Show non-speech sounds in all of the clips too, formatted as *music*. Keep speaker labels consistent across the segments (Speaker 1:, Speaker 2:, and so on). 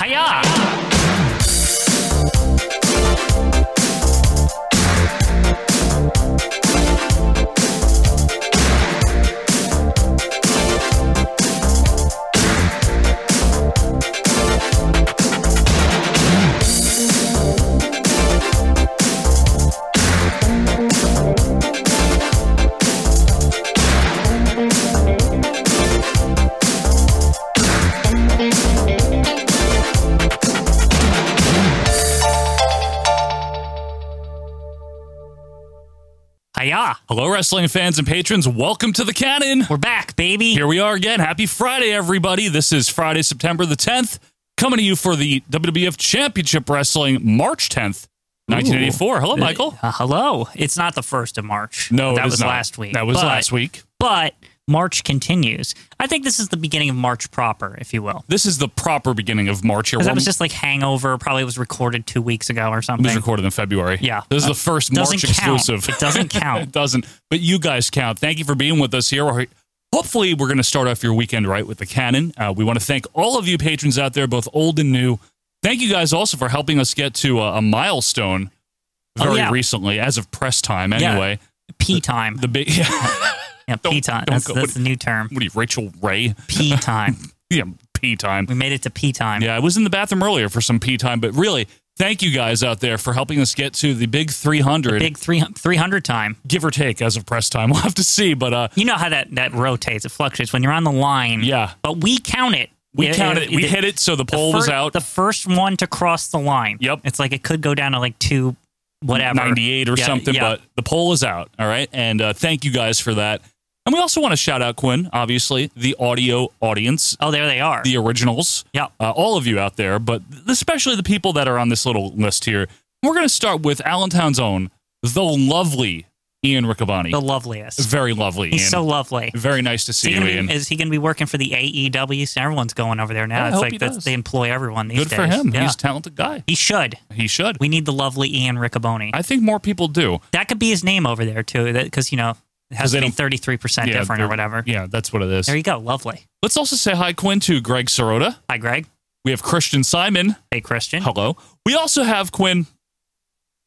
Speaker 1: Hiya! Hiya!
Speaker 2: Hello, wrestling fans and patrons. Welcome to the Cannon.
Speaker 1: We're back, baby.
Speaker 2: Here we are again. Happy Friday, everybody. This is Friday, September the 10th, coming to you for the WWF Championship Wrestling March 10th, 1984. Hello, Michael.
Speaker 1: Uh, hello. It's not the first of March.
Speaker 2: No, it
Speaker 1: that
Speaker 2: is
Speaker 1: was
Speaker 2: not.
Speaker 1: last week.
Speaker 2: That was
Speaker 1: But-
Speaker 2: last week.
Speaker 1: But March continues. I think this is the beginning of March proper, if you will.
Speaker 2: This is the proper beginning of March here.
Speaker 1: Because that
Speaker 2: We're-
Speaker 1: was just like Hangover. Probably was recorded two weeks ago or
Speaker 2: it
Speaker 1: something.
Speaker 2: was recorded in February.
Speaker 1: Yeah.
Speaker 2: This is
Speaker 1: Uh,
Speaker 2: the first March
Speaker 1: doesn't count.
Speaker 2: exclusive. *laughs*
Speaker 1: It doesn't count.
Speaker 2: it doesn't. But you guys count. Thank you for being with us here. We're- Hopefully, we're going to start off your weekend right with the cannon. Uh, we want to thank all of you patrons out there, both old and new. Thank you guys also for helping us get to a, a milestone
Speaker 1: Oh,
Speaker 2: very
Speaker 1: yeah.
Speaker 2: recently, as of press time,
Speaker 1: Yeah.
Speaker 2: anyway.
Speaker 1: P time.
Speaker 2: The big, *laughs* yeah,
Speaker 1: yeah,
Speaker 2: don't-
Speaker 1: P time.
Speaker 2: don't
Speaker 1: That's,
Speaker 2: go-
Speaker 1: that's the new term.
Speaker 2: *laughs* what are you, Rachel Ray?
Speaker 1: P time.
Speaker 2: Yeah, pee time.
Speaker 1: We made it to P time.
Speaker 2: Yeah, I was in the bathroom earlier for some pee time, but really, thank you guys out there for helping us get to the big 300,
Speaker 1: Big three three hundred time.
Speaker 2: give or take, as of press time. *laughs* We'll have to see, but uh,
Speaker 1: You know how that that rotates. It fluctuates when you're on the line.
Speaker 2: Yeah.
Speaker 1: But we count it.
Speaker 2: we counted, we
Speaker 1: the-
Speaker 2: hit it, so the
Speaker 1: the
Speaker 2: poll was
Speaker 1: fir-
Speaker 2: out.
Speaker 1: The first one to cross the line.
Speaker 2: Yep.
Speaker 1: It's like it could go down to like two, whatever.
Speaker 2: 98 or
Speaker 1: Yeah,
Speaker 2: something,
Speaker 1: yeah.
Speaker 2: but the poll is out. All right. And uh, thank you guys for that. And we also want to shout out Quinn, obviously, the audio audience,
Speaker 1: oh, there they are.
Speaker 2: the originals,
Speaker 1: Yep.
Speaker 2: uh, all of you out there, but especially the people that are on this little list here. We're going to start with Allentown's own, the lovely Ian Riccaboni.
Speaker 1: the loveliest.
Speaker 2: Very lovely.
Speaker 1: He's
Speaker 2: Ian.
Speaker 1: so lovely.
Speaker 2: Very nice to see
Speaker 1: Is he,
Speaker 2: you,
Speaker 1: gonna
Speaker 2: Ian.
Speaker 1: be, is he gonna be working for the AEW? So everyone's going over there now.
Speaker 2: I
Speaker 1: it's
Speaker 2: hope
Speaker 1: like
Speaker 2: he
Speaker 1: that's-
Speaker 2: does.
Speaker 1: they employ everyone these
Speaker 2: Good
Speaker 1: days.
Speaker 2: for him.
Speaker 1: Yeah.
Speaker 2: He's a talented guy.
Speaker 1: he should.
Speaker 2: He should.
Speaker 1: We need the lovely Ian Riccoboni.
Speaker 2: I think more people do.
Speaker 1: that could be his name over there too, because you know it
Speaker 2: 'Cause
Speaker 1: has
Speaker 2: they
Speaker 1: to be
Speaker 2: don't-
Speaker 1: thirty three percent
Speaker 2: Yeah,
Speaker 1: different
Speaker 2: they're-
Speaker 1: or whatever.
Speaker 2: Yeah, that's what it is.
Speaker 1: There you go. Lovely.
Speaker 2: Let's also say hi, Quinn, to Greg Sorota.
Speaker 1: Hi, Greg.
Speaker 2: We have Christian Simon.
Speaker 1: Hey, Christian.
Speaker 2: Hello. We also have Quinn.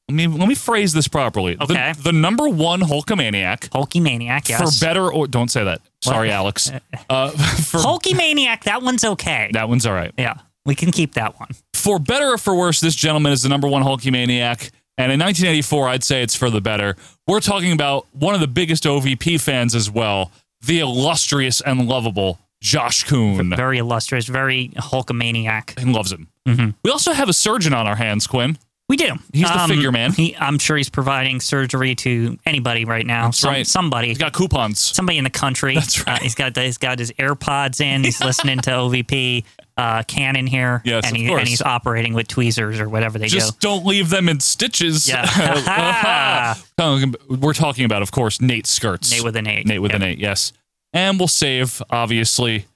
Speaker 2: Let me let me phrase this properly. The-
Speaker 1: Okay.
Speaker 2: The, number one Hulkamaniac.
Speaker 1: Hulky Maniac. Yes.
Speaker 2: For better or don't say that. Sorry,
Speaker 1: *laughs*
Speaker 2: Alex. Uh, *laughs* for
Speaker 1: Hulky Maniac. That one's okay.
Speaker 2: that one's all right.
Speaker 1: Yeah, we can keep that one.
Speaker 2: for better or for worse, this gentleman is the number one Hulkamaniac. And in 1984, I'd say it's for the better. We're talking about one of the biggest OVP fans as well, the illustrious and lovable Josh Kuhn.
Speaker 1: *laughs* Very illustrious, very Hulkamaniac.
Speaker 2: And loves him.
Speaker 1: Mm-hmm.
Speaker 2: We also have a surgeon on our hands, Quinn.
Speaker 1: We do.
Speaker 2: He's the figure man.
Speaker 1: Um, He, I'm sure he's providing surgery to anybody right now. Some-
Speaker 2: right.
Speaker 1: Somebody.
Speaker 2: He's got coupons.
Speaker 1: Somebody in the
Speaker 2: *laughs*
Speaker 1: country.
Speaker 2: That's right.
Speaker 1: Uh, he's got the, he's got his AirPods in. He's listening to OVP uh, Canon here.
Speaker 2: Yes,
Speaker 1: and,
Speaker 2: of
Speaker 1: he,
Speaker 2: course.
Speaker 1: and he's operating with tweezers or whatever they
Speaker 2: Just don't leave them in stitches. *laughs*
Speaker 1: *laughs* Yeah.
Speaker 2: We're talking about, of course, Nate Skirts.
Speaker 1: do. Nate with an eight.
Speaker 2: Nate with
Speaker 1: Yeah.
Speaker 2: an eight, yes. And we'll save, obviously,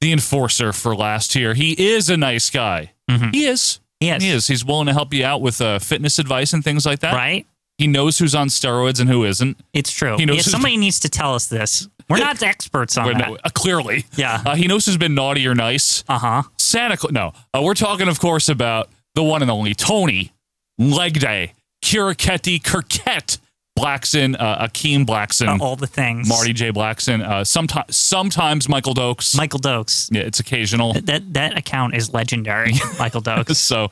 Speaker 2: the enforcer for last year. He is a nice guy.
Speaker 1: Mm-hmm.
Speaker 2: He is.
Speaker 1: He is.
Speaker 2: He is. He's willing to help you out with uh, fitness advice and things like that.
Speaker 1: Right?
Speaker 2: He knows who's on steroids and who isn't.
Speaker 1: It's true.
Speaker 2: He knows
Speaker 1: Yeah,
Speaker 2: his-
Speaker 1: somebody needs to tell us this. We're not experts on
Speaker 2: Or
Speaker 1: that.
Speaker 2: no, uh, clearly.
Speaker 1: Yeah.
Speaker 2: Uh, he knows who's been naughty or nice.
Speaker 1: Uh huh.
Speaker 2: Santa Claus. No. Uh, we're talking, of course, about the one and only Tony Leg Day, Kiriketti Kirkette Blackson, uh, Akeem Blackson,
Speaker 1: All the things.
Speaker 2: Marty J. Blackson, uh, sometimes, sometimes Michael Dokes.
Speaker 1: Michael Dokes.
Speaker 2: yeah, it's occasional. *laughs*
Speaker 1: That that account is legendary, Michael Dokes.
Speaker 2: So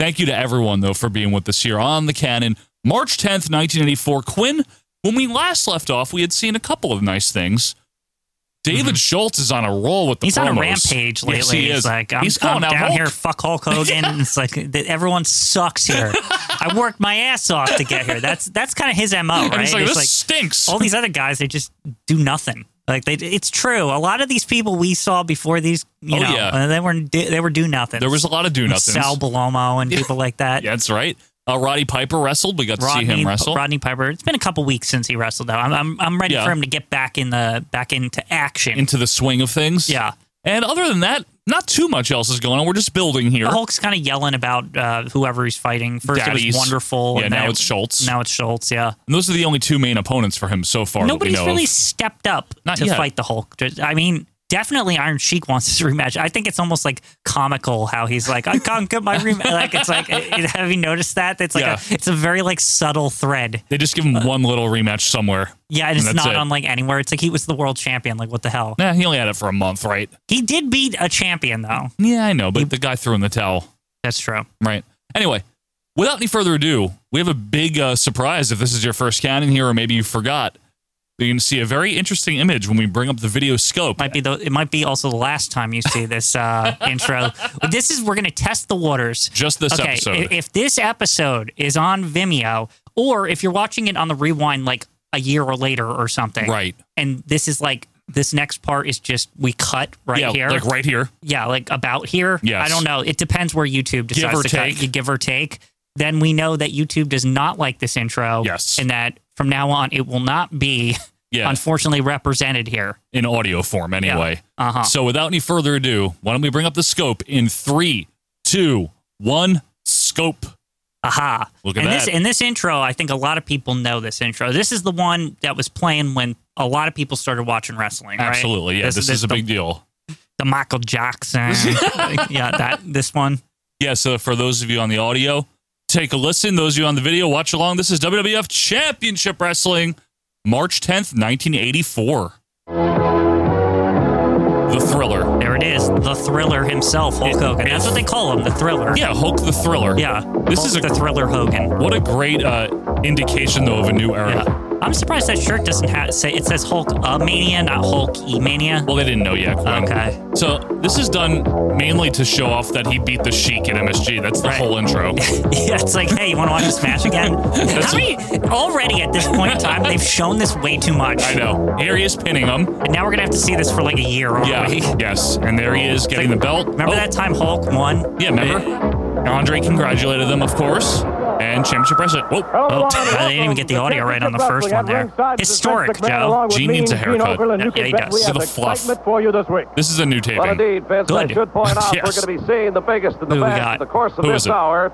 Speaker 2: thank you to everyone, though, for being with us here on the Canon. March 10th, 1984. Quinn, when we last left off, we had seen a couple of nice things. David Schultz is on a roll with the
Speaker 1: Mm-hmm. He's on a
Speaker 2: promos.
Speaker 1: rampage lately.
Speaker 2: Yes, he
Speaker 1: He's
Speaker 2: is.
Speaker 1: like, I'm,
Speaker 2: He's calling
Speaker 1: I'm
Speaker 2: out
Speaker 1: down
Speaker 2: Hulk.
Speaker 1: here, fuck Hulk Hogan.
Speaker 2: *laughs*
Speaker 1: It's like th- everyone sucks here. I worked my ass off to get here. That's that's kind of his mo,
Speaker 2: *laughs*
Speaker 1: right?
Speaker 2: And he's like,
Speaker 1: It's
Speaker 2: this stinks.
Speaker 1: all these other guys, they just do nothing. Like they, it's true. A lot of these people we saw before these, you
Speaker 2: Oh,
Speaker 1: know,
Speaker 2: yeah.
Speaker 1: uh, they were they were do nothing.
Speaker 2: there was a lot of do nothing.
Speaker 1: Sal Balomo and people like that.
Speaker 2: Yeah, that's right. Uh, Roddy Piper wrestled. We got to
Speaker 1: Rodney,
Speaker 2: see him wrestle.
Speaker 1: Rodney Piper. It's been a couple weeks since he wrestled, though. I'm I'm, I'm ready
Speaker 2: Yeah.
Speaker 1: for him to get back in the back into action.
Speaker 2: into the swing of things.
Speaker 1: yeah.
Speaker 2: And other than that, not too much else is going on. We're just building here.
Speaker 1: The Hulk's kind of yelling about uh, whoever he's fighting. First it
Speaker 2: Daddies.
Speaker 1: was wonderful.
Speaker 2: Yeah,
Speaker 1: and then
Speaker 2: now
Speaker 1: it-
Speaker 2: it's Schultz.
Speaker 1: Oh, Now it's Schultz. Yeah.
Speaker 2: And those are the only two main opponents for him so far. that we
Speaker 1: Nobody's
Speaker 2: know of.
Speaker 1: really stepped up
Speaker 2: Not
Speaker 1: to
Speaker 2: yet.
Speaker 1: fight the Hulk. Just- I mean, definitely Iron Sheik wants his *laughs* rematch. I think it's almost like comical how he's like, I can't get my rematch. *laughs* Like it's like, it- have you noticed that? It's like
Speaker 2: Yeah.
Speaker 1: a, it's a very like subtle thread.
Speaker 2: They just give
Speaker 1: Uh,
Speaker 2: him one little rematch somewhere.
Speaker 1: Yeah, and it's
Speaker 2: that's
Speaker 1: not
Speaker 2: it.
Speaker 1: on like anywhere. It's like he was the world champion. Like what the hell?
Speaker 2: Nah, he only had it for a month, right?
Speaker 1: He did beat a champion though.
Speaker 2: Yeah, I know, but the guy threw in the towel,
Speaker 1: That's true.
Speaker 2: right? Anyway, without any further ado, we have a big uh, surprise if this is your first canon here, or maybe you forgot. You're going to see a very interesting image when we bring up the video scope.
Speaker 1: Might be the it might be also the last time you see this uh, *laughs* intro. This is we're gonna test the waters.
Speaker 2: Just this
Speaker 1: okay,
Speaker 2: episode.
Speaker 1: i- if this episode is on Vimeo, or if you're watching it on the rewind like a year or later or something,
Speaker 2: right.
Speaker 1: And this is like this next part is just we cut right
Speaker 2: yeah,
Speaker 1: here,
Speaker 2: like right here.
Speaker 1: yeah, like about here.
Speaker 2: Yes.
Speaker 1: I don't know. It depends where YouTube decides
Speaker 2: or
Speaker 1: to
Speaker 2: take.
Speaker 1: cut. You give or take. Then we know that YouTube does not like this intro.
Speaker 2: Yes.
Speaker 1: and that from now on it will not be
Speaker 2: Yeah,
Speaker 1: unfortunately represented here.
Speaker 2: in audio form anyway.
Speaker 1: Uh huh.
Speaker 2: So without any further ado, why don't we bring up the scope in three, two, one, scope.
Speaker 1: Aha.
Speaker 2: Look at
Speaker 1: And
Speaker 2: that.
Speaker 1: this and this intro, I think a lot of people know this intro. This is the one that was playing when a lot of people started watching wrestling. right?
Speaker 2: Absolutely. Yeah, this, is a
Speaker 1: the,
Speaker 2: big deal.
Speaker 1: the
Speaker 2: *laughs*
Speaker 1: Michael Jackson. yeah, that this one.
Speaker 2: Yeah, so for those of you on the audio, take a listen. Those of you on the video, watch along. This is WWF Championship Wrestling, March 10th, 1984. The Thriller.
Speaker 1: There it is. The Thriller himself, Hulk Hogan. That's what they call him, the Thriller.
Speaker 2: Yeah, Hulk the Thriller.
Speaker 1: Yeah.
Speaker 2: This
Speaker 1: Hulk
Speaker 2: is a-
Speaker 1: the Thriller Hogan.
Speaker 2: What a great uh, indication, though, of a new era.
Speaker 1: Yeah. I'm surprised that shirt doesn't have say it says Hulk a mania, not Hulk E mania.
Speaker 2: Well, they didn't know yet, Quinn.
Speaker 1: Okay.
Speaker 2: So this is done mainly to show off that he beat the Sheik in MSG. That's the
Speaker 1: Right.
Speaker 2: whole
Speaker 1: *laughs*
Speaker 2: intro.
Speaker 1: *laughs* Yeah, it's like, hey, you want to watch this match
Speaker 2: *laughs*
Speaker 1: again?
Speaker 2: That's-
Speaker 1: How many, already at this point in time, they've shown this way too much.
Speaker 2: I know. Here he is pinning him.
Speaker 1: And now we're gonna have to see this for like a year, aren't
Speaker 2: Yeah.
Speaker 1: we? *laughs*
Speaker 2: Yes. And there he is getting the belt.
Speaker 1: Remember
Speaker 2: Oh,
Speaker 1: that time Hulk won?
Speaker 2: Yeah, remember? Andre congratulated them, of course. And championship wrestling. Whoa.
Speaker 1: Oh, *laughs*
Speaker 3: Oh,
Speaker 2: *laughs*
Speaker 1: they didn't even get the audio right on the first one there. Historic, Joe.
Speaker 2: Gene needs a haircut.
Speaker 1: Yeah, yeah, he does.
Speaker 3: We
Speaker 2: To
Speaker 3: have
Speaker 2: the fluff.
Speaker 3: excitement for you this week.
Speaker 2: This is a new
Speaker 3: Well,
Speaker 2: taping.
Speaker 3: indeed, Vince, I
Speaker 1: Good.
Speaker 2: *laughs*
Speaker 3: should point out
Speaker 2: Yes.
Speaker 3: we're going to be seeing the biggest and the
Speaker 1: Who we got?
Speaker 3: best in the course of
Speaker 2: Who is
Speaker 3: this
Speaker 2: it?
Speaker 3: hour,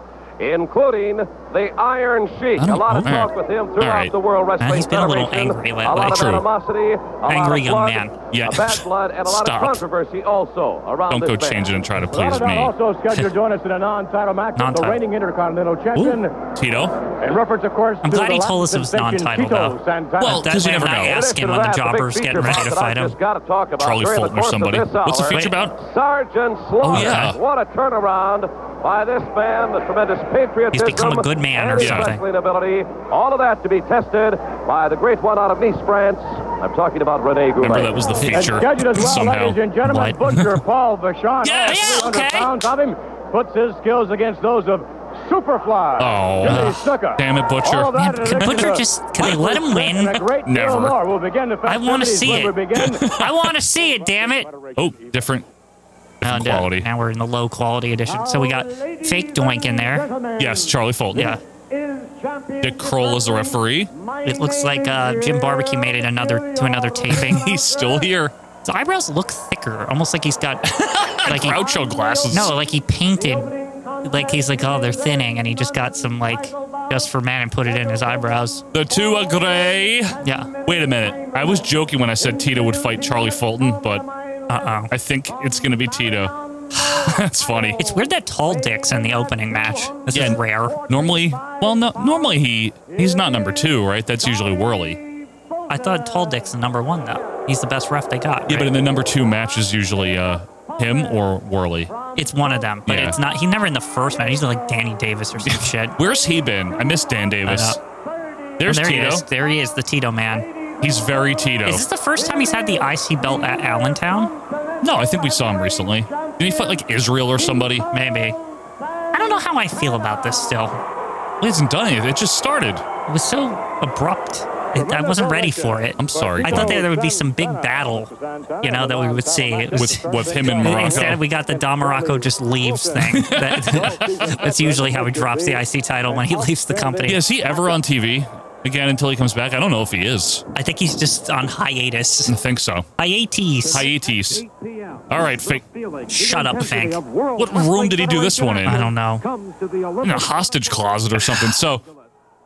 Speaker 3: including the Iron Sheik.
Speaker 2: I
Speaker 3: A
Speaker 2: don't
Speaker 3: lot of
Speaker 2: know.
Speaker 3: talk with him throughout
Speaker 2: right.
Speaker 3: the World Wrestling
Speaker 1: he's been a little
Speaker 3: Federation.
Speaker 1: angry
Speaker 3: A
Speaker 1: lately.
Speaker 3: lot of
Speaker 2: True.
Speaker 3: animosity, a
Speaker 1: Angry
Speaker 3: lot
Speaker 1: young
Speaker 3: of blood,
Speaker 1: man.
Speaker 2: Yeah.
Speaker 3: a bad blood, and a lot
Speaker 2: Stop.
Speaker 3: of controversy also around
Speaker 2: Don't
Speaker 3: this
Speaker 2: go
Speaker 3: match.
Speaker 2: change it and try to please
Speaker 3: Ronda
Speaker 2: me.
Speaker 3: also
Speaker 1: *laughs*
Speaker 3: scheduled to join us in a non-title match with the
Speaker 1: Non-title.
Speaker 3: reigning Intercontinental Champion.
Speaker 2: Tito?
Speaker 3: In reference, of course,
Speaker 1: I'm
Speaker 3: to
Speaker 1: glad
Speaker 3: the
Speaker 1: he told us it was
Speaker 3: Latin
Speaker 1: non-title,
Speaker 3: sensation
Speaker 1: though.
Speaker 3: Tito Santana.
Speaker 2: Well,
Speaker 1: That
Speaker 2: 'cause you
Speaker 1: way
Speaker 2: never
Speaker 1: when I
Speaker 2: know.
Speaker 1: ask him when the jobber's getting ready to fight him.
Speaker 2: Charlie Fulton or somebody. What's the feature about?
Speaker 3: eh? Sergeant
Speaker 2: Oh,
Speaker 3: Slaughter.
Speaker 2: yeah.
Speaker 3: What a turnaround by this man, the tremendous patriotism.
Speaker 1: He's become a good man or
Speaker 3: and his
Speaker 1: something.
Speaker 3: wrestling ability. All of that to be tested by the great one out of Nice, France. I'm talking about Rene Goulet.
Speaker 2: Remember that was the
Speaker 3: And
Speaker 2: feature
Speaker 3: scheduled as well, ladies
Speaker 2: somehow.
Speaker 3: and gentlemen,
Speaker 1: What? *laughs*
Speaker 3: Butcher Paul Vachon.
Speaker 2: Yes!
Speaker 3: all
Speaker 1: Yeah,
Speaker 3: 300
Speaker 1: okay.
Speaker 3: pounds of him, puts his skills against those of Superfly.
Speaker 2: Oh,
Speaker 1: uh,
Speaker 3: Jimmy Snuka.
Speaker 2: damn it, Butcher.
Speaker 3: All of that
Speaker 1: Man,
Speaker 3: in
Speaker 1: can
Speaker 3: addition
Speaker 1: Butcher
Speaker 3: to-
Speaker 1: just can they let him
Speaker 3: and a
Speaker 1: win?
Speaker 3: great deal
Speaker 2: Never.
Speaker 3: more. We'll begin the
Speaker 1: I wanna
Speaker 3: festivities
Speaker 1: see
Speaker 3: when
Speaker 1: it.
Speaker 3: We begin.
Speaker 1: *laughs* I want to see it, damn it! *laughs*
Speaker 2: Oh, different.
Speaker 1: Oh, no.
Speaker 2: Quality.
Speaker 1: Now we're in the low quality edition, Oh, so we got fake doink in there.
Speaker 2: Yes, Charlie Fulton.
Speaker 1: Yeah,
Speaker 2: Dick Kroll is the referee.
Speaker 1: it looks like uh, Jim Barbecue made it another to another taping. *laughs*
Speaker 2: He's
Speaker 3: *laughs*
Speaker 2: still here.
Speaker 1: His eyebrows look thicker, almost like he's got *laughs* like he,
Speaker 2: Groucho glasses.
Speaker 1: no, like he painted, like he's like oh they're thinning, and he just got some like just for man and put it in his eyebrows.
Speaker 2: The two are gray.
Speaker 1: Yeah.
Speaker 2: Wait a minute. I was joking when I said Tito would fight Charlie Fulton, but
Speaker 1: Uh oh.
Speaker 2: I think it's going to be Tito. *laughs* That's funny.
Speaker 1: It's weird that Tall Dick's in the opening match. This
Speaker 2: Yeah.
Speaker 1: is rare.
Speaker 2: Normally, well, no, normally he he's not number two, right? That's usually Whirly.
Speaker 1: I thought Tall Dick's the number one though. He's the best ref they got.
Speaker 2: Yeah, but
Speaker 1: right?
Speaker 2: in the number two match is usually uh, him or Whirly.
Speaker 1: it's one of them. But
Speaker 2: Yeah.
Speaker 1: it's not. He never in the first match. He's like Danny Davis
Speaker 2: *laughs*
Speaker 1: or some shit.
Speaker 2: Where's he been? I miss Dan Davis. There's
Speaker 1: there he
Speaker 2: Tito. Oh.
Speaker 1: is. There he is, the Tito man.
Speaker 2: He's very Tito.
Speaker 1: Is this the first time he's had the IC belt at Allentown?
Speaker 2: No, I think we saw him recently. Did he fight like Israel or somebody?
Speaker 1: Maybe. I don't know how I feel about this still.
Speaker 2: He hasn't done anything. It just started.
Speaker 1: It was so abrupt. It, I wasn't ready for it.
Speaker 2: I'm sorry.
Speaker 1: I thought there would be some big battle, you know, that we would see. It was-
Speaker 2: With-
Speaker 1: *laughs*
Speaker 2: with him and Morocco.
Speaker 1: Instead, we got the Don Morocco just leaves thing. That, *laughs* that's usually how he drops the IC title when he leaves the company.
Speaker 2: Yeah, is he ever on TV again until he comes back? I don't know if he is.
Speaker 1: I think he's just on hiatus.
Speaker 2: I think so.
Speaker 1: Hiatus.
Speaker 2: Hiates. All right, Fink.
Speaker 1: Shut up, Fink.
Speaker 2: What room did he do this one in?
Speaker 1: I don't know.
Speaker 2: in a hostage closet or something. So,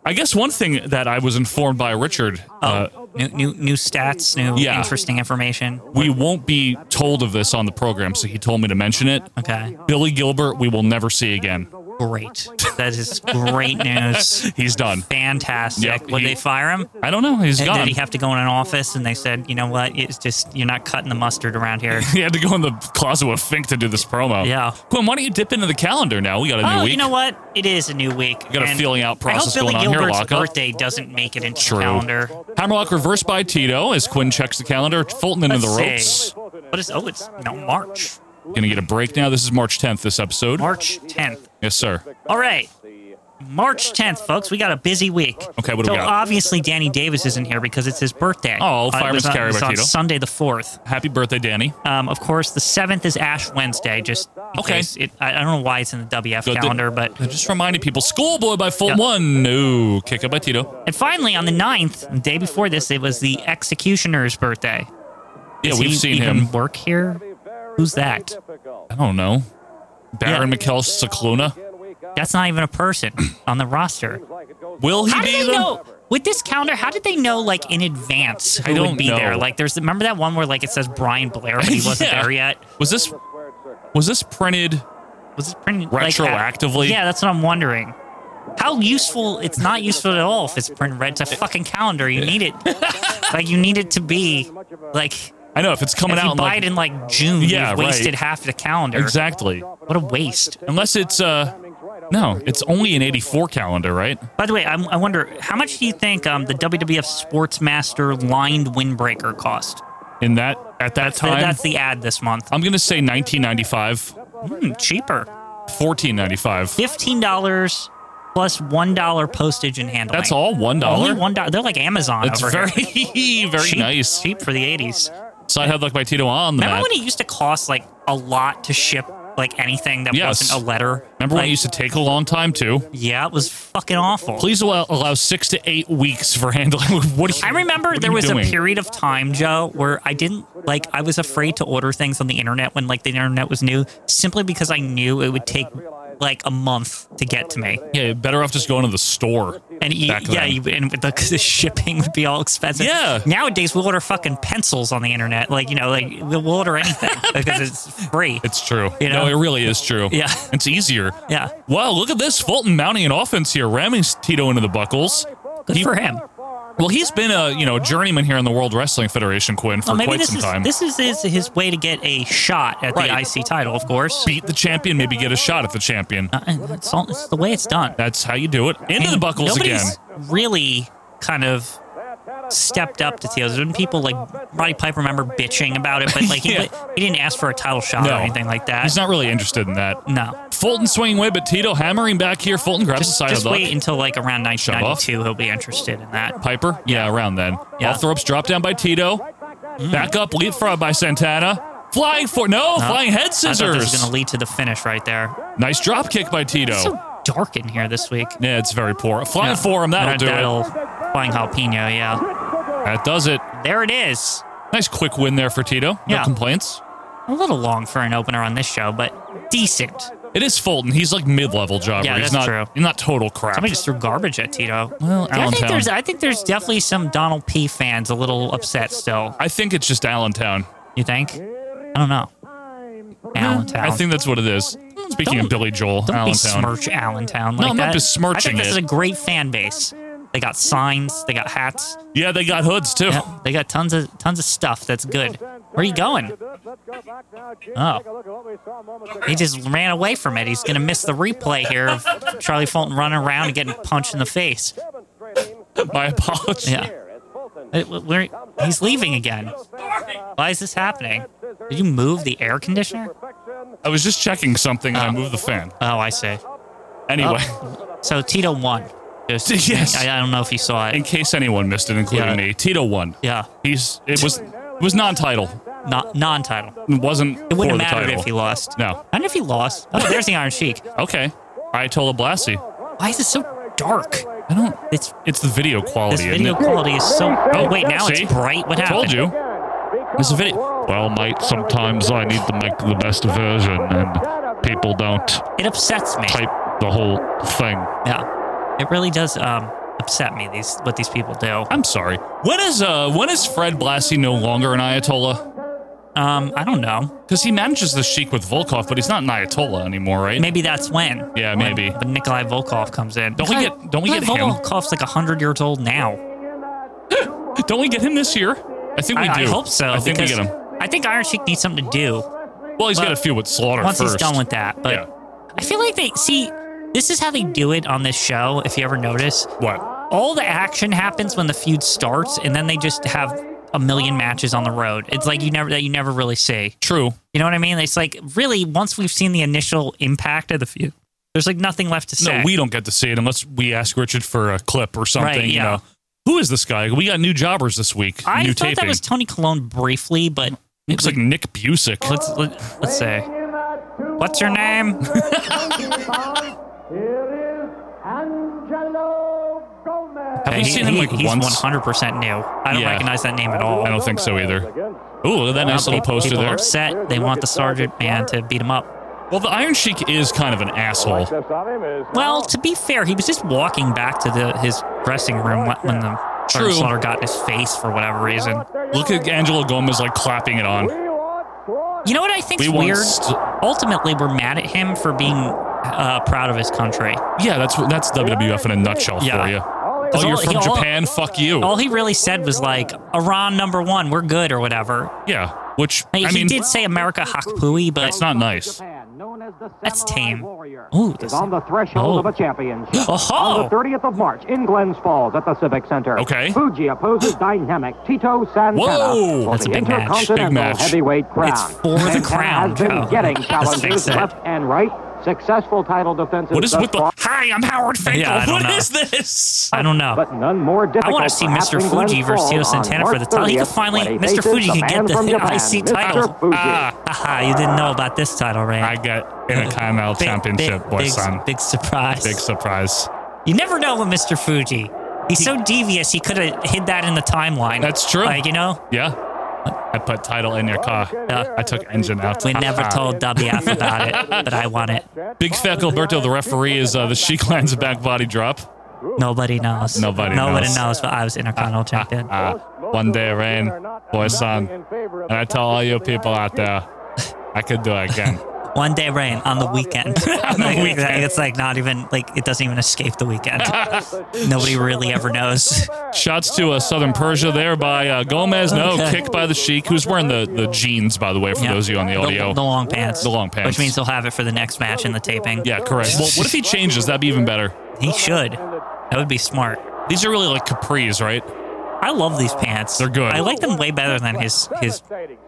Speaker 2: I guess one thing that I was informed by Richard uh,
Speaker 1: new new new stats, new
Speaker 2: Yeah.
Speaker 1: interesting information.
Speaker 2: We won't be told of this on the program, so he told me to mention it.
Speaker 1: Okay.
Speaker 2: Billy Gilbert, we will never see again.
Speaker 1: Great. That is
Speaker 2: *laughs*
Speaker 1: great news.
Speaker 2: He's done.
Speaker 1: Fantastic.
Speaker 2: Yep,
Speaker 1: Would
Speaker 2: he-
Speaker 1: they fire him?
Speaker 2: I don't know. He's
Speaker 1: And
Speaker 2: gone.
Speaker 1: did he have to go in an office? And they said, you know what? It's just you're not cutting the mustard around here.
Speaker 2: *laughs* He had to go in the closet with Fink to do this promo.
Speaker 1: Yeah.
Speaker 2: Quinn, why don't you dip into the calendar now? We got a new
Speaker 1: oh,
Speaker 2: week.
Speaker 1: you know what? It is a new week.
Speaker 2: got a
Speaker 1: and
Speaker 2: feeling out process
Speaker 1: I hope Billy
Speaker 2: going on here,
Speaker 1: Gilbert's
Speaker 2: Lockhart.
Speaker 1: birthday doesn't make it into
Speaker 2: True.
Speaker 1: the calendar.
Speaker 2: Hammerlock reversed by Tito as Quinn checks the calendar. Fulton into
Speaker 1: Let's
Speaker 2: the
Speaker 1: see.
Speaker 2: ropes.
Speaker 1: What is? Oh, it's no March.
Speaker 2: Gonna get a break now. This is March 10th, this episode.
Speaker 1: March 10th.
Speaker 2: Yes, sir.
Speaker 1: All right. March 10th, folks. We got a busy week.
Speaker 2: Okay, what do
Speaker 1: so
Speaker 2: we got?
Speaker 1: obviously Danny Davis isn't here because it's his birthday.
Speaker 2: Oh,
Speaker 1: it
Speaker 2: Fireman's
Speaker 1: was on-
Speaker 2: Carry
Speaker 1: it was
Speaker 2: by
Speaker 1: on
Speaker 2: Tito.
Speaker 1: Sunday the 4th.
Speaker 2: Happy birthday, Danny.
Speaker 1: Um, of course, the 7th is Ash Wednesday. Just in
Speaker 2: Okay.
Speaker 1: case It, I I don't know why it's in the WF
Speaker 2: Good.
Speaker 1: calendar, but
Speaker 2: Just reminding people, Schoolboy by Fulton
Speaker 1: Yeah.
Speaker 2: one. No, kick up by Tito.
Speaker 1: and finally on the 9th, the day before this, it was the Executioner's birthday.
Speaker 2: Yeah,
Speaker 1: Does
Speaker 2: we've
Speaker 1: he
Speaker 2: seen
Speaker 1: even
Speaker 2: him.
Speaker 1: work here? Who's that?
Speaker 2: I don't know. Baron Mikel Cicluna.
Speaker 1: That's not even a person on the roster.
Speaker 2: Will he
Speaker 1: How
Speaker 2: be
Speaker 1: did they
Speaker 2: the?
Speaker 1: know? With this calendar, how did they know like in advance who
Speaker 2: I don't
Speaker 1: would be
Speaker 2: know.
Speaker 1: there? Like, there's remember that one where like it says Brian Blair, but he wasn't
Speaker 2: *laughs* Yeah.
Speaker 1: there yet.
Speaker 2: Was this was this printed?
Speaker 1: Was it printed like, at-
Speaker 2: Retroactively?
Speaker 1: yeah, that's what I'm wondering. How useful? It's not useful at all if it's printed red. It's a fucking calendar.
Speaker 2: *laughs*
Speaker 1: You need it. like you need it to be like.
Speaker 2: I know if it's coming
Speaker 1: If
Speaker 2: out
Speaker 1: you
Speaker 2: in
Speaker 1: buy
Speaker 2: like,
Speaker 1: it in like June,
Speaker 2: Yeah,
Speaker 1: you've
Speaker 2: right.
Speaker 1: wasted half the calendar.
Speaker 2: exactly.
Speaker 1: What a waste.
Speaker 2: Unless it's uh, no, it's only an '84 calendar, right?
Speaker 1: By the way, I'm, I wonder how much do you think um, the WWF Sportsmaster lined windbreaker cost?
Speaker 2: In that at that
Speaker 1: Th-
Speaker 2: time,
Speaker 1: That's the ad this month.
Speaker 2: I'm gonna say 1995,
Speaker 1: Hmm, cheaper.
Speaker 2: 1495.
Speaker 1: fifteen dollars plus one dollar postage and handling.
Speaker 2: That's all one
Speaker 1: Only
Speaker 2: dollar.
Speaker 1: one dollar. They're like Amazon.
Speaker 2: That's
Speaker 1: over
Speaker 2: very
Speaker 1: here.
Speaker 2: very *laughs*
Speaker 1: Cheap-
Speaker 2: nice.
Speaker 1: Cheap for the eighties.
Speaker 2: Side headlock by Tito on the
Speaker 1: Remember
Speaker 2: mat.
Speaker 1: when it used to cost like a lot to ship like anything that
Speaker 2: Yes.
Speaker 1: wasn't a letter?
Speaker 2: Remember when
Speaker 1: Like,
Speaker 2: it used to take a long time too?
Speaker 1: Yeah, it was fucking awful.
Speaker 2: Please allow, allow six to eight weeks for handling. *laughs* what do you,
Speaker 1: I remember
Speaker 2: what are
Speaker 1: there
Speaker 2: you
Speaker 1: was
Speaker 2: doing?
Speaker 1: a period of time, Joe, where I didn't like I was afraid to order things on the internet when like the internet was new simply because I knew it would take like a month to get to me.
Speaker 2: Yeah, better off just going to the store.
Speaker 1: And you,
Speaker 2: back
Speaker 1: yeah,
Speaker 2: then.
Speaker 1: you, and with the, *laughs* 'cause the shipping would be all expensive.
Speaker 2: Yeah.
Speaker 1: Nowadays, we'll order fucking pencils on the internet. Like, you know, like we'll we'll
Speaker 2: *laughs*
Speaker 1: order anything because it's free.
Speaker 2: It's true.
Speaker 1: You
Speaker 2: No,
Speaker 1: know?
Speaker 2: it really is true.
Speaker 1: Yeah.
Speaker 2: It's easier.
Speaker 1: Yeah.
Speaker 2: Wow, look at this. Fulton mounting an offense here, ramming Tito into the buckles.
Speaker 1: Good for him.
Speaker 2: Well, he's been a you know journeyman here in the World Wrestling Federation, Quinn, for
Speaker 1: Well, Oh, maybe
Speaker 2: quite
Speaker 1: this
Speaker 2: some
Speaker 1: is,
Speaker 2: time.
Speaker 1: this is his, his way to get a shot at
Speaker 2: Right.
Speaker 1: the IC title, of course.
Speaker 2: Beat the champion, maybe get a shot at the champion.
Speaker 1: Uh, and it's, all, it's the way it's done.
Speaker 2: That's how you do it. Into
Speaker 1: And
Speaker 2: the buckles again.
Speaker 1: nobody's really kind of stepped up to Theo's. There's been people like Roddy Piper, remember bitching about it, but
Speaker 2: *laughs*
Speaker 1: like
Speaker 2: Yeah.
Speaker 1: he, he didn't ask for a title shot
Speaker 2: No.
Speaker 1: or anything like that.
Speaker 2: He's not really interested in that.
Speaker 1: no.
Speaker 2: Fulton swinging away, but Tito hammering back here. Fulton grabs the side
Speaker 1: Just
Speaker 2: of
Speaker 1: wait
Speaker 2: the
Speaker 1: until like around
Speaker 2: Shove off.
Speaker 1: 1992. He'll be interested in that.
Speaker 2: Piper. Yeah, around then.
Speaker 1: Yeah.
Speaker 2: Off the ropes, drop down by Tito. Back up, leapfrog by Santana. Flying for no, flying head
Speaker 1: Uh-huh. I thought this was
Speaker 2: scissors.
Speaker 1: going to lead to the finish right there.
Speaker 2: Nice drop kick by Tito.
Speaker 1: It's so dark in here this week.
Speaker 2: yeah, it's very poor. Flying for him, that'll do
Speaker 1: that'll
Speaker 2: it.
Speaker 1: Flying jalapeno, yeah.
Speaker 2: That does it.
Speaker 1: There it is.
Speaker 2: Nice quick win there for Tito. No
Speaker 1: Yeah.
Speaker 2: complaints.
Speaker 1: A little long for an opener on this show, but decent.
Speaker 2: It is Fulton. He's like mid-level jobber.
Speaker 1: Yeah,
Speaker 2: he's not,
Speaker 1: that's true.
Speaker 2: He's not total crap.
Speaker 1: Somebody just threw garbage at Tito.
Speaker 2: Well,
Speaker 1: I think
Speaker 2: Allentown.
Speaker 1: there's, I think there's definitely some Donald P fans a little upset still.
Speaker 2: I think it's just Allentown.
Speaker 1: You think? I don't know. Allentown.
Speaker 2: I think that's what it is. Speaking of
Speaker 1: Don't-
Speaker 2: Billy Joel,
Speaker 1: Don't
Speaker 2: Allentown.
Speaker 1: besmirch Allentown.
Speaker 2: No,
Speaker 1: Like
Speaker 2: I'm not
Speaker 1: that. I
Speaker 2: besmirching
Speaker 1: think this
Speaker 2: it.
Speaker 1: is a great fan base. They got signs. They got hats.
Speaker 2: yeah, they got hoods too.
Speaker 1: Yeah, they got tons of tons of stuff that's good. Where are you going? Oh, he just ran away from it. He's gonna miss the replay here of Charlie Fulton running around and getting punched in the face.
Speaker 2: *laughs* My apologies.
Speaker 1: Yeah, Uh, wh- where- he's leaving again. Why is this happening? Did you move the air conditioner?
Speaker 2: I was just checking something and I moved the fan.
Speaker 1: Oh, I see.
Speaker 2: Anyway,
Speaker 1: oh. So Tito won.
Speaker 2: *laughs*
Speaker 1: Just,
Speaker 2: Yes.
Speaker 1: I, I don't know if you saw
Speaker 2: in
Speaker 1: it.
Speaker 2: case anyone missed it, including
Speaker 1: Yeah.
Speaker 2: me, Tito won.
Speaker 1: Yeah,
Speaker 2: He's it was it was non-title.
Speaker 1: not non-title.
Speaker 2: It wasn't
Speaker 1: It wouldn't
Speaker 2: for the
Speaker 1: matter
Speaker 2: title.
Speaker 1: if he lost.
Speaker 2: No.
Speaker 1: I wonder if he lost. Oh, there's the Iron Sheik.
Speaker 2: Okay. Ayatollah Blassie.
Speaker 1: Why is it so dark?
Speaker 2: I don't.
Speaker 1: It's
Speaker 2: It's the video quality,
Speaker 1: This video
Speaker 2: isn't it?
Speaker 1: quality is so. Oh wait, now
Speaker 2: See?
Speaker 1: it's bright. What happened?
Speaker 2: Told you.
Speaker 1: It's a video.
Speaker 4: Well, mate, sometimes I need to make the best version, and people don't
Speaker 1: It upsets me.
Speaker 4: type the whole thing.
Speaker 1: Yeah, it really does. Um, upset me. These what these people do.
Speaker 2: I'm sorry. When is uh when is Fred Blassie no longer an Ayatollah?
Speaker 1: Um, I don't know.
Speaker 2: Because he manages the Sheik with Volkov, but he's not an Ayatollah anymore, right?
Speaker 1: Maybe that's when.
Speaker 2: Yeah, maybe.
Speaker 1: But Nikolai Volkov comes in.
Speaker 2: Don't we
Speaker 1: Nikolai-
Speaker 2: get- don't we get
Speaker 1: Nikolai
Speaker 2: him?
Speaker 1: Volkov's like hundred years old now.
Speaker 2: Don't we get him this year? I think we
Speaker 1: I,
Speaker 2: do.
Speaker 1: I hope so.
Speaker 2: I think we
Speaker 1: because
Speaker 2: get him.
Speaker 1: I think Iron Sheik needs something to do
Speaker 2: Well, he's got
Speaker 1: Well,
Speaker 2: a few with Slaughter
Speaker 1: once
Speaker 2: first.
Speaker 1: he's done with that. But
Speaker 2: Yeah.
Speaker 1: I feel like they see this is how they do it on this show. If you ever notice,
Speaker 2: what?
Speaker 1: all the action happens when the feud starts, and then they just have a million matches on the road. It's like you never that you never really see.
Speaker 2: True.
Speaker 1: You know what I mean? It's like really once we've seen the initial impact of the feud, there's like nothing left to say.
Speaker 2: No, we don't get to see it unless we ask Richard for a clip or something.
Speaker 1: Right,
Speaker 2: You
Speaker 1: yeah.
Speaker 2: know, who is this guy? We got new jobbers this week.
Speaker 1: I
Speaker 2: new
Speaker 1: thought
Speaker 2: taping.
Speaker 1: that was Tony Colon briefly, but
Speaker 2: Looks like Nick Busick.
Speaker 1: let's let, let's say what's your name?
Speaker 2: Have we
Speaker 1: He-
Speaker 2: seen him
Speaker 1: he-
Speaker 2: like
Speaker 1: he's
Speaker 2: once?
Speaker 1: 100 percent new. I don't
Speaker 2: Yeah.
Speaker 1: recognize that name at all.
Speaker 2: I don't think so either. Ooh, look at that nice little
Speaker 1: people,
Speaker 2: poster
Speaker 1: people are
Speaker 2: there.
Speaker 1: upset. They want the sergeant man to beat him up.
Speaker 2: Well, the Iron Sheik is kind of an asshole.
Speaker 1: Well, to be fair, he was just walking back to the his dressing room wh- when the
Speaker 2: True.
Speaker 1: Sergeant Slaughter got in his face for whatever reason.
Speaker 2: Look at Angelo Gomez like clapping it on.
Speaker 1: You know what I think's
Speaker 2: We want
Speaker 1: weird?
Speaker 2: st-
Speaker 1: Ultimately, we're mad at him for being uh, proud of his country.
Speaker 2: Yeah, that's that's WWF in a nutshell
Speaker 1: Yeah.
Speaker 2: for you.
Speaker 1: That's
Speaker 2: Oh, you're
Speaker 1: all-
Speaker 2: from
Speaker 1: he- all-
Speaker 2: Japan? Fuck you.
Speaker 1: All he really said was like, "Iran number one, we're good" or whatever.
Speaker 2: yeah, which
Speaker 1: Hey,
Speaker 2: I
Speaker 1: he
Speaker 2: mean,
Speaker 1: did say America hakpui, but
Speaker 2: that's not nice.
Speaker 1: that's tame.
Speaker 5: Ooh,
Speaker 1: Ooh, oh,
Speaker 5: is
Speaker 1: this-
Speaker 5: on the threshold
Speaker 1: oh.
Speaker 5: of a championship.
Speaker 1: Oh-ho!
Speaker 5: On the 30th of March in Glens Falls at the Civic Center.
Speaker 2: Okay.
Speaker 5: Fuji opposes dynamic Tito Santana
Speaker 2: Whoa!
Speaker 5: for
Speaker 1: That's a
Speaker 5: the
Speaker 1: big match.
Speaker 5: Intercontinental
Speaker 2: Big match.
Speaker 5: Heavyweight Crown.
Speaker 1: It's for the
Speaker 5: Santana
Speaker 1: crown,
Speaker 5: has been
Speaker 1: Joe.
Speaker 5: getting
Speaker 1: Let's fix
Speaker 5: challenges
Speaker 1: it.
Speaker 5: left and right. Successful title defenses
Speaker 2: What is
Speaker 5: thus
Speaker 2: with the?
Speaker 5: far,
Speaker 2: Hi, I'm Howard Finkel.
Speaker 1: Yeah, I don't
Speaker 2: What
Speaker 1: know.
Speaker 2: is this?
Speaker 1: Oh. I don't know.
Speaker 5: but none more difficult.
Speaker 1: wanna see
Speaker 5: perhaps,
Speaker 1: Mr.
Speaker 5: in Glens
Speaker 1: Fuji versus Tito
Speaker 5: Falls on
Speaker 1: Santana for
Speaker 5: March
Speaker 1: the title. He could
Speaker 5: 30th,
Speaker 1: finally-
Speaker 5: when he
Speaker 1: Mr.
Speaker 5: faces
Speaker 1: Fuji
Speaker 5: the
Speaker 1: could get
Speaker 5: man
Speaker 1: the
Speaker 5: from Japan,
Speaker 1: IC
Speaker 5: Mr.
Speaker 1: title.
Speaker 5: Fuji.
Speaker 2: Ah,
Speaker 1: Haha, you didn't know about this title, Ray.
Speaker 2: I got
Speaker 1: *laughs*
Speaker 2: Intercontinental
Speaker 1: Big-
Speaker 2: Championship,
Speaker 1: big,
Speaker 2: boy,
Speaker 1: big,
Speaker 2: son.
Speaker 1: Big surprise.
Speaker 2: Big surprise.
Speaker 1: you never know with Mr. Fuji. He's so devious, he could have hid that in the timeline.
Speaker 2: That's true.
Speaker 1: Like, you know,
Speaker 2: Yeah, I put title in your car.
Speaker 1: Yeah.
Speaker 2: I took engine out. Ah.
Speaker 1: we never told WF about it, but I want it.
Speaker 2: Big Fat Gilberto, the referee, is uh, the Sheik lands a back body drop.
Speaker 1: Nobody knows.
Speaker 2: Nobody
Speaker 1: Nobody
Speaker 2: knows.
Speaker 1: knows, but I was Intercontinental Champion.
Speaker 2: Uh, one day rain, boy, son. And I tell all you people out there, I could do it again.
Speaker 1: One day rain on the weekend.
Speaker 2: *laughs* the
Speaker 1: *laughs* Like,
Speaker 2: weekend.
Speaker 1: It's like not even, like, it doesn't even escape the
Speaker 2: *laughs*
Speaker 1: weekend. Nobody really ever knows.
Speaker 2: Shots to uh, Southern Persia there by uh, Gomez. No,
Speaker 1: Okay.
Speaker 2: kick by the Sheik, who's wearing the, the jeans, by the way, for
Speaker 1: Yeah.
Speaker 2: those of you on the
Speaker 1: The-
Speaker 2: audio.
Speaker 1: The, long pants.
Speaker 2: The long pants.
Speaker 1: Which means he'll have it for the next match in the taping.
Speaker 2: yeah, correct. Well, what if he changes? That'd be even better.
Speaker 1: He should. That would be smart.
Speaker 2: These are really like capris, right?
Speaker 1: I love these pants.
Speaker 2: They're good.
Speaker 1: I like them way better than his his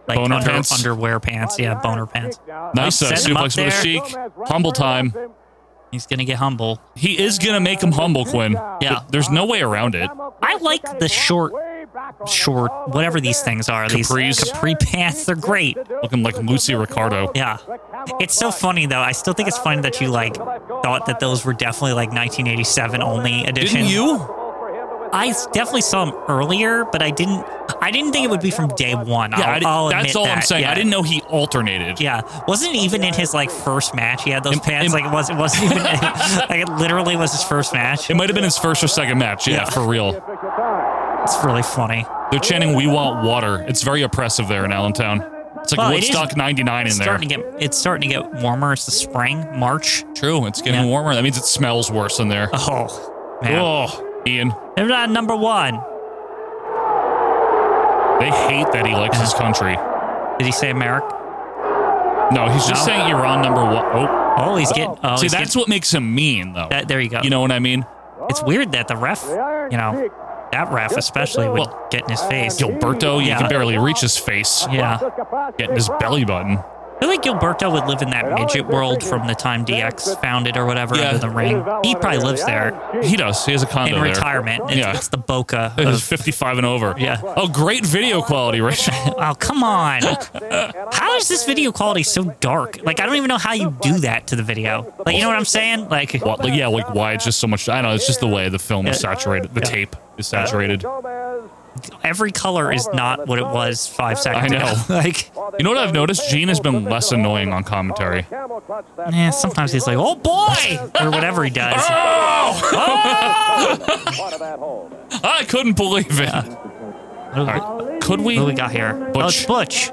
Speaker 1: like
Speaker 2: Boner
Speaker 1: under,
Speaker 2: pants?
Speaker 1: underwear pants. Yeah, boner pants.
Speaker 2: Nice uh,
Speaker 1: Set him up
Speaker 2: suplex by the
Speaker 1: there.
Speaker 2: Sheik. Humble time.
Speaker 1: He's gonna get humble.
Speaker 2: He is going to make him humble, Quinn.
Speaker 1: Yeah.
Speaker 2: There's no way around it.
Speaker 1: I like the short, short, whatever these things are.
Speaker 2: Capris.
Speaker 1: These capri pants. They're great.
Speaker 2: Looking like Lucy Ricardo.
Speaker 1: Yeah. It's so funny though. I still think it's funny that you like thought that those were definitely like 1987 only edition.
Speaker 2: Didn't you?
Speaker 1: I s- definitely saw them earlier, but I didn't. I didn't think it would be from day one.
Speaker 2: Yeah, I
Speaker 1: I'll,
Speaker 2: di-
Speaker 1: I'll
Speaker 2: that's
Speaker 1: admit
Speaker 2: all
Speaker 1: that.
Speaker 2: I'm saying.
Speaker 1: Yeah.
Speaker 2: I didn't know he alternated.
Speaker 1: Yeah, wasn't even in his like first match. He had those
Speaker 2: Im-
Speaker 1: pants.
Speaker 2: im-
Speaker 1: like it was. It wasn't even. *laughs* like it literally was his first match.
Speaker 2: It might have been his first or second match. Yeah,
Speaker 1: Yeah.
Speaker 2: for real.
Speaker 1: It's really funny.
Speaker 2: They're chanting, We want water. It's very oppressive there in Allentown. It's like
Speaker 1: Well, it is-
Speaker 2: Woodstock 99 in
Speaker 1: It's
Speaker 2: there.
Speaker 1: starting to get. It's starting to get warmer. It's the spring, March.
Speaker 2: True. It's getting
Speaker 1: Yeah.
Speaker 2: warmer. That means it smells worse in there.
Speaker 1: Oh man,
Speaker 2: Oh, Ian.
Speaker 1: they're not number one.
Speaker 2: They hate that he likes his country.
Speaker 1: Did he say America?
Speaker 2: No, he's just
Speaker 1: No.
Speaker 2: saying Iran number one. Oh,
Speaker 1: Oh, he's getting. Oh,
Speaker 2: see,
Speaker 1: he's
Speaker 2: that's
Speaker 1: getting-
Speaker 2: what makes him mean, though.
Speaker 1: that, there you go.
Speaker 2: You know what I mean?
Speaker 1: it's weird that the ref, you know, that ref especially would
Speaker 2: Well,
Speaker 1: get in his face.
Speaker 2: Gilberto, you
Speaker 1: Yeah.
Speaker 2: can barely reach his face.
Speaker 1: Yeah.
Speaker 2: Getting his belly button.
Speaker 1: I feel like Gilberto would live in that midget world from the time DX found it or whatever
Speaker 2: Yeah.
Speaker 1: under the ring. He probably lives there.
Speaker 2: He does. He has a condo
Speaker 1: in
Speaker 2: there.
Speaker 1: retirement. It's,
Speaker 2: Yeah.
Speaker 1: it's the Boca.
Speaker 2: It is
Speaker 1: Of,
Speaker 2: 55 and over.
Speaker 1: Yeah.
Speaker 2: Oh, great video quality, Rachel.
Speaker 1: *laughs*
Speaker 2: *laughs*
Speaker 1: oh, come on. How is this video quality so dark? Like, I don't even know how you do that to the video. Like, you know what I'm saying? Like,
Speaker 2: Well, like, *laughs* yeah, like why it's just so much. I don't know. It's just the way the film is saturated. The tape is saturated.
Speaker 1: Every color is not what it was five
Speaker 2: I
Speaker 1: seconds
Speaker 2: know.
Speaker 1: ago. *laughs* like,
Speaker 2: You know what I've noticed? Gene has been less annoying on commentary.
Speaker 1: yeah, sometimes he's like, "Oh *laughs* boy," or whatever he does.
Speaker 2: Oh! *laughs* I couldn't believe it.
Speaker 1: All
Speaker 2: right. Could we-
Speaker 1: What we got here?
Speaker 2: Butch.
Speaker 1: Oh, it's Butch.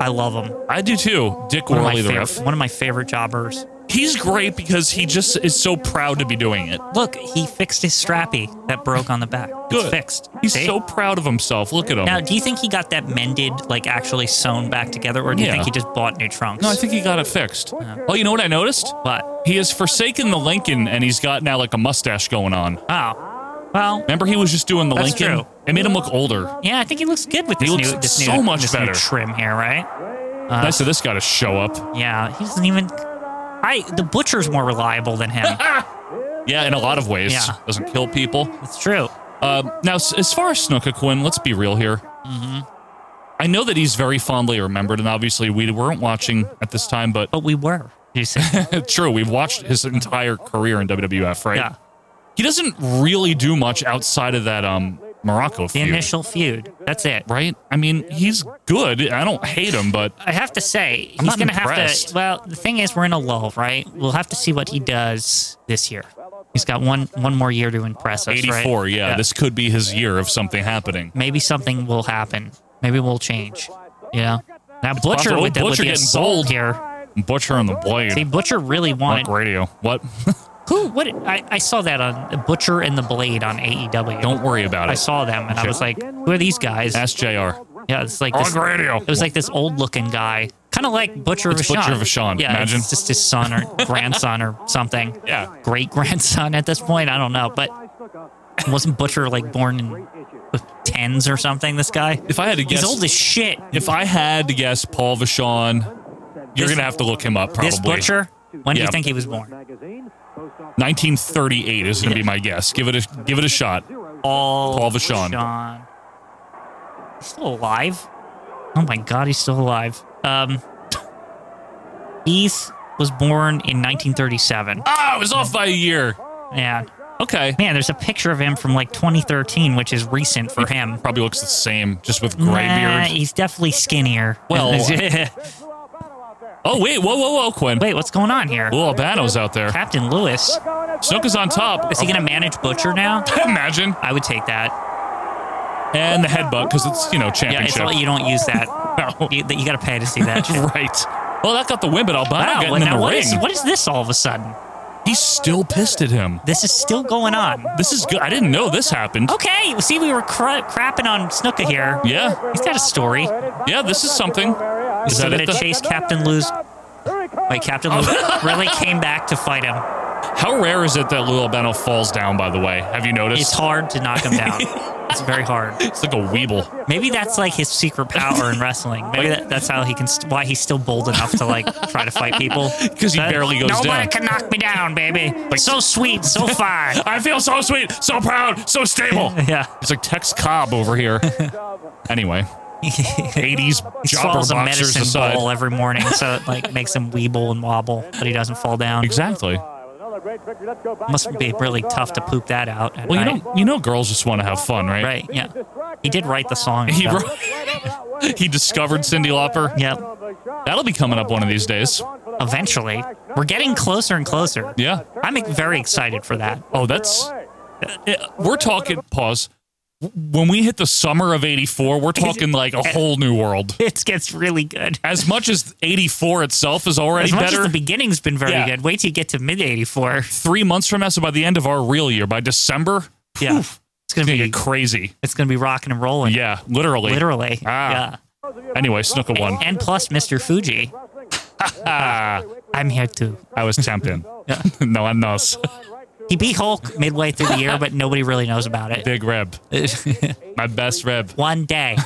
Speaker 1: I love him.
Speaker 2: I do too. Dick
Speaker 1: One of, my
Speaker 2: Worley, the
Speaker 1: fav-
Speaker 2: ref.
Speaker 1: one of my favorite jobbers.
Speaker 2: He's great because he just is so proud to be doing it.
Speaker 1: Look, he fixed his strappy that broke on the back. It's
Speaker 2: Good.
Speaker 1: fixed.
Speaker 2: He's
Speaker 1: See?
Speaker 2: so proud of himself. Look at him.
Speaker 1: Now, do you think he got that mended, like actually sewn back together, or do you
Speaker 2: Yeah.
Speaker 1: think he just bought new trunks?
Speaker 2: no, I think he got it fixed. Oh, you know what I noticed?
Speaker 1: What?
Speaker 2: He has forsaken the Lincoln and he's got now like a mustache going on.
Speaker 1: Oh. Well,
Speaker 2: Remember, he was just doing the
Speaker 1: That's
Speaker 2: Lincoln?
Speaker 1: true.
Speaker 2: It made him look older.
Speaker 1: yeah, I think he looks good with
Speaker 2: He
Speaker 1: this
Speaker 2: looks
Speaker 1: new, this
Speaker 2: so
Speaker 1: new,
Speaker 2: much
Speaker 1: this new
Speaker 2: better.
Speaker 1: trim here, right? Uh,
Speaker 2: nice of this guy to show up.
Speaker 1: Yeah, he doesn't even. I the butcher's more reliable than
Speaker 2: *laughs*
Speaker 1: him.
Speaker 2: Yeah, in a lot of ways.
Speaker 1: Yeah.
Speaker 2: Doesn't kill people.
Speaker 1: it's true.
Speaker 2: Um, now, s- as far as Snooka Quinn, let's be real here. Mm-hmm. I know that he's very fondly remembered, and obviously we weren't watching at this time, but
Speaker 1: But we were.
Speaker 2: *laughs*
Speaker 1: You see?
Speaker 2: true, we've watched his entire career in WWF, right?
Speaker 1: Yeah.
Speaker 2: He doesn't really do much outside of that um, Morocco
Speaker 1: The
Speaker 2: feud,
Speaker 1: initial feud. That's it.
Speaker 2: right? I mean, he's good. I don't hate him, but
Speaker 1: I have to say,
Speaker 2: I'm
Speaker 1: he's
Speaker 2: not
Speaker 1: going to have
Speaker 2: impressed.
Speaker 1: to. Well, the thing is, we're in a lull, right? We'll have to see what he does this year. He's got one one more year to impress us, right?
Speaker 2: 84, yeah, this could be his year of something happening.
Speaker 1: Maybe something will happen. Maybe we'll change. You know? Now, Butcher
Speaker 2: possible.
Speaker 1: with, the, with
Speaker 2: Butcher
Speaker 1: the
Speaker 2: getting
Speaker 1: assault
Speaker 2: bold.
Speaker 1: here.
Speaker 2: Butcher on the blade.
Speaker 1: See, Butcher really
Speaker 2: Like
Speaker 1: wanted.
Speaker 2: radio. What?
Speaker 1: Who? What? I, I saw that on Butcher and the Blade on AEW.
Speaker 2: don't worry about it.
Speaker 1: I saw them and I
Speaker 2: Sure.
Speaker 1: was like, who are these guys?
Speaker 2: Ask JR.
Speaker 1: Yeah, it's like
Speaker 2: On
Speaker 1: this,
Speaker 2: radio.
Speaker 1: It was like this old-looking guy, kind of like Butcher
Speaker 2: It's
Speaker 1: Vashon.
Speaker 2: Butcher Vachon,
Speaker 1: Yeah,
Speaker 2: imagine.
Speaker 1: it's just his son
Speaker 2: *laughs*
Speaker 1: or grandson or something.
Speaker 2: Yeah.
Speaker 1: great grandson at this point. I don't know,
Speaker 5: *laughs*
Speaker 1: but wasn't Butcher like born in the tens or something? This guy.
Speaker 2: If I had to guess,
Speaker 1: He's old as shit.
Speaker 2: If I had to guess, Paul Vachon, you're
Speaker 1: This-
Speaker 2: gonna have to look him up. Probably
Speaker 1: This Butcher. When do
Speaker 2: Yeah.
Speaker 1: you think he was born?
Speaker 2: 1938 is gonna be my guess. Give it a give it a shot.
Speaker 1: All
Speaker 2: Paul Vachon.
Speaker 1: He's still alive. Oh my god, he's still alive. Um, Heath was born in 1937.
Speaker 2: Ah, I was off by a year.
Speaker 1: Yeah.
Speaker 2: Okay,
Speaker 1: Man, there's a picture of him from like 2013, which is recent for him.
Speaker 2: probably looks the same, just with gray
Speaker 1: Nah,
Speaker 2: beard.
Speaker 1: he's definitely skinnier.
Speaker 2: Well,
Speaker 1: *laughs*
Speaker 2: *laughs* Oh wait, whoa, whoa, whoa, Quinn.
Speaker 1: wait, what's going on here?
Speaker 2: Lil Albano's out there.
Speaker 1: Captain Lewis.
Speaker 2: Snoka's on top.
Speaker 1: Is he going to manage Butcher
Speaker 2: *laughs*
Speaker 1: now?
Speaker 2: Imagine
Speaker 1: I would take that.
Speaker 2: and the headbutt because it's you know
Speaker 1: Yeah, it's
Speaker 2: championship.
Speaker 1: all, you don't use
Speaker 2: *laughs*
Speaker 1: that.
Speaker 2: No.
Speaker 1: You, you got to pay to
Speaker 2: *laughs*
Speaker 1: see that. shit.
Speaker 2: right. Well, that got the win, but Albano
Speaker 1: Wow,
Speaker 2: getting
Speaker 1: what-
Speaker 2: in
Speaker 1: now
Speaker 2: the
Speaker 1: what
Speaker 2: ring.
Speaker 1: is- what is this all of a sudden?
Speaker 2: He's still pissed at him.
Speaker 1: This Oh. is still going on.
Speaker 2: This is good. I didn't know this happened.
Speaker 1: Okay, well, see, we were cra- crapping on Snooka here.
Speaker 2: *laughs* Yeah.
Speaker 1: He's got a story.
Speaker 2: Yeah, this is something. Is
Speaker 1: Is he
Speaker 2: that
Speaker 1: going
Speaker 2: it?
Speaker 1: to
Speaker 2: though?
Speaker 1: chase Captain Lewis? Wait, Captain Lewis really came back to fight him.
Speaker 2: How rare is it that Lou Albano falls down, by the way? Have you noticed?
Speaker 1: It's hard to knock
Speaker 2: *laughs*
Speaker 1: him down. it's very hard.
Speaker 2: It's like a weeble.
Speaker 1: Maybe that's like his secret power in wrestling. Maybe that, that's how he can, st- why he's still bold enough to like try to fight people.
Speaker 2: 'Cause he
Speaker 1: That-
Speaker 2: barely goes
Speaker 1: Nobody
Speaker 2: down."
Speaker 1: can knock me down, baby. so
Speaker 2: *laughs*
Speaker 1: sweet, so fine.
Speaker 2: I feel so sweet, so proud, so
Speaker 1: *laughs*
Speaker 2: stable.
Speaker 1: Yeah.
Speaker 2: It's like Tex Cobb over
Speaker 1: *laughs*
Speaker 2: here. anyway, 80s
Speaker 1: He
Speaker 2: jobber
Speaker 1: swallows a
Speaker 2: boxers
Speaker 1: medicine
Speaker 2: aside.
Speaker 1: ball every morning, so it like makes him weeble and wobble, but he doesn't fall down.
Speaker 2: Exactly.
Speaker 1: Must be really tough to poop that out. at
Speaker 2: Well, you
Speaker 1: night.
Speaker 2: know, you know, girls just want to have fun, right?
Speaker 1: Right? Yeah. He did write the song.
Speaker 2: He
Speaker 1: though.
Speaker 2: wrote, *laughs* he discovered Cindy Lauper.
Speaker 1: Yep.
Speaker 2: That'll be coming up one of these days.
Speaker 1: Eventually, we're getting closer and closer.
Speaker 2: Yeah.
Speaker 1: I'm very excited for that.
Speaker 2: Oh, that's. Uh, We're talking. Pause. When we hit the summer of '84, we're talking like a whole new world.
Speaker 1: *laughs* It gets really good.
Speaker 2: As much as '84 itself is already
Speaker 1: As much
Speaker 2: better,
Speaker 1: as the beginning's been very
Speaker 2: Yeah.
Speaker 1: good, wait till you get to mid '84.
Speaker 2: three months from now, so by the end of our real year, by December,
Speaker 1: *laughs* Yeah,
Speaker 2: phew,
Speaker 1: it's
Speaker 2: it's
Speaker 1: gonna
Speaker 2: gonna
Speaker 1: be
Speaker 2: get crazy.
Speaker 1: it's gonna be rocking and rolling.
Speaker 2: Yeah, literally.
Speaker 1: literally.
Speaker 2: Ah. Anyway, snuck a
Speaker 1: Yeah.
Speaker 2: one.
Speaker 1: And, and plus,
Speaker 2: *laughs*
Speaker 1: Mr. Fuji,
Speaker 2: Ah,
Speaker 1: I'm here too.
Speaker 2: I was tempted. *laughs* no, I'm not.
Speaker 1: He beat Hulk midway through the year, but nobody really knows about *laughs* it.
Speaker 2: Big reb. My best reb.
Speaker 1: One day,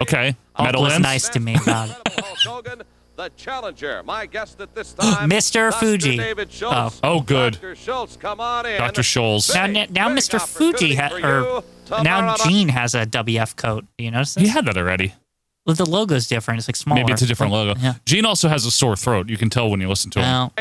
Speaker 2: Okay.
Speaker 1: Hulk
Speaker 2: Metal
Speaker 1: was
Speaker 2: ends.
Speaker 1: nice to me about it.
Speaker 6: The challenger, my guest at this time,
Speaker 1: Mr.
Speaker 6: Dr.
Speaker 1: Oh, Fuji.
Speaker 6: David Schultz.
Speaker 2: Oh. Oh, good.
Speaker 6: Dr. Schultz, come on in.
Speaker 2: Dr. Scholes.
Speaker 1: Now,
Speaker 6: Big,
Speaker 1: now
Speaker 6: big
Speaker 1: Mr. Fuji ha-
Speaker 6: opportunity
Speaker 1: or
Speaker 6: for you
Speaker 1: now
Speaker 6: tomorrow night.
Speaker 1: Gene has a WF coat. Do you notice this?
Speaker 2: He had that already.
Speaker 1: Well, the logo's different. It's like smaller.
Speaker 2: Maybe it's a different logo.
Speaker 1: Yeah.
Speaker 2: Gene also has a sore throat. You can tell when you listen to him.
Speaker 1: Well,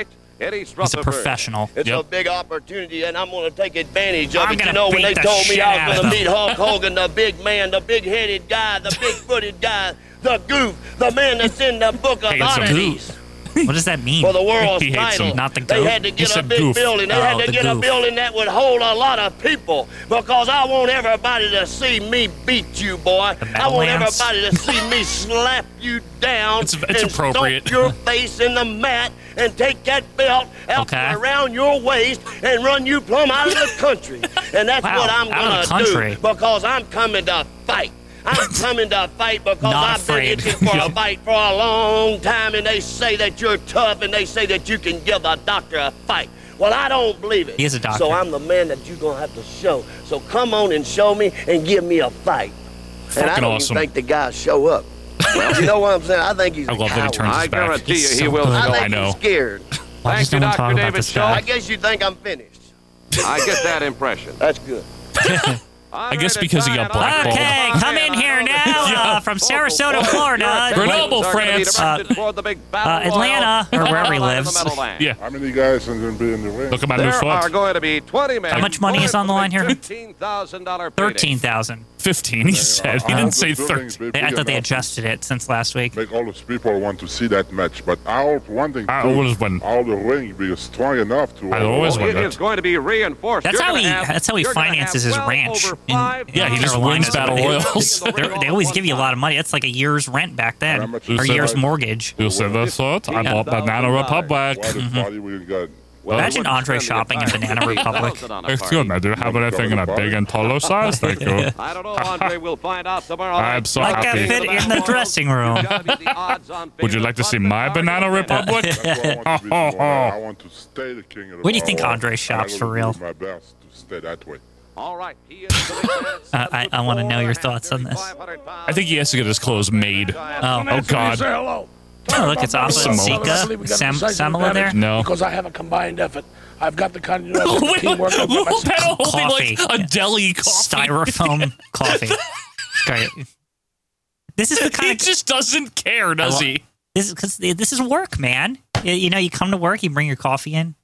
Speaker 6: Eddie
Speaker 1: He's a
Speaker 6: Rutherford.
Speaker 1: professional.
Speaker 7: It's
Speaker 2: Yep.
Speaker 7: a big opportunity, and I'm going to take advantage of
Speaker 1: I'm
Speaker 7: it.
Speaker 1: gonna
Speaker 7: you know, when
Speaker 1: beat
Speaker 7: they
Speaker 1: the
Speaker 7: told
Speaker 1: shit
Speaker 7: me I
Speaker 1: out
Speaker 7: was
Speaker 1: of
Speaker 7: going to meet
Speaker 1: *laughs* them.
Speaker 7: Hulk Hogan, the big man, the big headed guy, the big footed guy, the goof, the man that's in the book of
Speaker 2: Hey, it's a goof.
Speaker 7: oddities
Speaker 1: *laughs* What does that mean?
Speaker 7: for the
Speaker 1: *laughs*
Speaker 7: world's
Speaker 2: He hates
Speaker 7: title.
Speaker 2: him.
Speaker 1: Not the
Speaker 7: They
Speaker 1: goof.
Speaker 7: had to
Speaker 1: He
Speaker 7: get a
Speaker 2: said
Speaker 7: big
Speaker 2: goof.
Speaker 7: building. They
Speaker 1: Oh,
Speaker 7: had
Speaker 1: the
Speaker 7: to get a
Speaker 1: goof.
Speaker 7: building that would hold a lot of people because I want everybody to see me beat you, boy.
Speaker 1: The
Speaker 7: I want
Speaker 1: Meadowlands?
Speaker 7: everybody to
Speaker 1: *laughs*
Speaker 7: see me slap you down
Speaker 2: It's- it's
Speaker 7: and
Speaker 2: appropriate.
Speaker 7: stomp your face in the mat and take that belt out
Speaker 1: Okay.
Speaker 7: from around your waist and run you plumb
Speaker 1: *laughs*
Speaker 7: out of the country. And that's
Speaker 1: Wow,
Speaker 7: what I'm
Speaker 1: out of the
Speaker 7: gonna
Speaker 1: country.
Speaker 7: do because I'm coming to fight. I'm
Speaker 1: *laughs*
Speaker 7: coming to fight because
Speaker 1: Not
Speaker 7: I've
Speaker 1: afraid. *laughs*
Speaker 7: been itching for
Speaker 1: Yep.
Speaker 7: a fight for a long time, and they say that you're tough, and they say that you can give a doctor a fight. Well, I don't believe it.
Speaker 1: He is a doctor.
Speaker 7: So I'm the man that you're gonna have to show. So come on and show me and give me a fight. and I
Speaker 2: Fucking
Speaker 7: don't
Speaker 2: awesome.
Speaker 7: even think the guy show up. Well, you know what I'm saying? I think
Speaker 2: *laughs*
Speaker 7: he's.
Speaker 2: I
Speaker 7: a
Speaker 2: love that he
Speaker 7: coward.
Speaker 2: turns
Speaker 6: I
Speaker 2: his back.
Speaker 6: guarantee
Speaker 2: He's
Speaker 6: you
Speaker 2: so
Speaker 6: he will.
Speaker 2: good.
Speaker 7: I think
Speaker 2: I know.
Speaker 7: he's
Speaker 2: *laughs*
Speaker 7: scared.
Speaker 1: Why does
Speaker 6: Thank you,
Speaker 1: no one
Speaker 6: Dr.
Speaker 1: talk about
Speaker 6: David
Speaker 1: this
Speaker 6: Shaw.
Speaker 1: guy?
Speaker 7: I guess you think I'm finished.
Speaker 6: I get that impression.
Speaker 7: That's good.
Speaker 2: I guess because he got blackballed.
Speaker 1: Okay, come in here now *laughs*
Speaker 6: *laughs*
Speaker 1: uh, from
Speaker 6: Oh,
Speaker 1: Sarasota, Florida.
Speaker 2: Grenoble, France.
Speaker 1: Uh, Atlanta, or
Speaker 6: *laughs*
Speaker 1: wherever he lives.
Speaker 2: Yeah.
Speaker 8: How many guys are going to be in the ring?
Speaker 2: Look at my new
Speaker 6: There are
Speaker 2: foot.
Speaker 6: going to be 20 men.
Speaker 1: How much money is on the line here?
Speaker 6: $15,000
Speaker 1: Thirteen thousand.
Speaker 2: Fifteen. He said. He didn't say
Speaker 8: thirty.
Speaker 2: thirteen.
Speaker 1: I thought they adjusted it since last week.
Speaker 8: Make all those people want to see that match, but I hope one thing.
Speaker 2: I
Speaker 8: too,
Speaker 2: always win.
Speaker 8: All the ring be strong enough to.
Speaker 2: I always win.
Speaker 6: It is going to be reinforced.
Speaker 1: That's
Speaker 6: You're
Speaker 1: how
Speaker 6: gonna
Speaker 1: he-
Speaker 6: have-
Speaker 1: that's how he
Speaker 6: you're gonna
Speaker 1: finances
Speaker 6: have
Speaker 1: his
Speaker 6: well
Speaker 1: ranch
Speaker 6: over
Speaker 1: in-
Speaker 6: five
Speaker 2: Yeah, he just
Speaker 1: Carolina,
Speaker 2: wins
Speaker 1: so
Speaker 6: *laughs*
Speaker 2: battle
Speaker 1: they-
Speaker 2: royals.
Speaker 1: *laughs* They're- They always give you a lot of money. That's like a year's rent back
Speaker 8: How
Speaker 1: then,
Speaker 8: much is
Speaker 1: or a
Speaker 2: that?
Speaker 1: year's mortgage.
Speaker 2: You said that's what? I
Speaker 1: Yeah.
Speaker 2: bought Banana Republic.
Speaker 8: Why the party we got?
Speaker 1: Imagine Andre shopping in Banana Republic.
Speaker 6: *laughs*
Speaker 2: Excuse me, do you have anything in a big and taller size? Thank you.
Speaker 6: I don't
Speaker 2: *laughs*
Speaker 6: know, Andre. We'll find out tomorrow.
Speaker 2: I'm
Speaker 6: night.
Speaker 2: so
Speaker 6: You've
Speaker 1: Like I
Speaker 2: happy.
Speaker 1: fit in the dressing room.
Speaker 6: gotta be the odds-on
Speaker 2: Would you
Speaker 6: favorite
Speaker 2: like to see
Speaker 6: Bunsen
Speaker 2: my
Speaker 6: Barber
Speaker 2: Banana
Speaker 6: winner.
Speaker 2: Republic?
Speaker 8: That's what I want to be
Speaker 2: Ho, ho,
Speaker 8: tomorrow.
Speaker 2: ho.
Speaker 8: I want to stay the king of the
Speaker 1: Where do you think
Speaker 8: power,
Speaker 1: Andre
Speaker 8: and I
Speaker 1: shops
Speaker 8: will
Speaker 1: for
Speaker 8: do
Speaker 1: real?
Speaker 8: My best to stay that way.
Speaker 6: All right. He is the big man,
Speaker 1: *laughs* I- I wanna know your thoughts on this.
Speaker 6: 7'4",
Speaker 2: I think he has to get his clothes made.
Speaker 1: Oh,
Speaker 2: Oh, God.
Speaker 9: Hello.
Speaker 1: oh look, it's Appa and
Speaker 2: Samoa.
Speaker 1: Sika, Sam, Samoa there.
Speaker 2: No.
Speaker 9: Because I have a combined effort. I've got the
Speaker 2: *laughs*
Speaker 9: kind of teamwork. I've got my-
Speaker 2: Little panel holding like
Speaker 1: Coffee.
Speaker 2: a deli coffee.
Speaker 6: *laughs*
Speaker 1: Styrofoam coffee. Great. This is the kind
Speaker 2: He
Speaker 1: of
Speaker 2: just doesn't care, does
Speaker 1: I
Speaker 2: *laughs*
Speaker 1: lo-
Speaker 2: he?
Speaker 1: This is because this is work, man. You, you know, you come to work, you bring your coffee in.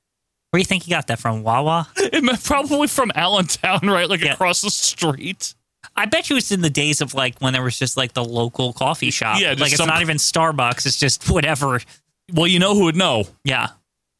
Speaker 1: Where do you think you got that from? Wawa?
Speaker 2: It meant probably from Allentown, right? Like
Speaker 1: Yeah.
Speaker 2: across the street.
Speaker 1: I bet you it's in the days of like when there was just like the local coffee shop.
Speaker 2: Yeah, just
Speaker 1: like it's
Speaker 2: some-
Speaker 1: not even Starbucks. It's just whatever.
Speaker 2: Well, you know who would know?
Speaker 1: Yeah,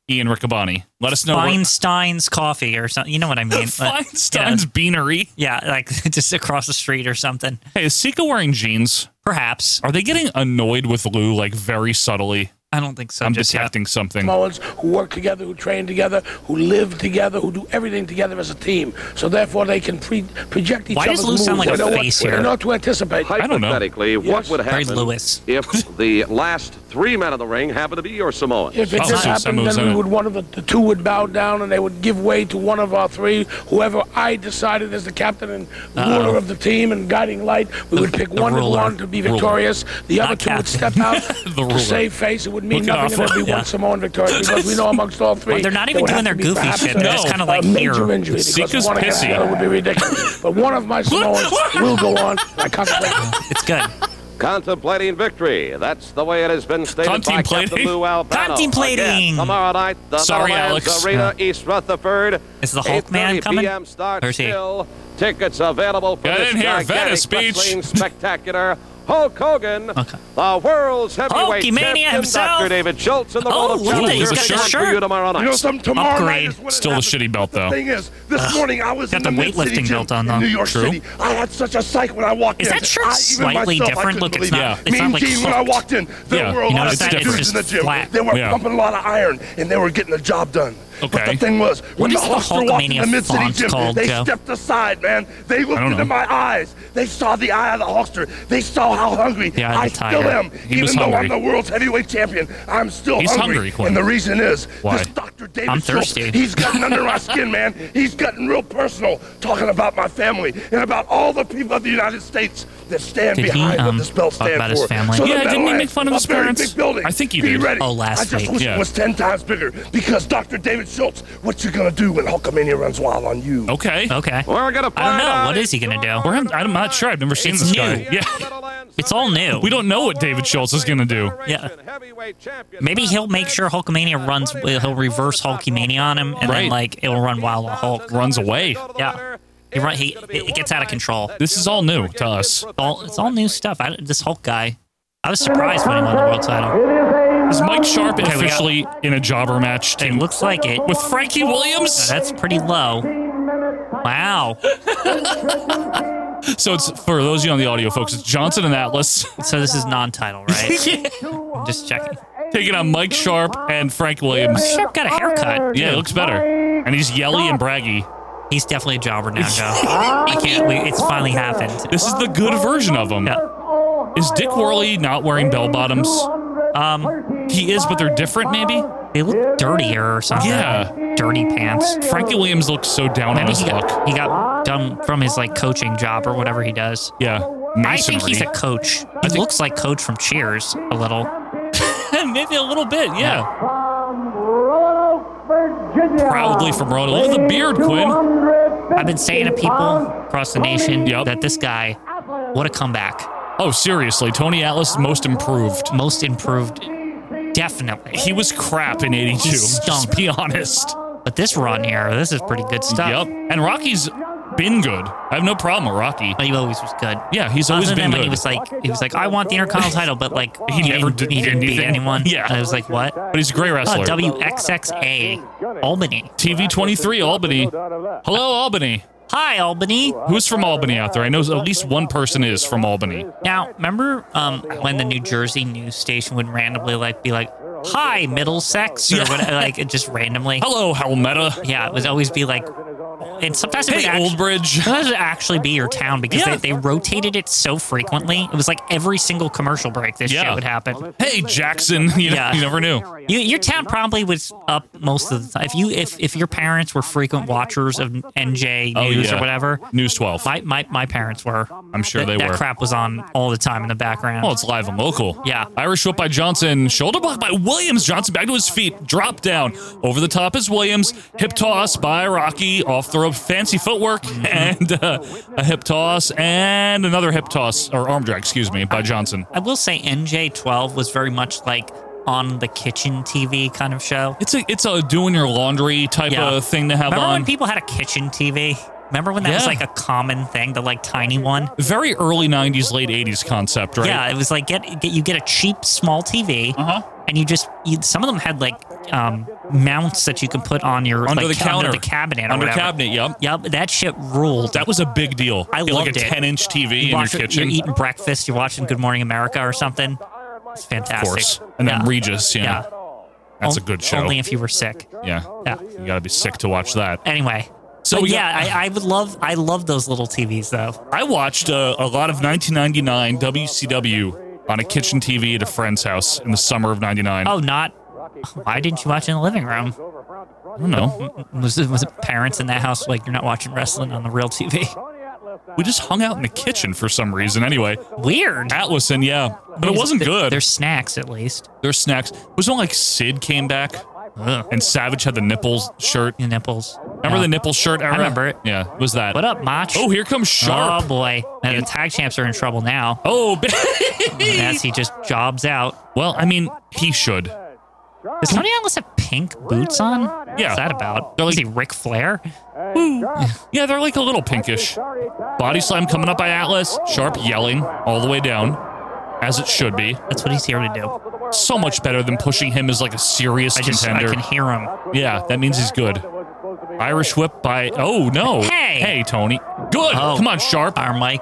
Speaker 2: Ian Riccaboni. Let us know. what-
Speaker 1: Feinstein's coffee or something. You know what I *laughs* mean? Like,
Speaker 2: Feinstein's Beanery.
Speaker 1: yeah, yeah, like *laughs* just across the street or something.
Speaker 2: Hey, is Sika wearing jeans?
Speaker 1: Perhaps.
Speaker 2: Are they getting annoyed with Lou like very subtly?
Speaker 1: I don't think so.
Speaker 2: I'm
Speaker 1: just yet.
Speaker 2: detecting something.
Speaker 9: Samoans who work together, who train together, who live together, who do everything together as a team. So therefore, they can pre- project each
Speaker 1: Why does
Speaker 9: other's
Speaker 1: Lou
Speaker 9: moves.
Speaker 1: sound like
Speaker 9: They
Speaker 1: a
Speaker 9: know what-
Speaker 1: face
Speaker 9: They
Speaker 1: here?
Speaker 9: know what to anticipate.
Speaker 2: I don't know.
Speaker 6: Hypothetically, what would
Speaker 1: Very
Speaker 6: happen
Speaker 1: Lewis.
Speaker 6: if the last three men of the ring happened to be your Samoan?
Speaker 9: If it
Speaker 2: Oh,
Speaker 9: just
Speaker 2: so
Speaker 9: happened,
Speaker 2: Samoa's
Speaker 9: then
Speaker 2: in
Speaker 9: we
Speaker 2: it.
Speaker 9: would one of the, the two would bow down and they would give way to one of our three, whoever I decided as the captain and ruler of the team and guiding light. We would pick
Speaker 1: the
Speaker 9: one and
Speaker 1: ruler.
Speaker 9: one to be victorious. The other
Speaker 1: Not
Speaker 9: two would
Speaker 1: captain.
Speaker 9: step out
Speaker 1: *laughs*
Speaker 2: ruler.
Speaker 9: to save face. It would mean
Speaker 2: Look at
Speaker 9: nothing, and
Speaker 2: Arthur.
Speaker 9: there'd be
Speaker 1: Yeah.
Speaker 9: one Samoan victorious
Speaker 1: *laughs*
Speaker 9: because we know amongst all three.
Speaker 1: Well, they're not
Speaker 9: there
Speaker 1: even
Speaker 9: would
Speaker 1: doing
Speaker 9: have
Speaker 1: their
Speaker 9: to be
Speaker 1: goofy
Speaker 9: perhaps
Speaker 1: shit.
Speaker 9: a-
Speaker 1: They're just
Speaker 2: No.
Speaker 9: a
Speaker 1: kinda like
Speaker 9: major
Speaker 1: here.
Speaker 9: injury because
Speaker 2: Sika's
Speaker 9: one against
Speaker 2: pissy.
Speaker 9: the other would be ridiculous. But one of
Speaker 1: *laughs*
Speaker 9: my Samoans will go on. I contemplate.
Speaker 1: It's good.
Speaker 6: Contemplating victory. That's the way it has been stated by
Speaker 2: Contemplating?
Speaker 6: Captain Lou Albano.
Speaker 1: Contemplating.
Speaker 6: Again, tomorrow night, the
Speaker 2: Sorry,
Speaker 6: Meadowlands
Speaker 2: Alex.
Speaker 6: Arena, East Rutherford.
Speaker 1: Is the Hulk man
Speaker 6: 8:30
Speaker 1: coming?
Speaker 6: PM start
Speaker 1: Where's he?
Speaker 6: still. Tickets available for
Speaker 2: Get
Speaker 6: this
Speaker 2: in here,
Speaker 6: gigantic
Speaker 2: Venice Beach.
Speaker 1: *laughs*
Speaker 6: wrestling spectacular. Hulk Hogan,
Speaker 1: Okay.
Speaker 6: the world's heavyweight
Speaker 1: Hulkamania
Speaker 6: champion,
Speaker 1: himself.
Speaker 6: Dr. David Schultz, and the
Speaker 1: Oh,
Speaker 6: world of
Speaker 1: look
Speaker 2: at that,
Speaker 6: challenge.
Speaker 2: he's
Speaker 6: Here's
Speaker 2: got the
Speaker 6: one for
Speaker 1: shirt.
Speaker 6: you tomorrow night.
Speaker 8: You know, some
Speaker 1: *laughs*
Speaker 8: tomorrow
Speaker 1: Upgrade.
Speaker 8: night is when it
Speaker 2: Still the
Speaker 8: happens.
Speaker 2: shitty belt,
Speaker 8: The
Speaker 2: though.
Speaker 8: thing is, this morning I was
Speaker 1: Got
Speaker 8: in
Speaker 1: the
Speaker 8: Mid City
Speaker 1: weightlifting
Speaker 8: gym
Speaker 1: belt on,
Speaker 8: in
Speaker 1: though.
Speaker 8: New York
Speaker 2: True.
Speaker 8: City. I had such a psych when I walked
Speaker 1: Is
Speaker 8: in.
Speaker 1: that shirt
Speaker 8: I, even
Speaker 1: slightly
Speaker 8: myself, I
Speaker 1: different?
Speaker 8: couldn't
Speaker 1: Look, it's
Speaker 8: believe
Speaker 1: not-
Speaker 8: it.
Speaker 1: it's
Speaker 8: mean
Speaker 1: not, like,
Speaker 8: Gene, when I
Speaker 1: hooked.
Speaker 8: walked in, there
Speaker 2: Yeah.
Speaker 8: were a
Speaker 2: You
Speaker 1: notice
Speaker 8: lot
Speaker 1: that?
Speaker 8: of
Speaker 1: It's
Speaker 8: dudes
Speaker 1: just
Speaker 8: in the gym.
Speaker 1: flat.
Speaker 8: They were
Speaker 2: Yeah.
Speaker 8: pumping a lot of iron, and they were getting the job done. But
Speaker 2: Okay.
Speaker 8: the thing was, when
Speaker 1: is
Speaker 8: the
Speaker 1: the
Speaker 8: Hulkster walked in
Speaker 1: Hulkamania
Speaker 8: the Mid City
Speaker 1: font
Speaker 8: gym,
Speaker 1: called,
Speaker 8: they
Speaker 1: Joe?
Speaker 8: stepped aside, man. They looked
Speaker 2: don't
Speaker 8: into
Speaker 2: know.
Speaker 8: my eyes. They saw the eye of the Hulkster. They saw how hungry
Speaker 1: The eye of
Speaker 8: I
Speaker 1: the
Speaker 8: still
Speaker 1: tiger.
Speaker 8: am,
Speaker 2: He was
Speaker 8: even though I'm
Speaker 2: hungry.
Speaker 8: the world's heavyweight champion. I'm still
Speaker 2: He's hungry,
Speaker 8: hungry,
Speaker 2: Quinn.
Speaker 8: and the reason is
Speaker 2: Why?
Speaker 8: this Dr. David
Speaker 1: I'm
Speaker 8: Schultz,
Speaker 1: thirsty.
Speaker 8: He's gotten under
Speaker 2: *laughs*
Speaker 8: my skin, man. He's gotten real personal talking about my family and about all the people of the United States that stand
Speaker 1: Did he,
Speaker 8: behind
Speaker 1: um,
Speaker 8: what this belt
Speaker 1: talk
Speaker 8: stands
Speaker 1: about
Speaker 8: for.
Speaker 1: his family?
Speaker 8: So the
Speaker 2: Yeah, didn't he
Speaker 8: Meadowlands,
Speaker 2: make fun of
Speaker 8: a
Speaker 2: his
Speaker 8: very
Speaker 2: parents?
Speaker 8: Big building.
Speaker 2: I think he
Speaker 8: Be
Speaker 2: did.
Speaker 8: Ready.
Speaker 1: Oh, last
Speaker 8: I just
Speaker 1: week.
Speaker 8: wish
Speaker 2: Yeah.
Speaker 8: it was ten times bigger because Dr. David Schultz, what you gonna do when Hulkamania runs wild on you?
Speaker 2: Okay.
Speaker 1: Okay.
Speaker 6: We're gonna
Speaker 1: I don't
Speaker 6: find
Speaker 1: know.
Speaker 6: out
Speaker 1: What is he gonna do?
Speaker 2: We're- I'm not sure. I've never seen
Speaker 1: It's
Speaker 2: this
Speaker 1: new.
Speaker 2: guy. Yeah.
Speaker 1: It's all new.
Speaker 2: We don't know what David Schultz is going to do.
Speaker 1: Yeah. Maybe he'll make sure Hulkamania runs. He'll reverse Hulkamania on him, and then
Speaker 2: Right.
Speaker 1: like it'll run Wild Wild Hulk.
Speaker 2: Runs away.
Speaker 1: Yeah. He run, he it gets out of control.
Speaker 2: This is all new to us.
Speaker 1: all it's all new stuff. I, this Hulk guy. I was surprised when he won the world title.
Speaker 2: Is Mike Sharp
Speaker 1: Okay, we got-
Speaker 2: officially in a jobber match?
Speaker 1: It
Speaker 2: Team?
Speaker 1: looks like it.
Speaker 2: With Frankie Williams?
Speaker 1: Uh, that's pretty low. Wow.
Speaker 2: So it's for those of you on the audio, folks. It's Johnson and Atlas
Speaker 1: *laughs* So this is non-title, *laughs* right? I'm just checking.
Speaker 2: taking on Mike Sharp and Frank Williams.
Speaker 1: Sharp got a haircut.
Speaker 2: Yeah, it looks better, and he's yelly and braggy.
Speaker 1: He's definitely a jobber now, Joe. *laughs* I can't. We, it's finally happened.
Speaker 2: This is the good version of him. Is Dick Worley not wearing bell bottoms?
Speaker 1: Um,
Speaker 2: He is, but they're different, maybe.
Speaker 1: they look dirtier or something.
Speaker 2: Yeah.
Speaker 1: Dirty pants.
Speaker 2: Frankie Williams looks so down on
Speaker 1: Maybe
Speaker 2: his
Speaker 1: he
Speaker 2: luck.
Speaker 1: *laughs* got, he got done from his like coaching job or whatever he does.
Speaker 2: Yeah,
Speaker 1: I think he's a
Speaker 2: Masonry.
Speaker 1: coach. He looks like coach from Cheers a little.
Speaker 2: maybe a little bit. Yeah, proudly from Rhode. Look at the beard, Quinn.
Speaker 1: I've been saying to people across the nation
Speaker 2: Yep.
Speaker 1: that this guy, what a comeback.
Speaker 2: Oh, seriously, Tony Atlas most improved.
Speaker 1: Most improved, definitely.
Speaker 2: He was crap in '82.
Speaker 1: He stunk.
Speaker 2: Just be honest.
Speaker 1: But this run here, this is pretty good stuff.
Speaker 2: Yep. And Rocky's been good. I have no problem with Rocky.
Speaker 1: But he always was good.
Speaker 2: Yeah, he's always
Speaker 1: Other
Speaker 2: been
Speaker 1: than when
Speaker 2: good.
Speaker 1: he was like, he was like, I want the Intercontinental title, but like he,
Speaker 2: never
Speaker 1: didn't,
Speaker 2: did
Speaker 1: he didn't beat
Speaker 2: anything.
Speaker 1: anyone.
Speaker 2: Yeah.
Speaker 1: I was like, what?
Speaker 2: but he's a great
Speaker 1: Oh,
Speaker 2: wrestler.
Speaker 1: WXXA Albany.
Speaker 2: TV 23 Albany. Hello, Albany.
Speaker 1: Hi, Albany.
Speaker 2: Who's from Albany out there? I know at least one person is from Albany.
Speaker 1: Now, remember um, when the New Jersey news station would randomly like be like, "Hi, Middlesex," or what, like it just randomly.
Speaker 2: Hello, Helmeta.
Speaker 1: Yeah, it would always be like, and sometimes it
Speaker 2: Hey,
Speaker 1: would actually,
Speaker 2: Oldbridge.
Speaker 1: sometimes it would actually be your town because
Speaker 2: Yeah.
Speaker 1: they, they rotated it so frequently. It was like every single commercial break this
Speaker 2: Yeah.
Speaker 1: shit would happen.
Speaker 2: Hey, Jackson. *laughs* You, know,
Speaker 1: Yeah.
Speaker 2: you never knew.
Speaker 1: You, your town probably was up most of the time. If you if, if your parents were frequent watchers of NJ
Speaker 2: Oh,
Speaker 1: news
Speaker 2: yeah.
Speaker 1: or whatever,
Speaker 2: News 12.
Speaker 1: my, my my parents were.
Speaker 2: I'm sure
Speaker 1: That-
Speaker 2: they
Speaker 1: that
Speaker 2: were.
Speaker 1: crap was on all the time in the background.
Speaker 2: Oh, it's live and local.
Speaker 1: Yeah.
Speaker 2: Irish whip by Johnson. Shoulder block by Williams. Johnson back to his feet. Drop down. Over the top is Williams. Hip toss by Rocky. Off the rope. Fancy footwork.
Speaker 1: Mm-hmm.
Speaker 2: And uh, a hip toss. And another hip toss, or arm drag, excuse me, by Johnson.
Speaker 1: I will say NJ12 was very much like on the kitchen TV kind of show.
Speaker 2: It's a it's a doing your laundry type
Speaker 1: Yeah.
Speaker 2: of thing to have
Speaker 1: Remember
Speaker 2: on.
Speaker 1: when people had a kitchen TV? Remember when that was
Speaker 2: Yeah.
Speaker 1: like a common thing, the like tiny one?
Speaker 2: Very early '90s, late '80s concept, right?
Speaker 1: Yeah, it was like get, get you get a cheap small TV,
Speaker 2: Uh huh.
Speaker 1: and you just you, some of them had like um, mounts that you could put on your
Speaker 2: Under
Speaker 1: like,
Speaker 2: the counter,
Speaker 1: under the cabinet, or
Speaker 2: under
Speaker 1: whatever.
Speaker 2: cabinet. Yep.
Speaker 1: Yep, that shit ruled.
Speaker 2: That was a big deal.
Speaker 1: I
Speaker 2: You had, like
Speaker 1: loved
Speaker 2: a
Speaker 1: it.
Speaker 2: 10-inch TV in your
Speaker 1: watch-
Speaker 2: kitchen,
Speaker 1: You're eating breakfast. You're watching Good Morning America or something. It's
Speaker 2: of
Speaker 1: fantastic.
Speaker 2: course, and then
Speaker 1: Yeah.
Speaker 2: Regis. You know,
Speaker 1: Yeah.
Speaker 2: that's a
Speaker 1: On-
Speaker 2: good show.
Speaker 1: Only if you were sick.
Speaker 2: yeah.
Speaker 1: Yeah.
Speaker 2: You gotta be sick to watch that.
Speaker 1: Anyway.
Speaker 2: So
Speaker 1: But
Speaker 2: we
Speaker 1: yeah,
Speaker 2: got-
Speaker 1: I, I would love I love those little TVs though.
Speaker 2: I watched uh, a lot of 1999 WCW on a kitchen TV at a friend's house in the summer of '99.
Speaker 1: Oh, not why didn't you watch in the living room?
Speaker 2: I don't know.
Speaker 1: Was it, was it parents in that house like you're not watching wrestling on the real TV?
Speaker 2: We just hung out in the kitchen for some reason. Anyway,
Speaker 1: Weird.
Speaker 2: Atlason, yeah, but it wasn't
Speaker 1: Th-
Speaker 2: good.
Speaker 1: There's snacks at least.
Speaker 2: Their snacks. It was one like Sid came back
Speaker 1: Ugh.
Speaker 2: and Savage had the nipples shirt.
Speaker 1: The nipples.
Speaker 2: Remember
Speaker 1: Yeah.
Speaker 2: the nipple shirt era?
Speaker 1: remember it.
Speaker 2: Yeah, was that.
Speaker 1: What up, Mach?
Speaker 2: Oh, here comes Sharp.
Speaker 1: Oh boy. Now the tag champs are in trouble now.
Speaker 2: Oh, *laughs* b-
Speaker 1: As he just jobs out.
Speaker 2: well, I mean, he should.
Speaker 1: Does Tony Atlas have pink boots on?
Speaker 2: Yeah.
Speaker 1: What's that about?
Speaker 2: They're
Speaker 1: Is
Speaker 2: like-
Speaker 1: he Ric Flair?
Speaker 2: Yeah, they're like a little pinkish. Body slam coming up by Atlas. Sharp yelling all the way down, as it should be.
Speaker 1: That's what he's here to do.
Speaker 2: So much better than pushing him as like a serious
Speaker 1: I just
Speaker 2: contender.
Speaker 1: I can hear him.
Speaker 2: yeah, that means he's good. Irish whip by. Oh no!
Speaker 1: Hey!
Speaker 2: hey, Tony. Good.
Speaker 1: Oh.
Speaker 2: Come on, Sharp.
Speaker 1: Our mic.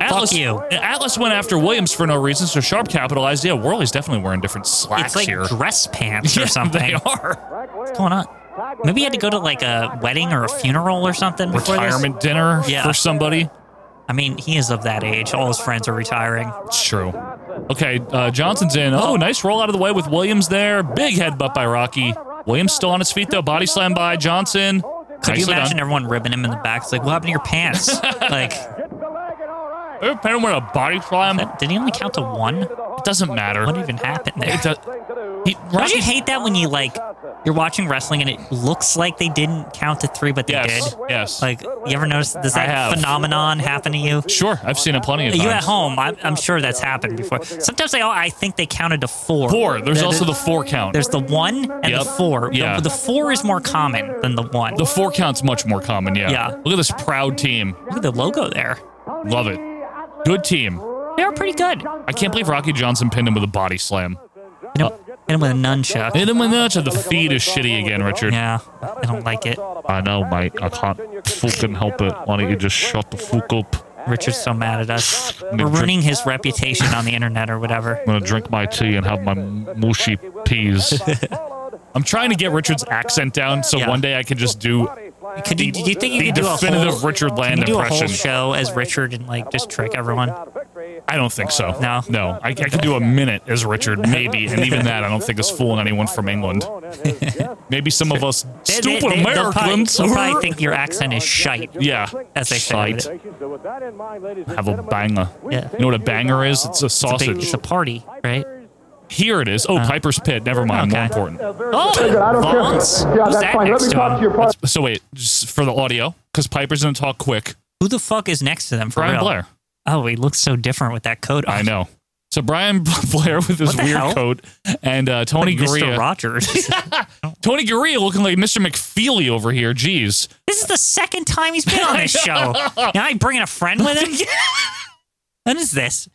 Speaker 2: Atlas,
Speaker 1: Fuck you.
Speaker 2: Atlas went after Williams for no reason, so Sharp capitalized. Yeah, Worley's definitely wearing different slacks
Speaker 1: It's like
Speaker 2: here.
Speaker 1: dress
Speaker 2: *laughs*
Speaker 1: pants
Speaker 2: Yeah,
Speaker 1: or something.
Speaker 2: They are.
Speaker 1: What's going on? Maybe he had to go to like a wedding or a funeral or something. before this?
Speaker 2: Retirement dinner
Speaker 1: Yeah.
Speaker 2: for somebody.
Speaker 1: I mean, he is of that age. All his friends are retiring.
Speaker 2: It's true. Okay, uh, Johnson's in. Oh, nice roll out of the way with Williams there. Big headbutt by Rocky. Williams still on his feet though. Body slam by Johnson.
Speaker 1: Could you
Speaker 2: Nicely
Speaker 1: imagine
Speaker 2: done.
Speaker 1: everyone ribbing him in the back? It's like, what happened to
Speaker 2: *laughs*
Speaker 1: your pants? like,
Speaker 2: Every parent with a body slam.
Speaker 1: that- did he only count to one?
Speaker 2: It doesn't matter.
Speaker 1: What even happened there?
Speaker 2: It does-
Speaker 1: You, don't you hate that when you like you're watching wrestling and it looks like they didn't count to three, but they
Speaker 2: Yes,
Speaker 1: did?
Speaker 2: yes.
Speaker 1: Like, you ever notice does
Speaker 2: I have.
Speaker 1: that phenomenon happen to you?
Speaker 2: Sure, I've seen it plenty of
Speaker 1: You at
Speaker 2: times.
Speaker 1: home, I'm, I'm sure that's happened before. Sometimes they all, I think they counted to four.
Speaker 2: Four. There's
Speaker 1: There-
Speaker 2: also the four count.
Speaker 1: There's the one and
Speaker 2: Yep.
Speaker 1: the four. The-
Speaker 2: Yeah.
Speaker 1: The, four is more common than the one.
Speaker 2: The four count's much more common. Yeah.
Speaker 1: Yeah.
Speaker 2: Look at this proud team.
Speaker 1: Look at the logo there.
Speaker 2: Love it. Good team.
Speaker 1: They are pretty good.
Speaker 2: I can't believe Rocky Johnson pinned him with a body slam.
Speaker 1: Hit him, hit him with a nunchuck.
Speaker 2: And then when that's the feed is shitty again, Richard.
Speaker 1: Yeah, I don't like it.
Speaker 10: I know, mate. I can't fucking help it. Why don't you just shut the fuck up?
Speaker 1: Richard's so mad at us. We're
Speaker 10: drink-
Speaker 1: ruining his reputation on the internet or whatever.
Speaker 10: I'm gonna drink my tea and have my mushy peas.
Speaker 2: *laughs* I'm trying to get Richard's accent down so
Speaker 1: Yeah.
Speaker 2: one day I can just do
Speaker 1: Could you, do you think you
Speaker 2: the
Speaker 1: could do a
Speaker 2: definitive
Speaker 1: whole,
Speaker 2: Richard Land
Speaker 1: can you do a whole
Speaker 2: impression.
Speaker 1: show as Richard and like just trick everyone?
Speaker 2: I don't think so.
Speaker 1: No?
Speaker 2: No. I, I could do a minute as Richard, maybe. And even that, I don't think is fooling anyone from
Speaker 1: *laughs*
Speaker 2: England. Maybe some of us
Speaker 1: They-
Speaker 2: stupid
Speaker 1: they, they, they'll probably,
Speaker 2: Americans.
Speaker 1: they'll probably think your accent is shite.
Speaker 2: yeah.
Speaker 1: As they say
Speaker 2: Shite.
Speaker 1: with it.
Speaker 2: Have a banger.
Speaker 1: Yeah.
Speaker 2: You know what a banger is? It's a
Speaker 1: It's a,
Speaker 2: sausage.
Speaker 1: big, it's a party, right?
Speaker 2: Here it is. Oh, Piper's Pit. Never mind. More
Speaker 1: okay.
Speaker 2: important.
Speaker 1: Oh, Vons? Who's that next to him?
Speaker 2: So wait, just for the audio, because Piper's gonna talk quick.
Speaker 1: Who the fuck is next to them for
Speaker 2: Brian
Speaker 1: real?
Speaker 2: Blair.
Speaker 1: Oh, he looks so different with that coat on.
Speaker 2: I know. So Brian *laughs* Blair with his
Speaker 1: What the
Speaker 2: weird
Speaker 1: hell?
Speaker 2: coat and uh, Tony
Speaker 1: Mr.
Speaker 2: Garea. *laughs*
Speaker 1: Rogers. this
Speaker 2: Tony Garea looking like Mr. McFeely over here. Jeez.
Speaker 1: is the second time he's
Speaker 2: *laughs*
Speaker 1: been on this show. Now he's bringing a friend with him. what is this?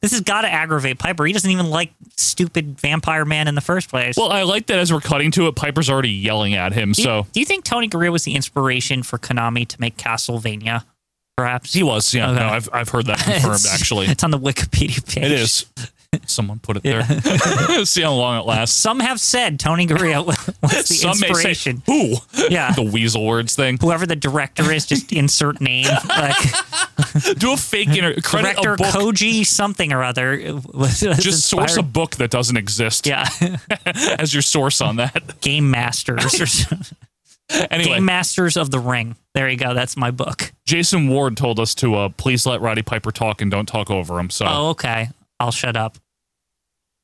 Speaker 1: This has got to aggravate Piper. He doesn't even like stupid vampire man in the first place.
Speaker 2: Well, I like that as we're cutting to it, Piper's already yelling at him.
Speaker 1: do you,
Speaker 2: So
Speaker 1: do you think Tony Garea was the inspiration for Konami to make Castlevania? Perhaps *laughs*
Speaker 2: he was. Yeah.
Speaker 1: Okay.
Speaker 2: No, I've I've heard
Speaker 1: *laughs*
Speaker 2: that confirmed.
Speaker 1: It's-
Speaker 2: actually,
Speaker 1: It's on the Wikipedia page.
Speaker 2: it is. Someone put it there. *laughs* See how long it lasts.
Speaker 1: Some have said Tony Garea *laughs* was the
Speaker 2: Some may say,
Speaker 1: inspiration.
Speaker 2: "Who?"
Speaker 1: Yeah.
Speaker 2: the weasel words thing.
Speaker 1: Whoever the director
Speaker 2: *laughs*
Speaker 1: is, just insert name. Like,
Speaker 2: Do a fake
Speaker 1: *laughs*
Speaker 2: inter- credit
Speaker 1: director
Speaker 2: a book.
Speaker 1: Koji something or other. Was
Speaker 2: just source a book that doesn't exist
Speaker 1: yeah,
Speaker 2: *laughs* as your source on
Speaker 1: *laughs*
Speaker 2: that.
Speaker 1: Game Masters or something.
Speaker 2: *laughs* anyway,
Speaker 1: Game Masters of the Ring. There you go. That's my book.
Speaker 2: Jason Ward told us to uh, please let Roddy Piper talk and don't talk over him. So
Speaker 1: Oh, okay. I'll shut up.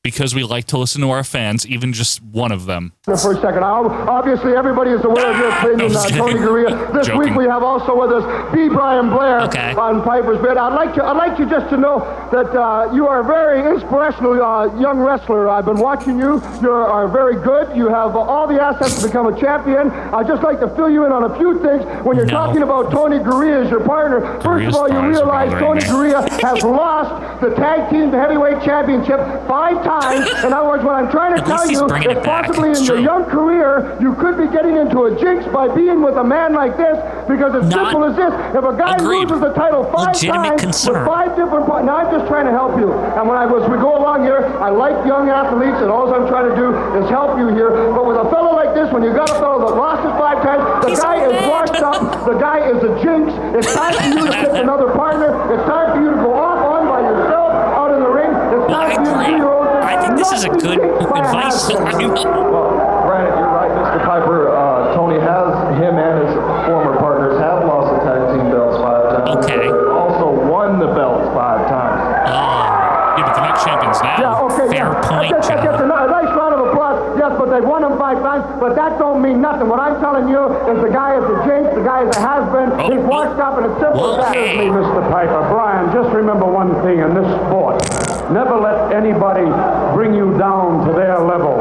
Speaker 2: because we like to listen to our fans, even just one of them.
Speaker 11: For a second hour. Obviously, everybody is aware of your opinion
Speaker 2: I'm
Speaker 11: on
Speaker 2: just
Speaker 11: Tony
Speaker 2: kidding.
Speaker 11: Garea. This
Speaker 2: Joking.
Speaker 11: week we have also with us B. Brian Blair
Speaker 1: Okay.
Speaker 11: on Piper's Bid. I'd like to, I'd like you just to know that uh, you are a very inspirational uh, young wrestler. I've been watching you. You are very good. You have all the assets to become a champion. I'd just like to fill you in on a few things. When you're
Speaker 1: No.
Speaker 11: talking about Tony Garea as your partner, first
Speaker 2: Garea's
Speaker 11: of all, you
Speaker 2: thighs are
Speaker 11: realize
Speaker 2: bothering
Speaker 11: Tony
Speaker 2: me.
Speaker 11: Garea has lost the tag team heavyweight championship five times. In other words, what I'm trying to
Speaker 1: At
Speaker 11: tell
Speaker 1: least he's
Speaker 11: you
Speaker 1: bringing
Speaker 11: is
Speaker 1: it back.
Speaker 11: possibly
Speaker 1: It's
Speaker 11: in your
Speaker 1: true.
Speaker 11: young career, you could be getting into a jinx by being with a man like this because it's
Speaker 1: Not-
Speaker 11: simple as this. If a guy
Speaker 1: Agreed.
Speaker 11: loses the title five
Speaker 1: Legitimate
Speaker 11: times
Speaker 1: concern.
Speaker 11: with five different par- now I'm just trying to help you. And when I was we go along here, I like young athletes and all I'm trying to do is help you here. But with a fellow like this, when you got a fellow that lost it five times, the
Speaker 1: He's
Speaker 11: guy
Speaker 1: so
Speaker 11: is
Speaker 1: mad.
Speaker 11: washed up, the guy is a jinx. It's time for you to pick another partner. It's time for you to go off on by yourself out in the ring. It's
Speaker 1: Well,
Speaker 11: time
Speaker 1: I
Speaker 11: for you to do
Speaker 1: agree.
Speaker 11: your own thing.
Speaker 1: I think this is a
Speaker 11: Not be
Speaker 1: good
Speaker 11: jinxed by a
Speaker 1: advice.
Speaker 11: hat-trick.
Speaker 6: Well, Brandon, you're right, Mr. Piper. Uh, Tony has him and his former partners have lost the tag team belts five times.
Speaker 1: Okay.
Speaker 6: Also won the belts five times.
Speaker 2: Yeah, but they're not champions now.
Speaker 11: Yeah, okay,
Speaker 1: Fair
Speaker 11: yeah.
Speaker 1: point,
Speaker 11: That's, that's, that's
Speaker 1: John.
Speaker 11: a ni- a nice round of applause. Yes, but they won them five times, but that don't mean nothing. What I'm telling you is the guy is a jinx, the guy is a has-been.
Speaker 1: Oh,
Speaker 11: He's washed up and it's simple as that.
Speaker 1: Okay.
Speaker 11: Hey, Mr. Piper, Brian, just remember one thing in this sport. Never let anybody bring you down to their level.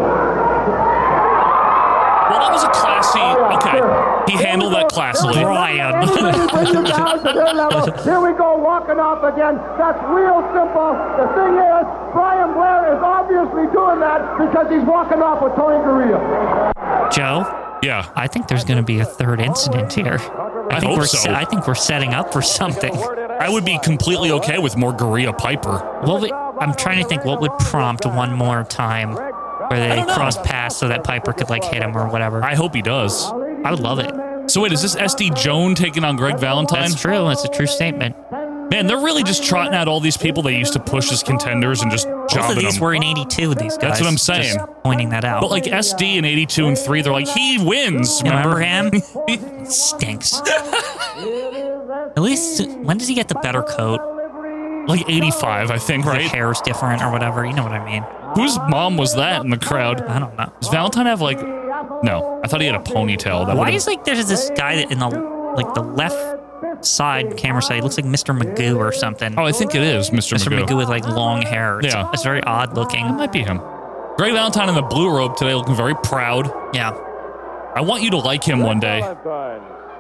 Speaker 2: Well, that was a classy. Okay, he handled that classily.
Speaker 1: Oh, Brian.
Speaker 11: Everybody bring you down to their level. Here we go, walking off again. That's real simple. The thing is, Brian Blair is obviously doing that because he's walking off with Tony Garea.
Speaker 1: Joe,
Speaker 2: *laughs* Yeah,
Speaker 1: I think there's going to be a third incident here. I, think
Speaker 2: hope
Speaker 1: we're
Speaker 2: so.
Speaker 1: se- I think we're setting up for something.
Speaker 2: I would be completely okay with more Gorilla Piper.
Speaker 1: What would, I'm trying to think what would prompt one more time where they cross paths so that Piper could like hit him or whatever.
Speaker 2: I
Speaker 1: I,
Speaker 2: hope he does.
Speaker 1: I would love it.
Speaker 2: So wait, is this SD Joan taking on Greg Valentine?
Speaker 1: That's true. It's a true statement.
Speaker 2: Man, they're really just trotting out all these people they used to push as contenders and just
Speaker 1: Both
Speaker 2: jobbing
Speaker 1: of these
Speaker 2: them.
Speaker 1: were in '82. These guys.
Speaker 2: That's what I'm saying.
Speaker 1: Just pointing that out.
Speaker 2: but like SD in 82 and 3, they're like, he wins.
Speaker 1: You remember
Speaker 2: Remember? *laughs*
Speaker 1: him? It stinks. At least, when does he get the better coat?
Speaker 2: like 85, I think, right?
Speaker 1: hair's different or whatever. You know what I mean.
Speaker 2: Whose mom was that in the crowd?
Speaker 1: I don't know.
Speaker 2: Does Valentine have like? No, I thought he had a ponytail. That
Speaker 1: Why
Speaker 2: would've-
Speaker 1: is like there's this guy that in the like the left side camera side he looks like Mr. Magoo or something.
Speaker 2: Oh, I think it is Mr.
Speaker 1: Mr.
Speaker 2: Magoo.
Speaker 1: Magoo with like long hair. It's,
Speaker 2: Yeah.
Speaker 1: it's very odd looking. It
Speaker 2: might be him. Greg Valentine in the blue robe today, looking very proud.
Speaker 1: Yeah.
Speaker 2: I want you to like him one day.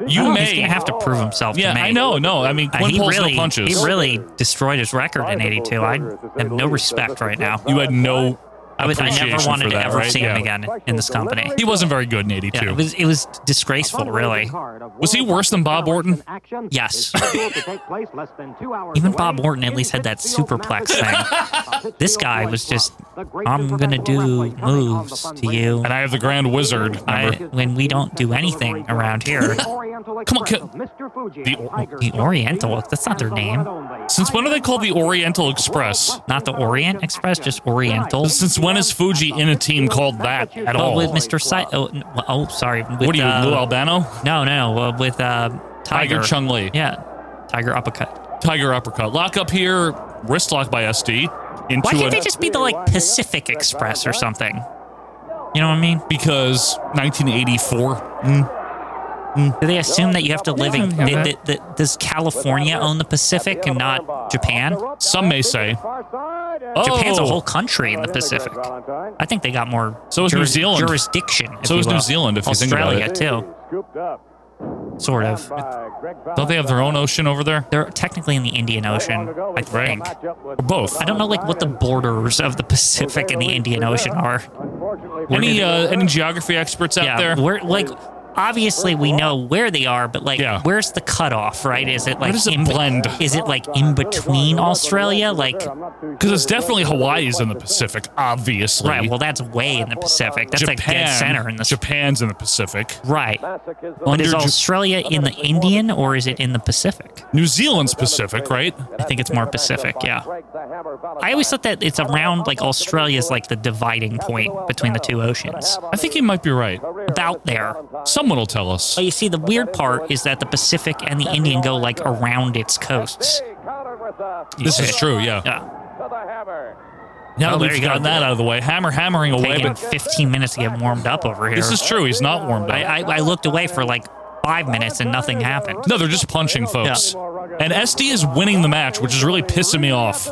Speaker 2: You
Speaker 1: Oh,
Speaker 2: may
Speaker 1: he's gonna have to prove himself.
Speaker 2: Yeah,
Speaker 1: to me.
Speaker 2: I know. No, I mean,
Speaker 1: Uh,
Speaker 2: Quinn
Speaker 1: he
Speaker 2: pulls
Speaker 1: really,
Speaker 2: no punches.
Speaker 1: He really destroyed his record in '82. I have no respect right now.
Speaker 2: You had no.
Speaker 1: I, was, I never
Speaker 2: appreciation
Speaker 1: wanted
Speaker 2: for
Speaker 1: to
Speaker 2: that,
Speaker 1: ever
Speaker 2: right?
Speaker 1: see him
Speaker 2: Yeah.
Speaker 1: again in this company.
Speaker 2: He wasn't very good in '82.
Speaker 1: Yeah, it was it was disgraceful, really.
Speaker 2: Was he worse than Bob Orton?
Speaker 5: Action
Speaker 1: Yes.
Speaker 5: is scheduled to take place less than two hours
Speaker 1: Even
Speaker 5: away.
Speaker 1: Bob Orton at least had that superplex thing. this guy was just, I'm gonna do moves to you, and
Speaker 2: I have the Grand Wizard.
Speaker 1: I, when we don't do anything around here,
Speaker 2: Come on, kid.
Speaker 1: the, the Oriental. That's not their name.
Speaker 2: Since when are they called the Oriental Express?
Speaker 1: Not the Orient Express, just Oriental.
Speaker 2: Since when is Fuji in a team called that at
Speaker 1: Well,
Speaker 2: all?
Speaker 1: with Mr. Si- oh, n- well, oh, sorry. With, uh,
Speaker 2: What are you, Lou
Speaker 1: Albano? No, no, no. uh, With uh, Tiger.
Speaker 2: Tiger Chung-Lee.
Speaker 1: Yeah. Tiger uppercut.
Speaker 2: Tiger uppercut. Lock up here. Wrist lock by SD. Into
Speaker 1: Why can't
Speaker 2: a-
Speaker 1: they just be the like Pacific Express or something? You know what I mean?
Speaker 2: Because 1984.
Speaker 1: Do they assume that you have to live in?
Speaker 2: Yeah.
Speaker 1: th- th- th- does California own the Pacific and not Japan?
Speaker 2: Some may
Speaker 11: Oh,
Speaker 2: say.
Speaker 1: Japan's a
Speaker 2: Oh.
Speaker 1: whole country in the Pacific. I think they got more.
Speaker 2: So is New Zealand.
Speaker 1: jurisdiction. if
Speaker 2: So
Speaker 1: you
Speaker 2: is New
Speaker 1: will.
Speaker 2: Zealand, if you think about
Speaker 1: Australia
Speaker 2: it.
Speaker 1: too. Sort of.
Speaker 2: Don't they have their own ocean over there?
Speaker 1: They're technically in the Indian Ocean, I think.
Speaker 2: Or both.
Speaker 1: I don't know like what the borders of the Pacific and the Indian Ocean are.
Speaker 2: Any uh, any geography experts out
Speaker 1: yeah,
Speaker 2: there?
Speaker 1: Where like obviously we know where they are, but like where's the cutoff, right? Is it like
Speaker 2: does it
Speaker 1: in,
Speaker 2: blend?
Speaker 1: Is it like in between Australia? Like
Speaker 2: Because it's definitely Hawaii's in the Pacific, obviously.
Speaker 1: Right, well that's way in the Pacific. That's like dead
Speaker 2: Japan-
Speaker 1: center in the
Speaker 2: Japan's in the Pacific.
Speaker 1: Right. Well,
Speaker 2: Under
Speaker 1: is
Speaker 2: Ju-
Speaker 1: Australia in the Indian or is it in the Pacific?
Speaker 2: New Zealand's Pacific, right?
Speaker 1: I think it's more Pacific, yeah. I always thought that it's around like Australia's like the dividing point between the two oceans.
Speaker 2: I think you might be right.
Speaker 1: About there.
Speaker 2: Someone will tell us.
Speaker 1: But you see, the weird part is that the Pacific and the Indian go like around its coasts.
Speaker 2: This is true, yeah. Now
Speaker 1: Oh,
Speaker 2: that
Speaker 1: there
Speaker 2: we've
Speaker 1: you go.
Speaker 2: gotten that out of the way, hammer hammering away,
Speaker 1: Taking
Speaker 2: but
Speaker 1: 15 minutes to get warmed up over here.
Speaker 2: This is true. He's not warmed up.
Speaker 1: I, I, I looked away for like five minutes and nothing happened.
Speaker 2: no, they're just punching folks. And SD is winning the match, which is really pissing me off.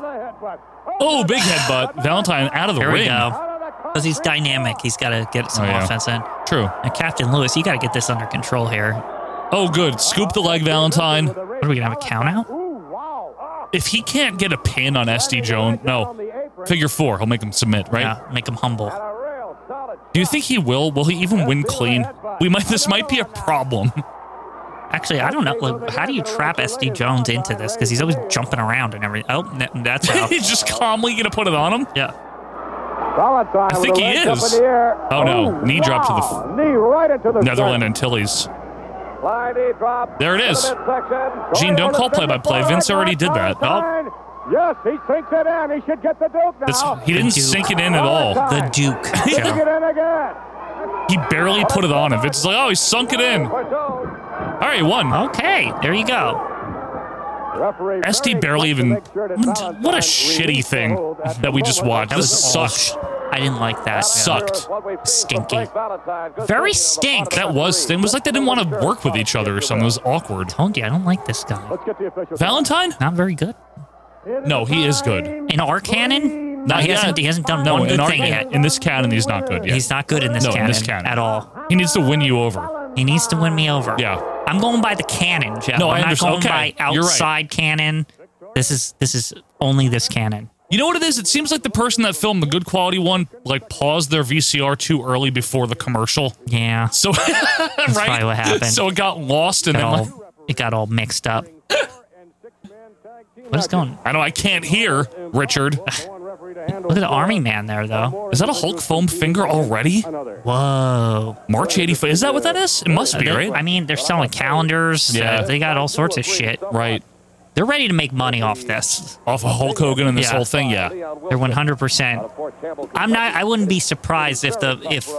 Speaker 2: Oh, big headbutt. Valentine out of the
Speaker 1: Here
Speaker 2: ring.
Speaker 1: we go. Because he's dynamic, he's got to get some
Speaker 2: Oh, yeah.
Speaker 1: offense in.
Speaker 2: True.
Speaker 1: And Captain Lewis, you got to get this under control here.
Speaker 2: Oh, good. Scoop the leg, Valentine.
Speaker 1: What are we gonna have a count out?
Speaker 12: Uh,
Speaker 2: If he can't get a pin on SD Jones, no. Figure four, he'll make him submit, right?
Speaker 1: Yeah, make him humble.
Speaker 2: Do you think he will? Will he even win clean? We might. This might be a problem. *laughs*
Speaker 1: Actually, I don't know. Like, how do you trap SD Jones into this? Because he's always jumping around and everything. Oh, n- that's how.
Speaker 2: He's just calmly gonna put it on him.
Speaker 1: yeah.
Speaker 12: I
Speaker 2: think he is. Oh no! Knee drop to the f-
Speaker 12: knee right into the
Speaker 2: Netherland Antilles. There it is. Gene, don't call play-by-play. Vince already did that. Nope.
Speaker 12: Yes, he sinks it in. He should get the Duke
Speaker 2: That's-
Speaker 12: now.
Speaker 2: he didn't
Speaker 12: The Duke.
Speaker 2: sink it in at all.
Speaker 1: The Duke.
Speaker 12: He
Speaker 2: *laughs* Yeah.
Speaker 12: sink it in again.
Speaker 2: He barely put it on him. Vince is like, oh, he sunk it in. All right, he won.
Speaker 1: Okay, there you go.
Speaker 12: Referee
Speaker 2: SD barely even. *laughs* What a shitty thing that we just watched.
Speaker 1: That
Speaker 2: This
Speaker 1: was all sh-
Speaker 2: sucked.
Speaker 1: I didn't like that.
Speaker 2: Sucked.
Speaker 1: Stinky.
Speaker 2: Very stink. That was. It was like they didn't want to work with each other or something. It was awkward.
Speaker 1: Told you, I don't like this guy.
Speaker 12: Let's get the official.
Speaker 2: Valentine?
Speaker 1: Not very good.
Speaker 2: No, he is good.
Speaker 1: In our canon,
Speaker 2: Not
Speaker 1: he
Speaker 2: yet.
Speaker 1: hasn't. He hasn't done
Speaker 2: No,
Speaker 1: one
Speaker 2: in
Speaker 1: good
Speaker 2: our
Speaker 1: thing
Speaker 2: canon-
Speaker 1: yet.
Speaker 2: in this canon, he's not good yet.
Speaker 1: He's not good in this,
Speaker 2: No,
Speaker 1: canon,
Speaker 2: in this canon.
Speaker 1: at all.
Speaker 2: He needs to win you over.
Speaker 1: He needs to win me over.
Speaker 2: Yeah.
Speaker 1: I'm going by the canon, Jeff.
Speaker 2: No, I
Speaker 1: I'm not
Speaker 2: understand.
Speaker 1: going
Speaker 2: Okay,
Speaker 1: by
Speaker 2: you're right.
Speaker 1: outside canon. This is this is only this canon.
Speaker 2: You know what it is? It seems like the person that filmed the good quality one like paused their VCR too early before the commercial. *laughs*
Speaker 1: Yeah.
Speaker 2: So
Speaker 1: That's
Speaker 2: right?
Speaker 1: probably what happened.
Speaker 2: So it got lost and
Speaker 1: Got
Speaker 2: then
Speaker 1: all-
Speaker 2: like,
Speaker 1: it got all mixed up. what is going?
Speaker 2: I know I can't hear Richard.
Speaker 1: Look at the army man there, though.
Speaker 2: Is that a Hulk foam finger already?
Speaker 1: Whoa.
Speaker 2: March 85. Is that what that is? It must be,
Speaker 1: They-
Speaker 2: right?
Speaker 1: I mean, they're selling calendars.
Speaker 2: Yeah.
Speaker 1: Uh, they got all sorts of shit.
Speaker 2: Right.
Speaker 1: They're ready to make money off this.
Speaker 2: Off of Hulk Hogan and this
Speaker 1: Yeah.
Speaker 2: whole thing, yeah.
Speaker 1: They're 100%. I'm not I wouldn't be surprised if the if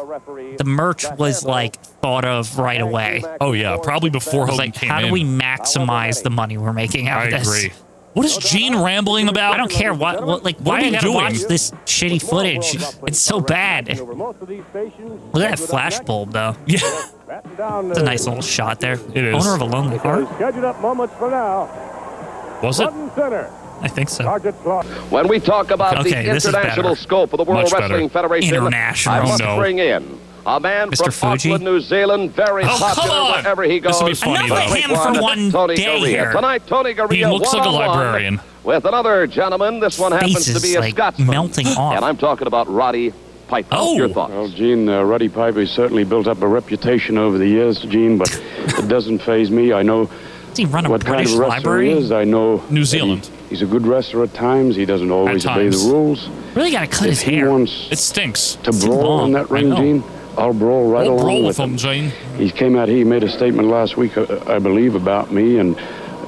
Speaker 1: the merch was like thought of right away.
Speaker 2: Oh yeah, probably before
Speaker 1: It was
Speaker 2: Hogan
Speaker 1: like
Speaker 2: came
Speaker 1: how
Speaker 2: in.
Speaker 1: do we maximize the money we're making out
Speaker 2: I
Speaker 1: of this?
Speaker 2: agree. What is Gene rambling about?
Speaker 1: I don't care what, what like why
Speaker 2: are
Speaker 1: do you
Speaker 2: you
Speaker 1: gotta
Speaker 2: doing?
Speaker 1: watch this shitty footage? It's so bad. Look at that flashbulb though. Yeah. It's a nice little shot there.
Speaker 2: It is.
Speaker 1: Owner of a lonely heart.
Speaker 13: Scheduled up moments from now.
Speaker 2: Was it?
Speaker 13: Front and center.
Speaker 1: I think so.
Speaker 6: When we talk about
Speaker 1: Okay,
Speaker 6: the
Speaker 1: this is
Speaker 6: international
Speaker 1: better.
Speaker 6: scope of the World
Speaker 1: Much better.
Speaker 6: Wrestling Federation,
Speaker 1: International,
Speaker 2: Oh,
Speaker 6: I must
Speaker 1: no.
Speaker 6: bring in a man
Speaker 1: Mr.
Speaker 6: from
Speaker 1: Fuji?
Speaker 6: Auckland, New Zealand, very
Speaker 1: Oh, come
Speaker 6: popular
Speaker 1: on.
Speaker 6: wherever he goes.
Speaker 2: This will be funny,
Speaker 6: The
Speaker 2: though.
Speaker 6: great
Speaker 1: Enough of him for one
Speaker 6: Tony
Speaker 1: day
Speaker 6: Garea.
Speaker 1: here.
Speaker 6: Tonight, Tony Garea
Speaker 2: He looks like a
Speaker 6: one-on-one
Speaker 2: librarian.
Speaker 6: With another gentleman, this one happens
Speaker 1: Face
Speaker 6: to be
Speaker 1: is
Speaker 6: a
Speaker 1: like
Speaker 6: Scotsman.
Speaker 1: melting off. Oh.
Speaker 6: And I'm talking about Roddy Piper. Your thoughts?
Speaker 14: Well, Gene, uh, Ruddy Piper has certainly built up a reputation over the years, Gene, but it doesn't phase me. I know
Speaker 1: Does he run a
Speaker 14: what kind
Speaker 1: British
Speaker 14: of wrestler
Speaker 1: library?
Speaker 14: he is. I know
Speaker 2: New Zealand.
Speaker 14: he's a good wrestler at times. He doesn't always obey the
Speaker 2: times.
Speaker 14: rules.
Speaker 1: Really gotta cut
Speaker 14: if
Speaker 1: his
Speaker 14: he
Speaker 1: hair.
Speaker 14: wants
Speaker 2: It stinks.
Speaker 14: to
Speaker 2: It's
Speaker 14: brawl
Speaker 2: long.
Speaker 14: in that
Speaker 2: I
Speaker 14: ring,
Speaker 2: know.
Speaker 14: Gene, I'll brawl right
Speaker 2: We'll
Speaker 14: along
Speaker 2: brawl with
Speaker 14: with
Speaker 2: him, Gene.
Speaker 14: He came out. He made a statement last week, uh, I believe, about me and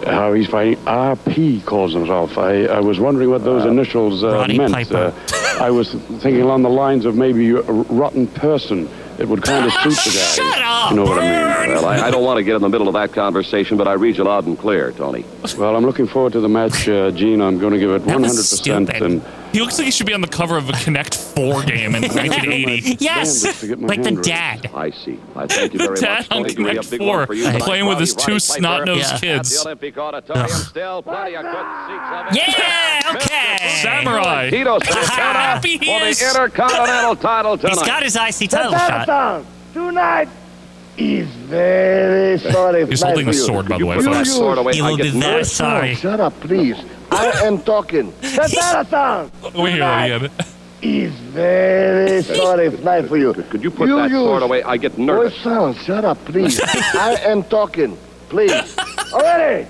Speaker 14: how he's fighting. RP calls himself. I, I was wondering what those initials uh,
Speaker 1: Roddy
Speaker 14: meant.
Speaker 1: Piper.
Speaker 14: Uh, I was thinking along the lines of maybe a rotten person. It would kind of suit the guy.
Speaker 1: Shut up!
Speaker 14: You know what I mean?
Speaker 6: Well, I, I don't want to get in the middle of that conversation, but I read you loud and clear, Tony.
Speaker 14: Well, I'm looking forward to the match, uh, Gene. I'm going to give it
Speaker 1: That
Speaker 14: 100%.
Speaker 1: was stupid.
Speaker 14: And
Speaker 2: He looks like he should be on the cover of a Connect Four game
Speaker 14: *laughs*
Speaker 2: in 1980.
Speaker 14: bandwidth
Speaker 1: yes!
Speaker 14: to get my
Speaker 1: Like the
Speaker 14: hand right.
Speaker 1: dad.
Speaker 6: I see. I thank you
Speaker 2: The
Speaker 6: very
Speaker 2: dad
Speaker 6: much,
Speaker 2: on
Speaker 6: Tony Garea.
Speaker 2: Connect
Speaker 6: Big one
Speaker 2: Four
Speaker 6: for you tonight.
Speaker 2: playing with his
Speaker 6: Roddy
Speaker 2: two
Speaker 6: Piper
Speaker 2: snot-nosed
Speaker 6: at the
Speaker 2: kids.
Speaker 6: Olympic Auditorium. Still plenty of good seats available.
Speaker 1: Yeah, okay.
Speaker 2: Samurai.
Speaker 1: *laughs*
Speaker 6: Tito
Speaker 1: How
Speaker 6: Santana
Speaker 1: happy he
Speaker 6: for the
Speaker 1: is.
Speaker 6: Intercontinental title tonight.
Speaker 1: He's got his IC
Speaker 13: The
Speaker 1: title shot.
Speaker 13: marathon tonight is
Speaker 2: *laughs*
Speaker 13: very sorry.
Speaker 2: He's holding a
Speaker 13: for you.
Speaker 2: sword, by the way.
Speaker 6: Put
Speaker 2: for
Speaker 6: that
Speaker 2: us.
Speaker 6: sword away.
Speaker 1: He
Speaker 6: I
Speaker 1: will be
Speaker 6: get
Speaker 1: very
Speaker 6: nervous.
Speaker 1: sorry.
Speaker 13: Shut up, please. I am *laughs* talking. The marathon
Speaker 2: We hear it again.
Speaker 13: is very sorry fly for you.
Speaker 6: Could you put
Speaker 13: You
Speaker 6: that
Speaker 13: use-
Speaker 6: sword away? I get nervous.
Speaker 13: Voice sound, shut up,
Speaker 2: *laughs*
Speaker 13: please. I am talking, please. Already,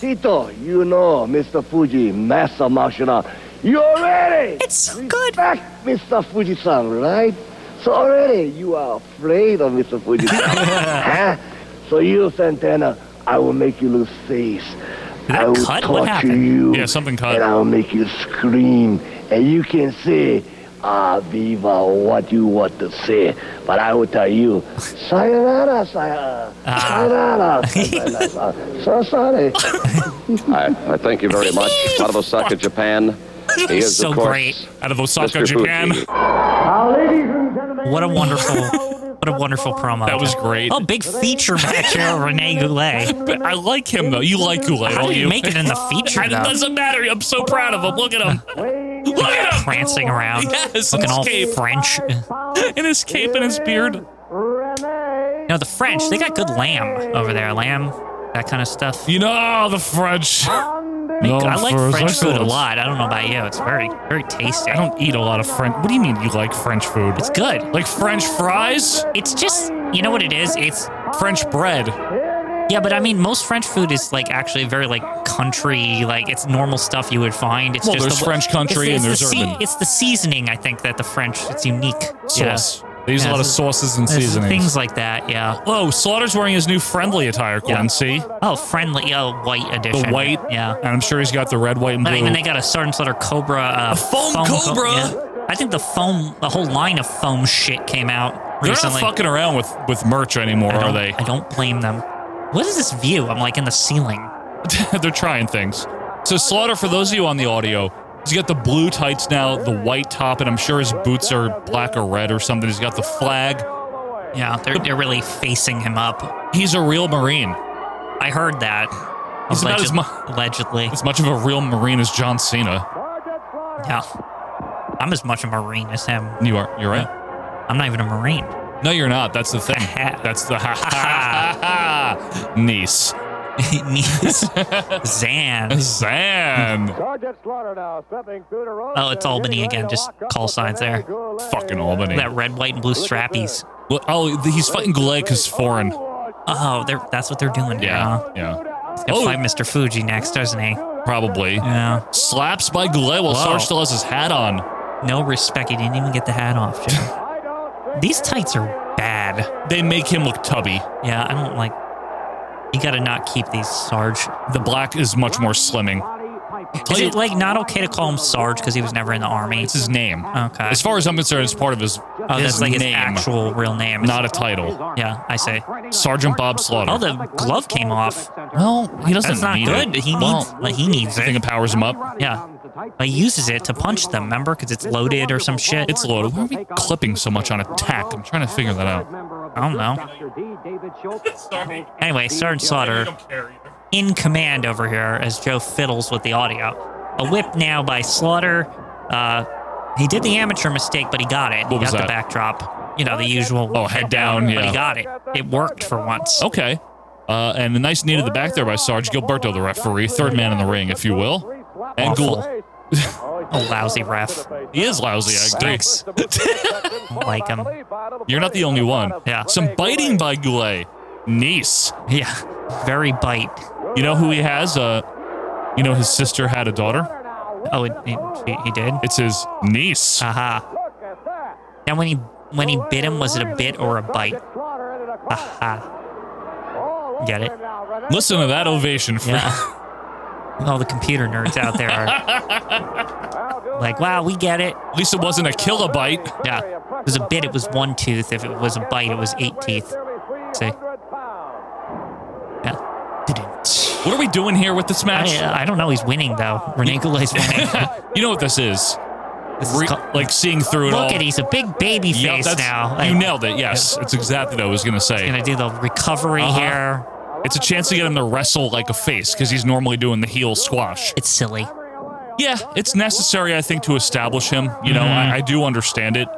Speaker 13: Tito, you know Mr. Fuji, master martial art. You already
Speaker 1: It's so good.
Speaker 13: back Mr. Fuji-san, right? So already you are afraid of Mr. Fuji-san,
Speaker 1: *laughs*
Speaker 13: huh? So you, Santana, I will make you lose face.
Speaker 1: Did that
Speaker 13: I will
Speaker 1: cut? What
Speaker 13: torture
Speaker 1: happened?
Speaker 13: you.
Speaker 2: Yeah, something cut.
Speaker 13: And I will make you scream, and you can say, "Ah, viva," what you want to say. But I will
Speaker 1: *laughs*
Speaker 13: tell you, sayonara, sayonara,
Speaker 1: Ah. *laughs*
Speaker 13: sayonara, sayonara. so sorry.
Speaker 6: I, I thank you very much. Out of Osaka, Japan. He is,
Speaker 1: So
Speaker 6: of course,
Speaker 1: great.
Speaker 2: Out of Osaka,
Speaker 6: Mr.
Speaker 2: Japan.
Speaker 6: Fuji.
Speaker 12: Now, ladies and gentlemen,
Speaker 1: What
Speaker 12: *laughs*
Speaker 1: a wonderful, what a wonderful promo.
Speaker 2: That was great.
Speaker 1: Oh, big feature match here, Rene Goulet.
Speaker 2: But I like him though. You like Goulet,
Speaker 1: How
Speaker 2: don't
Speaker 1: did he
Speaker 2: you?
Speaker 1: make
Speaker 2: *laughs*
Speaker 1: it in the feature,
Speaker 2: It
Speaker 1: though?
Speaker 2: doesn't matter. I'm so proud of him. Look at him. Look at him.
Speaker 1: Prancing around,
Speaker 2: Yes,
Speaker 1: looking
Speaker 2: his
Speaker 1: all
Speaker 2: cape.
Speaker 1: French.
Speaker 2: In his cape and his beard.
Speaker 1: You know, the French, they got good lamb over there. Lamb, that kind of stuff.
Speaker 2: You know the
Speaker 14: *laughs*
Speaker 2: French.
Speaker 1: I, mean,
Speaker 2: No,
Speaker 1: I like
Speaker 2: for
Speaker 1: French food a
Speaker 2: excellence.
Speaker 1: lot. I don't know about you. It's very, very tasty.
Speaker 2: I don't eat a lot of French. What do you mean you like French food?
Speaker 1: It's good.
Speaker 2: Like French fries,
Speaker 1: It's just, you know what it is? It's,
Speaker 2: French bread.
Speaker 1: yeah, but I mean, most French food is like actually very like country, like it's normal stuff you would find. It's
Speaker 2: Well,
Speaker 1: just
Speaker 2: there's
Speaker 1: the,
Speaker 2: French country
Speaker 1: it's,
Speaker 2: and
Speaker 1: it's
Speaker 2: there's
Speaker 1: the se-
Speaker 2: urban.
Speaker 1: it's the seasoning, I think, that the French, it's unique. you know?
Speaker 2: Sauce. They use
Speaker 1: Yeah,
Speaker 2: a lot of
Speaker 1: it's-
Speaker 2: sauces and
Speaker 1: There's
Speaker 2: seasonings.
Speaker 1: Things like that, yeah.
Speaker 2: Whoa, Slaughter's wearing his new friendly attire, Glenn.
Speaker 1: Yeah.
Speaker 2: See?
Speaker 1: Oh, friendly, oh, white edition.
Speaker 2: The white.
Speaker 1: yeah.
Speaker 2: And I'm sure he's got the red, white, and
Speaker 1: But
Speaker 2: blue.
Speaker 1: even they got a Sergeant Slaughter Cobra. Uh,
Speaker 2: A foam Cobra?
Speaker 1: yeah. I think the foam, the whole line of foam shit came out
Speaker 2: They're
Speaker 1: recently.
Speaker 2: not fucking around with, with merch anymore,
Speaker 1: I
Speaker 2: are
Speaker 1: don't-
Speaker 2: they?
Speaker 1: I don't blame them. What is this view? I'm like in the ceiling.
Speaker 2: *laughs* They're trying things. So Slaughter, for those of you on the audio, he's got the blue tights now, the white top, and I'm sure his boots are black or red or something. He's got the flag.
Speaker 1: Yeah, they're, they're really facing him up.
Speaker 2: He's a real Marine.
Speaker 1: I heard that.
Speaker 2: He's about as mu-
Speaker 1: allegedly.
Speaker 2: As much of a real Marine as John Cena.
Speaker 1: Yeah. I'm as much a Marine as him.
Speaker 2: You are. You're right.
Speaker 1: I'm not even a Marine. *laughs*
Speaker 2: No, you're not. That's the thing. That's the ha ha ha ha. Niece.
Speaker 1: Zan.
Speaker 2: Zan.
Speaker 13: Sergeant Slaughter now stepping through the rope.
Speaker 1: Oh, it's Albany again. Just call signs there.
Speaker 2: Fucking Albany.
Speaker 1: That red, white, and blue strappies.
Speaker 2: Well, Oh, th- he's fighting Goulet because foreign.
Speaker 1: Oh, they're, that's what they're doing.
Speaker 2: Yeah,
Speaker 1: Yeah.
Speaker 2: yeah.
Speaker 1: He's gonna
Speaker 2: Oh,
Speaker 1: fight Mr. Fuji next, doesn't he?
Speaker 2: probably.
Speaker 1: Yeah.
Speaker 2: Slaps by Goulet while
Speaker 1: Wow.
Speaker 2: Sarge still has his hat on.
Speaker 1: No respect. He didn't even get the hat
Speaker 2: *laughs*
Speaker 1: off. Jim. These tights are bad.
Speaker 2: They make him look tubby.
Speaker 1: Yeah, I don't like. You gotta not keep these, Sarge.
Speaker 2: The black is much more slimming.
Speaker 1: Is it like not okay to call him Sarge because he was never in the army? It's
Speaker 2: his name.
Speaker 1: Okay.
Speaker 2: As far as I'm concerned, it's part of his.
Speaker 1: Oh,
Speaker 2: his
Speaker 1: this is like his
Speaker 2: name.
Speaker 1: actual real name,
Speaker 2: not a title.
Speaker 1: Yeah, I see.
Speaker 2: Sergeant Bob Slaughter.
Speaker 1: Oh, the glove came off.
Speaker 2: Well, he doesn't
Speaker 1: That's not
Speaker 2: need
Speaker 1: good.
Speaker 2: it.
Speaker 1: He needs.
Speaker 2: Well,
Speaker 1: like, he needs it.
Speaker 2: think it powers him up.
Speaker 1: Yeah. But he uses it to punch them. Remember, because it's loaded or some shit.
Speaker 2: It's loaded. Why are we clipping so much on attack? I'm trying to figure that out.
Speaker 1: I don't know. Anyway, Sergeant Slaughter in command over here as Joe fiddles with the audio. A whip now by Slaughter. Uh, he did the amateur mistake, but he got it. he
Speaker 2: What was
Speaker 1: got the
Speaker 2: that?
Speaker 1: backdrop. You know, the usual.
Speaker 2: Oh, head down,
Speaker 1: But
Speaker 2: yeah.
Speaker 1: he got it. It worked for once.
Speaker 2: Okay. Uh, and a nice knee to the back there by Sarge Gilberto, the referee, third man in the ring, if you will. And Gould.
Speaker 1: *laughs* a lousy ref.
Speaker 2: He is lousy, I agree. *laughs*
Speaker 1: Sucks. Don't like him.
Speaker 2: um, You're not the only one.
Speaker 1: Yeah.
Speaker 2: Some biting by Goulet. Niece.
Speaker 1: Yeah. Very bite.
Speaker 2: You know who he has? Uh, you know his sister had a daughter?
Speaker 1: Oh, it, it, he, he did. Ah.
Speaker 2: It's his niece.
Speaker 1: Aha. Now when he when
Speaker 3: Oh,
Speaker 1: he bit him, was it a bit or a bite? Aha. Get it?
Speaker 2: Listen to that ovation *laughs* for
Speaker 1: Yeah. All the computer nerds out there are like, wow, we get it.
Speaker 2: At least it wasn't a kilobyte.
Speaker 1: Yeah. If it was a bit, it was one tooth. If it was a bite, it was eight teeth. See? Yeah. Didn't.
Speaker 2: What are we doing here with this match?
Speaker 1: I, I don't know. He's winning, though. Rene
Speaker 2: *laughs*
Speaker 1: Goulet's winning.
Speaker 2: you know what this is.
Speaker 1: This is
Speaker 2: Re-
Speaker 1: co-
Speaker 2: like seeing through it all.
Speaker 1: Look at He's a big baby
Speaker 2: Yep,
Speaker 1: face
Speaker 2: that's-
Speaker 1: now.
Speaker 2: You
Speaker 1: Like,
Speaker 2: nailed it. Yes, it's exactly what I was gonna say.
Speaker 1: He's going to do the recovery
Speaker 2: Uh-huh.
Speaker 1: here.
Speaker 2: It's a chance to get him to wrestle like a face because he's normally doing the heel squash.
Speaker 1: It's silly.
Speaker 2: Yeah, it's necessary, I think, to establish him. You know,
Speaker 1: Mm-hmm.
Speaker 2: I, I do understand it.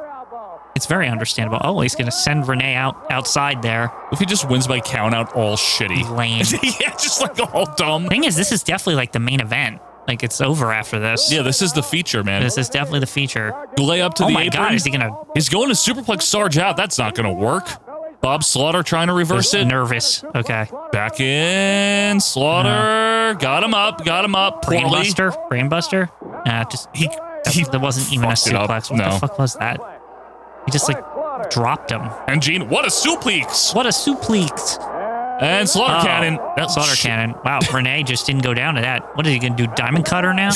Speaker 1: It's very understandable. Oh, he's going to send Renee out outside there.
Speaker 2: If he just wins by count out, all shitty. *laughs*
Speaker 1: Lame.
Speaker 2: yeah, just like all dumb.
Speaker 1: Thing is, this is definitely like the main event. Like it's over after this.
Speaker 2: Yeah, this is the feature, man.
Speaker 1: This is definitely the feature.
Speaker 2: Goulet up to
Speaker 1: oh
Speaker 2: the
Speaker 1: my
Speaker 2: apron.
Speaker 1: god, is he gonna
Speaker 2: He's going to superplex Sarge out. That's not going to work. Bob Slaughter trying to reverse
Speaker 1: He's
Speaker 2: it.
Speaker 1: nervous? Okay. Uh-huh.
Speaker 2: Back in. Slaughter. Got him up. Got him up. Poorly.
Speaker 1: Brainbuster? Brainbuster? Nah, just he that,
Speaker 2: he
Speaker 1: that wasn't even a
Speaker 2: fucked it up.
Speaker 1: suplex. What
Speaker 2: No.
Speaker 1: the fuck was that? He just like dropped him.
Speaker 2: And Gene, what a suplex.
Speaker 1: What a suplex.
Speaker 2: And Slaughter
Speaker 1: Oh,
Speaker 2: Cannon.
Speaker 1: That slaughter
Speaker 2: Shit.
Speaker 1: cannon.
Speaker 2: *laughs*
Speaker 1: Wow, Renee just didn't go down to that. What is he gonna do? Diamond cutter now?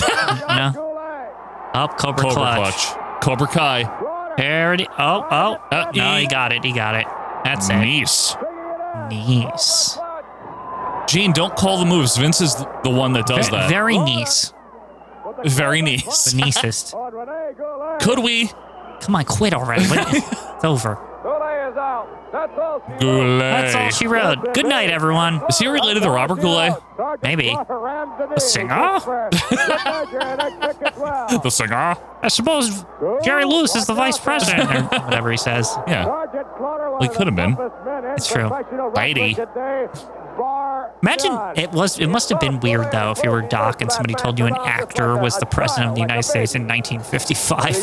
Speaker 1: no. Up Cobra,
Speaker 2: Cobra
Speaker 1: clutch.
Speaker 2: clutch. Cobra Kai.
Speaker 1: There it is. Oh, oh.
Speaker 2: Uh,
Speaker 1: no,
Speaker 2: he-
Speaker 1: he got it. He got it. That's it.
Speaker 2: Nice.
Speaker 1: Nice.
Speaker 2: Gene, don't call the moves. Vince is the one that does
Speaker 1: Ve-
Speaker 2: that.
Speaker 1: Very nice.
Speaker 2: Very
Speaker 1: The
Speaker 2: nice.
Speaker 1: nicest.
Speaker 2: Could we?
Speaker 1: Come on, quit already. What- it's over.
Speaker 2: Goulet.
Speaker 1: That's all she wrote. Good night, everyone.
Speaker 2: Is he related to Robert Goulet?
Speaker 1: Maybe. A singer? *laughs*
Speaker 2: The cigar?
Speaker 1: I suppose Jerry Lewis is the vice president, or whatever he says.
Speaker 2: Yeah. It could have been.
Speaker 1: It's true.
Speaker 2: Lady.
Speaker 1: Imagine it was. It must have been weird though, if you were Doc and somebody told you an actor was the president of the United States in 1955,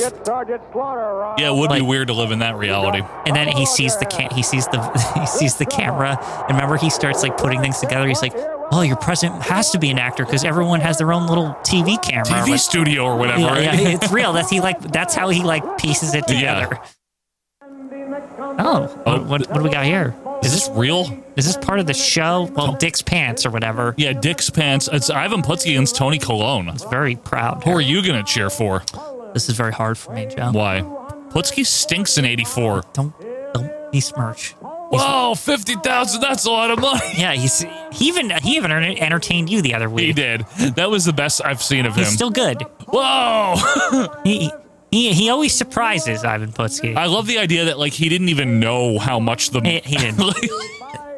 Speaker 2: Yeah, it would be weird to live in that reality.
Speaker 1: and then he sees the ca- he sees the *laughs* he sees the camera, and remember he starts like putting things together. He's like, "Oh, your president has to be an actor because everyone has their own little TV camera."
Speaker 2: TV
Speaker 1: Like,
Speaker 2: studio or whatever.
Speaker 1: Yeah,
Speaker 2: right?
Speaker 1: yeah, it's real. That's he like. That's how he like pieces it
Speaker 2: Yeah.
Speaker 1: together. Oh,
Speaker 2: Oh.
Speaker 1: what, what what do we got here?
Speaker 2: Is this real?
Speaker 1: Is this part of the show? Well, Dick's pants or whatever.
Speaker 2: *laughs* Yeah, Dick's pants. It's Ivan Putski against Tony Colon.
Speaker 1: Very proud.
Speaker 2: Who are you gonna cheer for?
Speaker 1: This is very hard for me, Joe.
Speaker 2: Why? Putski stinks in '84.
Speaker 1: Don't don't be smirch.
Speaker 2: Whoa, fifty thousand. That's a lot of money.
Speaker 1: Yeah, he's he even he even enter- entertained you the other week.
Speaker 2: *laughs* He did. That was the best I've seen of him.
Speaker 1: He's still good.
Speaker 2: Whoa. *laughs*
Speaker 1: He he, he always surprises Ivan Putski.
Speaker 2: I love the idea that like he didn't even know how much the
Speaker 1: He- he
Speaker 2: *laughs*
Speaker 1: didn't.
Speaker 2: Like,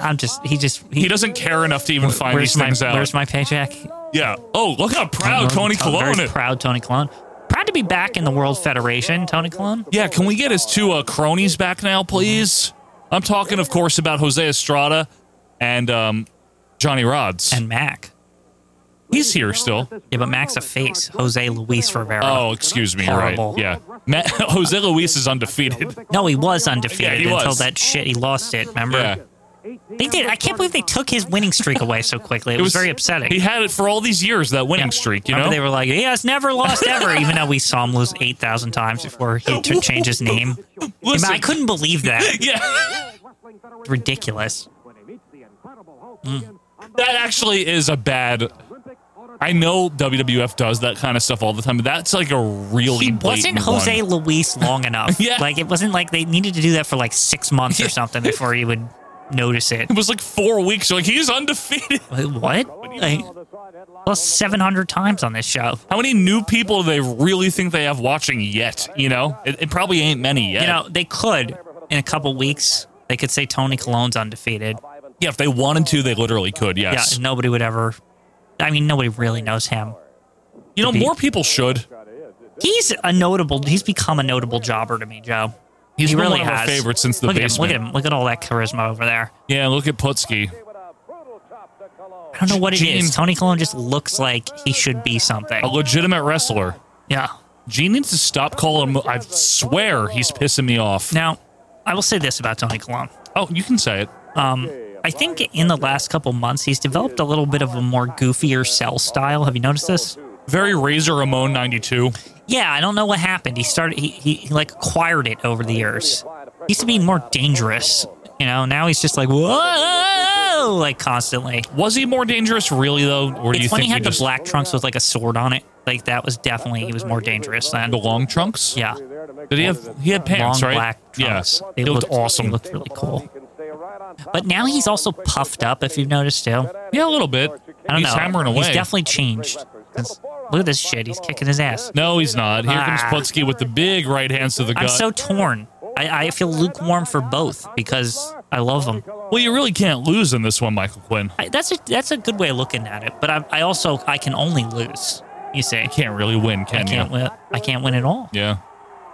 Speaker 1: I'm just he just
Speaker 2: he doesn't care enough to even find
Speaker 1: Where's
Speaker 2: these
Speaker 1: my
Speaker 2: things out.
Speaker 1: where's my paycheck?
Speaker 2: yeah. Oh, look how proud
Speaker 1: Very
Speaker 2: Tony
Speaker 1: very
Speaker 2: Colon is.
Speaker 1: Proud Tony Colon. Proud to be back in the World Federation, Tony Colon.
Speaker 2: Yeah, can we get his two uh, cronies back now, please? I'm talking, of course, about Jose Estrada and um, Johnny Rods.
Speaker 1: And Mac.
Speaker 2: he's here still.
Speaker 1: Yeah, but Mac's a face. Jose Luis Rivera.
Speaker 2: Oh, excuse me. you're
Speaker 1: Horrible.
Speaker 2: Right. Yeah. Matt, *laughs* Jose Luis is undefeated.
Speaker 1: No, he was undefeated
Speaker 2: Yeah, he
Speaker 1: until
Speaker 2: was.
Speaker 1: that shit. He lost it. Remember?
Speaker 2: Yeah.
Speaker 1: They did. I can't believe they took his winning streak away so quickly. It, was, very upsetting.
Speaker 2: He had it for all these years, that winning streak, you know?
Speaker 1: Remember they were like, "He has never lost ever," even though we saw him lose eight thousand times before he had to change his name. I, mean,
Speaker 2: Listen.
Speaker 1: I couldn't believe that.
Speaker 2: *laughs* yeah.
Speaker 1: Ridiculous. Hmm.
Speaker 2: That actually is a bad I know WWF does that kind of stuff all the time, but that's like a really
Speaker 1: He wasn't
Speaker 2: blatant
Speaker 1: Jose
Speaker 2: one.
Speaker 1: Luis long
Speaker 2: *laughs*
Speaker 1: enough.
Speaker 2: Yeah.
Speaker 1: Like it wasn't like they needed to do that for like six months or something before you would
Speaker 2: *laughs*
Speaker 1: notice it.
Speaker 2: It was like four weeks. You're like he's undefeated. *laughs*
Speaker 1: What? Like, lost seven hundred times on this show.
Speaker 2: How many new people do they really think they have watching yet? You know, it, it probably ain't many yet.
Speaker 1: You know, they could in a couple weeks they could say Tony Colon's undefeated.
Speaker 2: yeah, if they wanted to, they literally could. Yes.
Speaker 1: Yeah, nobody would ever. I mean, nobody really knows him.
Speaker 2: you know,
Speaker 1: Be-
Speaker 2: more people should.
Speaker 1: He's a notable. He's become a notable jobber to me, Joe.
Speaker 2: He's
Speaker 1: he
Speaker 2: been
Speaker 1: really
Speaker 2: one of our
Speaker 1: has.
Speaker 2: favorites since the
Speaker 1: look
Speaker 2: basement.
Speaker 1: At him, look at him. Look at all that charisma over there.
Speaker 2: Yeah, look at Putski.
Speaker 1: I don't know what it is.
Speaker 2: Gene.
Speaker 1: Tony Colon just looks like he should be something.
Speaker 2: a legitimate wrestler.
Speaker 1: Yeah.
Speaker 2: Gene needs to stop calling him. I swear he's pissing me off.
Speaker 1: Now, I will say this about Tony Colon.
Speaker 2: Oh, you can say it.
Speaker 1: Um, I think in the last couple months he's developed a little bit of a more goofier sell style. Have you noticed this?
Speaker 2: Very Razor Ramon 92.
Speaker 1: Yeah, I don't know what happened. He started he, he, he like acquired it over the years. He used to be more dangerous, you know. Now he's just like whoa, like constantly.
Speaker 2: Was he more dangerous, really, though? Or do
Speaker 1: it's
Speaker 2: you
Speaker 1: when
Speaker 2: think
Speaker 1: he had
Speaker 2: we
Speaker 1: the
Speaker 2: just-
Speaker 1: black trunks with like a sword on it. Like that was definitely he was more dangerous then.
Speaker 2: The long trunks?
Speaker 1: Yeah,
Speaker 2: Did he have he had pants,
Speaker 1: long
Speaker 2: right?
Speaker 1: black trunks.
Speaker 2: Yes.
Speaker 1: They
Speaker 2: It looked
Speaker 1: looked
Speaker 2: awesome.
Speaker 1: They looked really cool. But now he's also puffed up. If you've noticed too.
Speaker 2: Yeah, a little bit.
Speaker 1: I don't
Speaker 2: he's
Speaker 1: know.
Speaker 2: hammering away.
Speaker 1: He's definitely changed. 'Cause Look at this shit. He's kicking his ass.
Speaker 2: *laughs* no, he's not. Here comes
Speaker 1: Ah.
Speaker 2: Putski with the big right hands to the gut.
Speaker 1: I'm so torn. I, I feel lukewarm for both because I love them.
Speaker 2: well, you really can't lose in this one, Michael Quinn.
Speaker 1: I, that's a that's a good way of looking at it. But I, I also I can only lose. You see,
Speaker 2: Can't really win, can
Speaker 1: I can't
Speaker 2: you?
Speaker 1: win. I can't win at all.
Speaker 2: Yeah.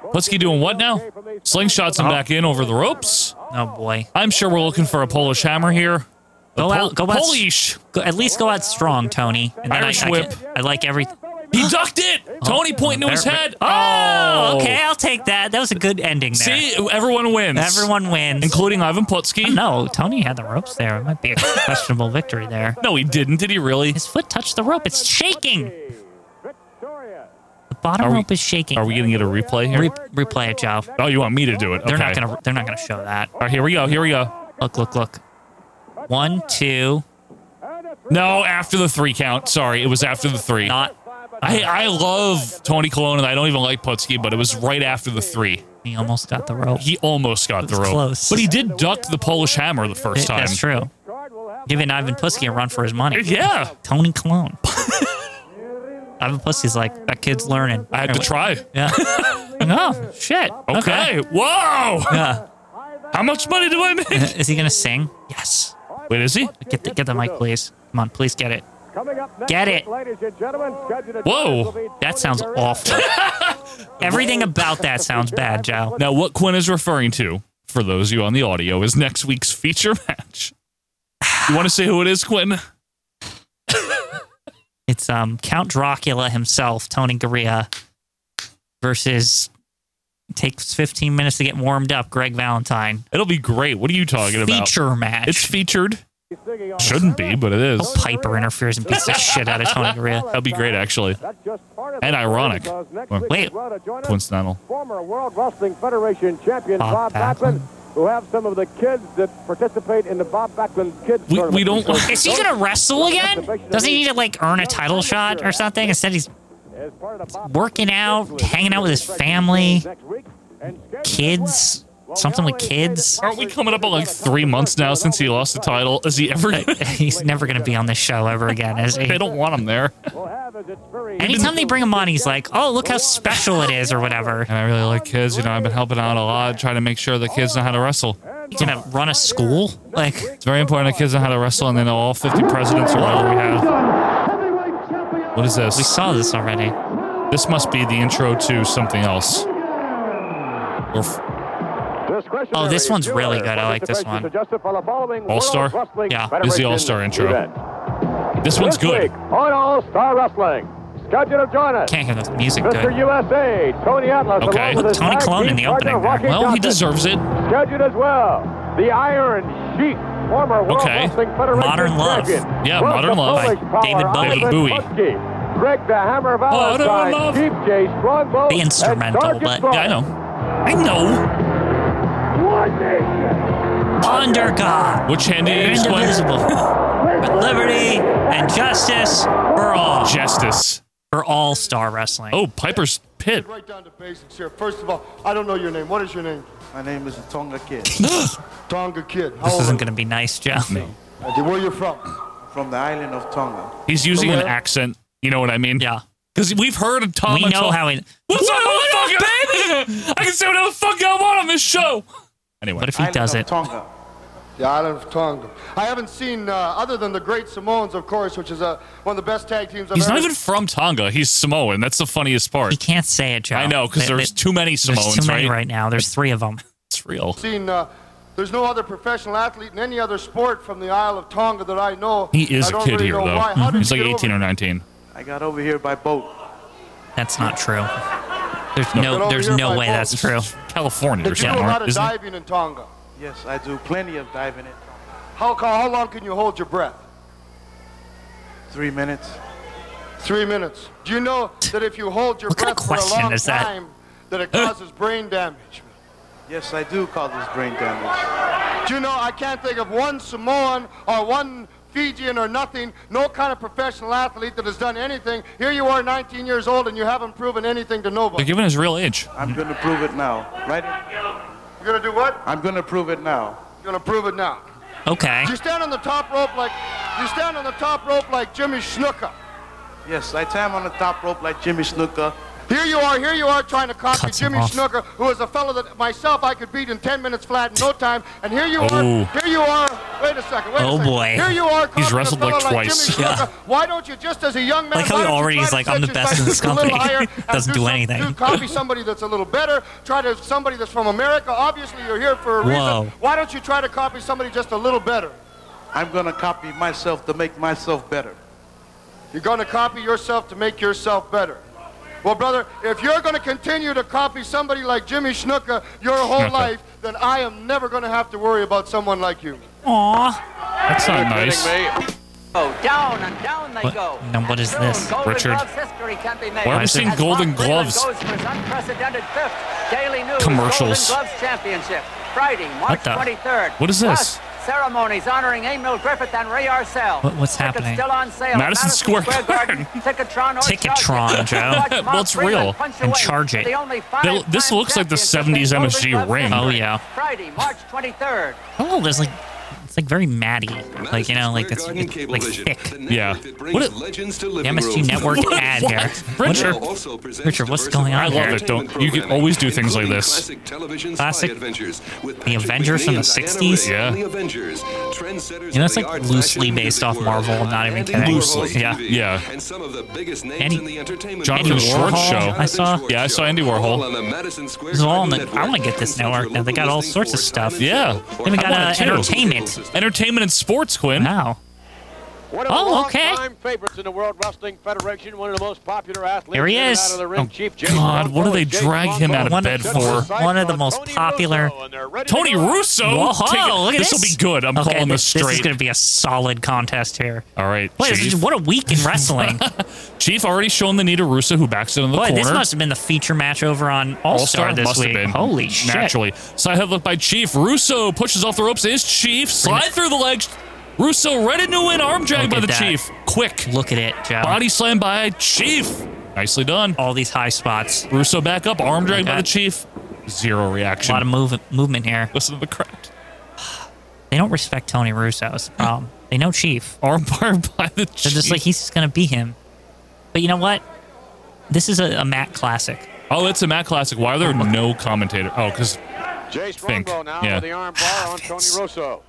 Speaker 2: Putski doing what now? Slingshots him
Speaker 1: Oh.
Speaker 2: back in over the ropes.
Speaker 1: Oh boy.
Speaker 2: I'm sure we're looking for a Polish hammer here. The
Speaker 1: Go
Speaker 2: Pol-
Speaker 1: out. Go out.
Speaker 2: Polish.
Speaker 1: Go, at least go out strong, Tony. And then
Speaker 2: Irish
Speaker 1: I, I,
Speaker 2: whip.
Speaker 1: can- I like every.
Speaker 2: He ducked it.
Speaker 1: *gasps*
Speaker 2: Tony pointing to his
Speaker 1: There-
Speaker 2: head.
Speaker 1: Oh, okay. I'll take that. That was a good ending there.
Speaker 2: See, everyone wins.
Speaker 1: Everyone wins.
Speaker 2: including Ivan Putski.
Speaker 1: no, Tony had the ropes there. It might be a questionable victory there.
Speaker 2: No, he didn't. Did he really?
Speaker 1: His foot touched the rope. It's shaking. The
Speaker 2: Are
Speaker 1: bottom
Speaker 2: we-
Speaker 1: rope is shaking.
Speaker 2: Are we gonna get a replay here?
Speaker 1: Re- replay it, Joe.
Speaker 2: oh, you want me to do it?
Speaker 1: They're not
Speaker 2: Okay.
Speaker 1: gonna. They're not gonna show that.
Speaker 2: All right, here we go. Here we go.
Speaker 1: Look, look, look. One, two.
Speaker 2: No, after the three count. Sorry, it was after the three.
Speaker 1: Not.
Speaker 2: I, I love Tony Colon and I don't even like Putski, but it was right after the three.
Speaker 1: He almost got the rope.
Speaker 2: He almost got the
Speaker 1: was
Speaker 2: rope,
Speaker 1: close.
Speaker 2: but he did duck the Polish hammer the first time.
Speaker 1: That's true. Giving Ivan Pusky a run for his money.
Speaker 2: Yeah. *laughs*
Speaker 1: Tony Cologne. Ivan Pusky's like that kid's learning.
Speaker 2: I had to try. *laughs*
Speaker 1: Yeah. oh shit.
Speaker 2: Okay. Whoa.
Speaker 1: Yeah.
Speaker 2: *laughs* How much money do I make?
Speaker 1: *laughs* Is he gonna sing? Yes.
Speaker 2: Wait, is he?
Speaker 1: Get the get the mic, please. Come on, please get it. Get it.
Speaker 2: Whoa.
Speaker 1: Oh, That sounds awful. *laughs* Everything about that sounds bad, Joe.
Speaker 2: Now, what Quinn is referring to, for those of you on the audio, is next week's feature *laughs* match. You want to say who it is, Quinn?
Speaker 1: It's um Count Dracula himself, Tony Garea, versus takes 15 minutes to get warmed up, Greg Valentine.
Speaker 2: It'll be great. What are you talking about?
Speaker 1: Feature match. Oh,
Speaker 2: It's featured. Shouldn't be, but it is.
Speaker 1: Piper interferes and beats the shit out of Tony Garea.
Speaker 2: That'd be great, actually. And ironic. Well,
Speaker 1: Wait,
Speaker 2: Coincidental.
Speaker 3: Former World Wrestling Federation champion
Speaker 1: Bob
Speaker 3: Bob, Backlund,
Speaker 1: Backlund.
Speaker 3: who have some of the kids that participate in the Bob Backlund Kids
Speaker 2: *laughs* We,
Speaker 3: Tournament.
Speaker 2: we
Speaker 3: *laughs*
Speaker 2: don't.
Speaker 1: *laughs* is he gonna wrestle again? Doesn't he need to like earn a title shot or something? Instead, he's
Speaker 3: As part of the Bob
Speaker 1: working out, hanging out with his family,
Speaker 3: next week, and scheduled
Speaker 1: kids, something with kids.
Speaker 2: Aren't we coming up on like three months now since he lost the title? Is he ever? *laughs*
Speaker 1: He's never gonna be on this show ever again, is he?
Speaker 2: they don't want him there.
Speaker 3: will have as its very
Speaker 1: Anytime they bring him on, he's like, "Oh, look how special it is," or whatever.
Speaker 2: And I really like kids. You know, I've been helping out a lot, trying to make sure the kids know how to wrestle.
Speaker 1: He's gonna run a school, like
Speaker 2: It's very important that kids know how to wrestle and they know all 50 presidents or whatever we have. What is
Speaker 1: we
Speaker 2: this?
Speaker 1: saw this already.
Speaker 2: This must be the intro to something else. Or f-
Speaker 1: Oh, this one's really good. I like this one.
Speaker 2: All-Star?
Speaker 1: Yeah.
Speaker 2: This is the All-Star intro. this one's good.
Speaker 3: on All Star Wrestling. Schedule to join us.
Speaker 1: Can't hear the music
Speaker 3: Mr.
Speaker 1: good.
Speaker 3: USA, Tony Atlas.
Speaker 2: Okay.
Speaker 3: along with his
Speaker 1: Tony
Speaker 3: tag
Speaker 1: Colon
Speaker 3: team
Speaker 1: in the
Speaker 3: partner,
Speaker 1: opening there.
Speaker 3: Rocky
Speaker 2: Well, he
Speaker 3: Johnson.
Speaker 2: deserves it.
Speaker 3: Judged as well. The Iron Sheik, former World
Speaker 2: Okay.
Speaker 3: Wrestling Federation
Speaker 1: Modern Love.
Speaker 3: champion.
Speaker 2: Yeah,
Speaker 3: World
Speaker 2: Modern Love.
Speaker 3: Polish
Speaker 1: By
Speaker 3: power,
Speaker 1: David Bowie.
Speaker 3: Ivan
Speaker 2: Bowie.
Speaker 3: Putski, Greg the Hammer
Speaker 2: Modern Love.
Speaker 3: Valentine, Chief J Strongbow,
Speaker 1: The instrumental,
Speaker 3: and Sergeant
Speaker 1: but-
Speaker 3: Slaughter.
Speaker 2: Yeah, I know. I know.
Speaker 1: Under God,
Speaker 2: Which hand do you explain?
Speaker 1: indivisible, with liberty and Justice for all.
Speaker 2: Justice.
Speaker 1: For all star wrestling.
Speaker 2: Oh, Piper's Pit.
Speaker 11: Right down to basics here. First of all, I don't know your name. What is your name? My name is Tonga Kid. Tonga Kid.
Speaker 2: oh.
Speaker 1: This isn't going to be nice, Joe.
Speaker 11: Where you from? From the island of Tonga.
Speaker 2: *laughs* He's using an accent. You know what I mean?
Speaker 1: Yeah.
Speaker 2: Because we've heard of Tom.
Speaker 1: We
Speaker 2: and
Speaker 1: know
Speaker 2: Tom-
Speaker 1: how he-
Speaker 2: What's up, motherfucker? I can say whatever the fuck I want on this show. Anyway,
Speaker 1: What if he does it?
Speaker 11: Tonga. The island of Tonga. I haven't seen, uh, other than the Great Samoans, of course, which is uh, one of the best tag teams I've
Speaker 2: He's
Speaker 11: ever
Speaker 2: not even from Tonga. He's Samoan. That's the funniest part. He
Speaker 1: *laughs* can't say it, Joe.
Speaker 2: I know because
Speaker 1: They-
Speaker 2: there's
Speaker 1: they-
Speaker 2: too many
Speaker 1: there's
Speaker 2: Samoans.
Speaker 1: too many
Speaker 2: right?
Speaker 1: right now. There's three of them.
Speaker 2: It's real.
Speaker 11: seen. Uh, there's no other professional athlete in any other sport from the Isle of Tonga that I know.
Speaker 2: He is
Speaker 11: I
Speaker 2: a
Speaker 11: don't
Speaker 2: kid
Speaker 11: really
Speaker 2: here
Speaker 11: know why.
Speaker 2: though.
Speaker 11: How did
Speaker 2: He's
Speaker 11: you
Speaker 2: like
Speaker 11: get over
Speaker 2: 18 or 19.
Speaker 11: I got over here by boat.
Speaker 1: That's not true. There's no. There's no way that's true.
Speaker 2: California
Speaker 11: Did you do a lot of diving in Tonga?
Speaker 15: Yes, I do plenty of diving in
Speaker 11: How, ca- how long can you hold your breath?
Speaker 15: three minutes.
Speaker 11: Three minutes. Do you know that if you hold your
Speaker 15: What kind
Speaker 11: breath
Speaker 15: of
Speaker 11: for a
Speaker 15: question
Speaker 11: long
Speaker 15: is that?
Speaker 11: time, that it causes brain damage?
Speaker 15: Yes, I do cause this brain damage.
Speaker 11: Do you know I can't think of one Samoan or one Fijian or nothing, no kind of professional athlete that has done anything. Here you are, 19 years old, and you haven't proven anything to
Speaker 2: They're
Speaker 11: nobody.
Speaker 2: giving his real age.
Speaker 15: I'm going to prove it now, right?
Speaker 11: You're gonna do what?
Speaker 15: I'm going to prove it now.
Speaker 11: You're gonna prove it now.
Speaker 1: Okay.
Speaker 11: You stand on the top rope like you stand on the top rope like Jimmy Snuka.
Speaker 15: Yes, I time on the top rope like Jimmy Snooker.
Speaker 11: Here you are, here you are trying to copy
Speaker 15: Cuts him
Speaker 11: Jimmy
Speaker 15: off.
Speaker 11: Snooker, who is a fellow that myself I could beat in 10 minutes flat in no time. And here you
Speaker 2: Oh.
Speaker 11: are, here you are. Wait a second, wait
Speaker 1: Oh,
Speaker 11: a second.
Speaker 1: boy.
Speaker 11: Here you are,
Speaker 2: He's
Speaker 11: copying a
Speaker 2: wrestled, like,
Speaker 11: fellow
Speaker 2: twice.
Speaker 11: Jimmy
Speaker 1: Yeah.
Speaker 11: Snuka. Why don't you just as a young man?
Speaker 1: I like how
Speaker 11: why
Speaker 1: he
Speaker 11: don't you
Speaker 1: already
Speaker 11: try
Speaker 1: is
Speaker 11: to
Speaker 1: like,
Speaker 11: set
Speaker 1: I'm the
Speaker 11: your
Speaker 1: best in
Speaker 11: sights
Speaker 1: this
Speaker 11: just a little
Speaker 1: company.
Speaker 11: higher and
Speaker 1: *laughs* Doesn't do
Speaker 11: some-
Speaker 1: anything.
Speaker 11: copy somebody that's a little better. Try to somebody that's from America. Obviously, you're here for a
Speaker 15: Whoa.
Speaker 11: reason. Why don't you try to copy somebody just a little better?
Speaker 15: I'm going to copy myself to make myself better.
Speaker 11: You're going to copy yourself to make yourself better. Well, brother, if you're going to continue to copy somebody like Jimmy Snuka your whole
Speaker 2: Snuka.
Speaker 11: life, then I am never going to have to worry about someone like you.
Speaker 1: Aw.
Speaker 2: That's not nice.
Speaker 16: Oh, down and down they
Speaker 1: What-
Speaker 16: go.
Speaker 1: now what is
Speaker 16: Soon,
Speaker 1: this,
Speaker 16: Golden
Speaker 1: Richard?
Speaker 16: Gloves history can be made.
Speaker 1: Why are we
Speaker 16: As
Speaker 1: seeing
Speaker 16: Bob
Speaker 1: Golden
Speaker 16: Freeman
Speaker 1: gloves?
Speaker 16: goes for his unprecedented fifth Daily News
Speaker 2: Commercials.
Speaker 16: Golden Gloves Championship, Friday, March
Speaker 1: What the-
Speaker 16: 23rd.
Speaker 1: what is this?
Speaker 16: Plus, ceremonies honoring Emil Griffith and Ray Arcel.
Speaker 1: What- what's
Speaker 16: Tickets
Speaker 1: happening?
Speaker 16: still on sale. at
Speaker 1: Madison Square
Speaker 16: Garden. Ticketron or
Speaker 1: Ticketron,
Speaker 16: Charge.
Speaker 1: Joe.
Speaker 16: Watch
Speaker 1: well,
Speaker 16: Bob
Speaker 1: it's
Speaker 16: Freeman
Speaker 1: real.
Speaker 16: punch
Speaker 1: And
Speaker 16: away
Speaker 1: charge
Speaker 16: for
Speaker 1: it.
Speaker 16: the only
Speaker 2: They-
Speaker 16: five-time
Speaker 2: this looks like the
Speaker 16: championship in
Speaker 2: 70s
Speaker 16: Golden
Speaker 2: MSG
Speaker 16: Gloves
Speaker 2: ring.
Speaker 1: Oh,
Speaker 16: history.
Speaker 1: yeah.
Speaker 16: Friday, March 23rd.
Speaker 1: Oh, there's like, it's like very matty. Like, you know, like it's it's, like thick.
Speaker 2: Yeah.
Speaker 1: What a- the MSG Network *laughs* ad here.
Speaker 2: Richard.
Speaker 1: Richard, Richard, what's going
Speaker 2: I
Speaker 1: on
Speaker 2: love
Speaker 1: here?
Speaker 2: it. Don't you can always do things like this.
Speaker 17: Classic television
Speaker 1: Classic-
Speaker 17: spy adventures with
Speaker 1: The Avengers from the 60s?
Speaker 17: Yeah.
Speaker 1: Yeah.
Speaker 17: Avengers, trendsetters
Speaker 1: You know, it's
Speaker 17: of the
Speaker 1: like
Speaker 17: art,
Speaker 1: loosely
Speaker 17: fashion,
Speaker 1: based
Speaker 17: music
Speaker 1: off
Speaker 17: world.
Speaker 1: Marvel. I'm not even
Speaker 17: Andy
Speaker 1: kidding.
Speaker 17: Warhol
Speaker 1: Loosely, yeah.
Speaker 17: TV,
Speaker 2: Yeah.
Speaker 17: And some of the biggest names
Speaker 1: Andy-
Speaker 17: in the entertainment
Speaker 2: Jonathan
Speaker 17: business.
Speaker 2: Schwartz show.
Speaker 1: I saw.
Speaker 2: Yeah, I saw Andy Warhol.
Speaker 17: on the Madison Square
Speaker 1: This is all in
Speaker 17: Garden
Speaker 1: the, I want to get this network now. They got all sorts of stuff.
Speaker 2: Yeah.
Speaker 1: They even got
Speaker 2: I
Speaker 1: uh,
Speaker 2: want it too.
Speaker 1: entertainment.
Speaker 2: Entertainment and sports, Quinn.
Speaker 1: Wow.
Speaker 18: One of
Speaker 1: Oh,
Speaker 18: the
Speaker 1: okay.
Speaker 18: longtime favorites in the World Wrestling Federation, one of the most popular athletes
Speaker 1: There he
Speaker 18: in and
Speaker 1: is.
Speaker 18: out of the ring, Chief Jay
Speaker 2: Oh, God, what do they drag him out of
Speaker 1: One-
Speaker 2: bed for?
Speaker 1: One of the most popular.
Speaker 2: Tony Russo. Take it-
Speaker 1: Whoa, look at
Speaker 2: this'll be
Speaker 1: this.
Speaker 2: good. I'm
Speaker 1: Okay,
Speaker 2: calling this
Speaker 1: This is
Speaker 2: straight. Oh,
Speaker 1: going to be a solid contest here.
Speaker 2: All right.
Speaker 1: Wait, this is-
Speaker 2: Chief.
Speaker 1: what a week
Speaker 2: *laughs*
Speaker 1: in wrestling.
Speaker 2: Chief already shown the knee to Russo, who backs it in the
Speaker 1: Boy,
Speaker 2: corner.
Speaker 1: this must have been the feature match over on All Star this
Speaker 2: must have
Speaker 1: week.
Speaker 2: been,
Speaker 1: Holy shit.
Speaker 2: Naturally. Side headlock by Chief. Russo pushes off the ropes. Is Chief. Slide through the legs. Russo right into an arm drag
Speaker 1: Look
Speaker 2: by
Speaker 1: at
Speaker 2: the
Speaker 1: that.
Speaker 2: Chief. Quick.
Speaker 1: Look at it, Joe.
Speaker 2: Body slam by Chief. Nicely done.
Speaker 1: All these high spots.
Speaker 2: Russo back up. Arm drag by
Speaker 1: Okay.
Speaker 2: the Chief. Zero reaction.
Speaker 1: A lot of move, movement here.
Speaker 2: Listen to the crowd.
Speaker 1: They don't respect Tony Russo. Is the problem. they know Chief.
Speaker 2: *laughs* Armbar by the
Speaker 1: They're just like, he's just going to be him. But you know what? This is a, a Matt classic.
Speaker 2: Oh, it's a Matt Classic. Why are there no commentator? Oh, because
Speaker 18: Jay
Speaker 2: Fink.
Speaker 18: Strongbow now
Speaker 2: Yeah.
Speaker 18: with the arm bar on Tony Russo.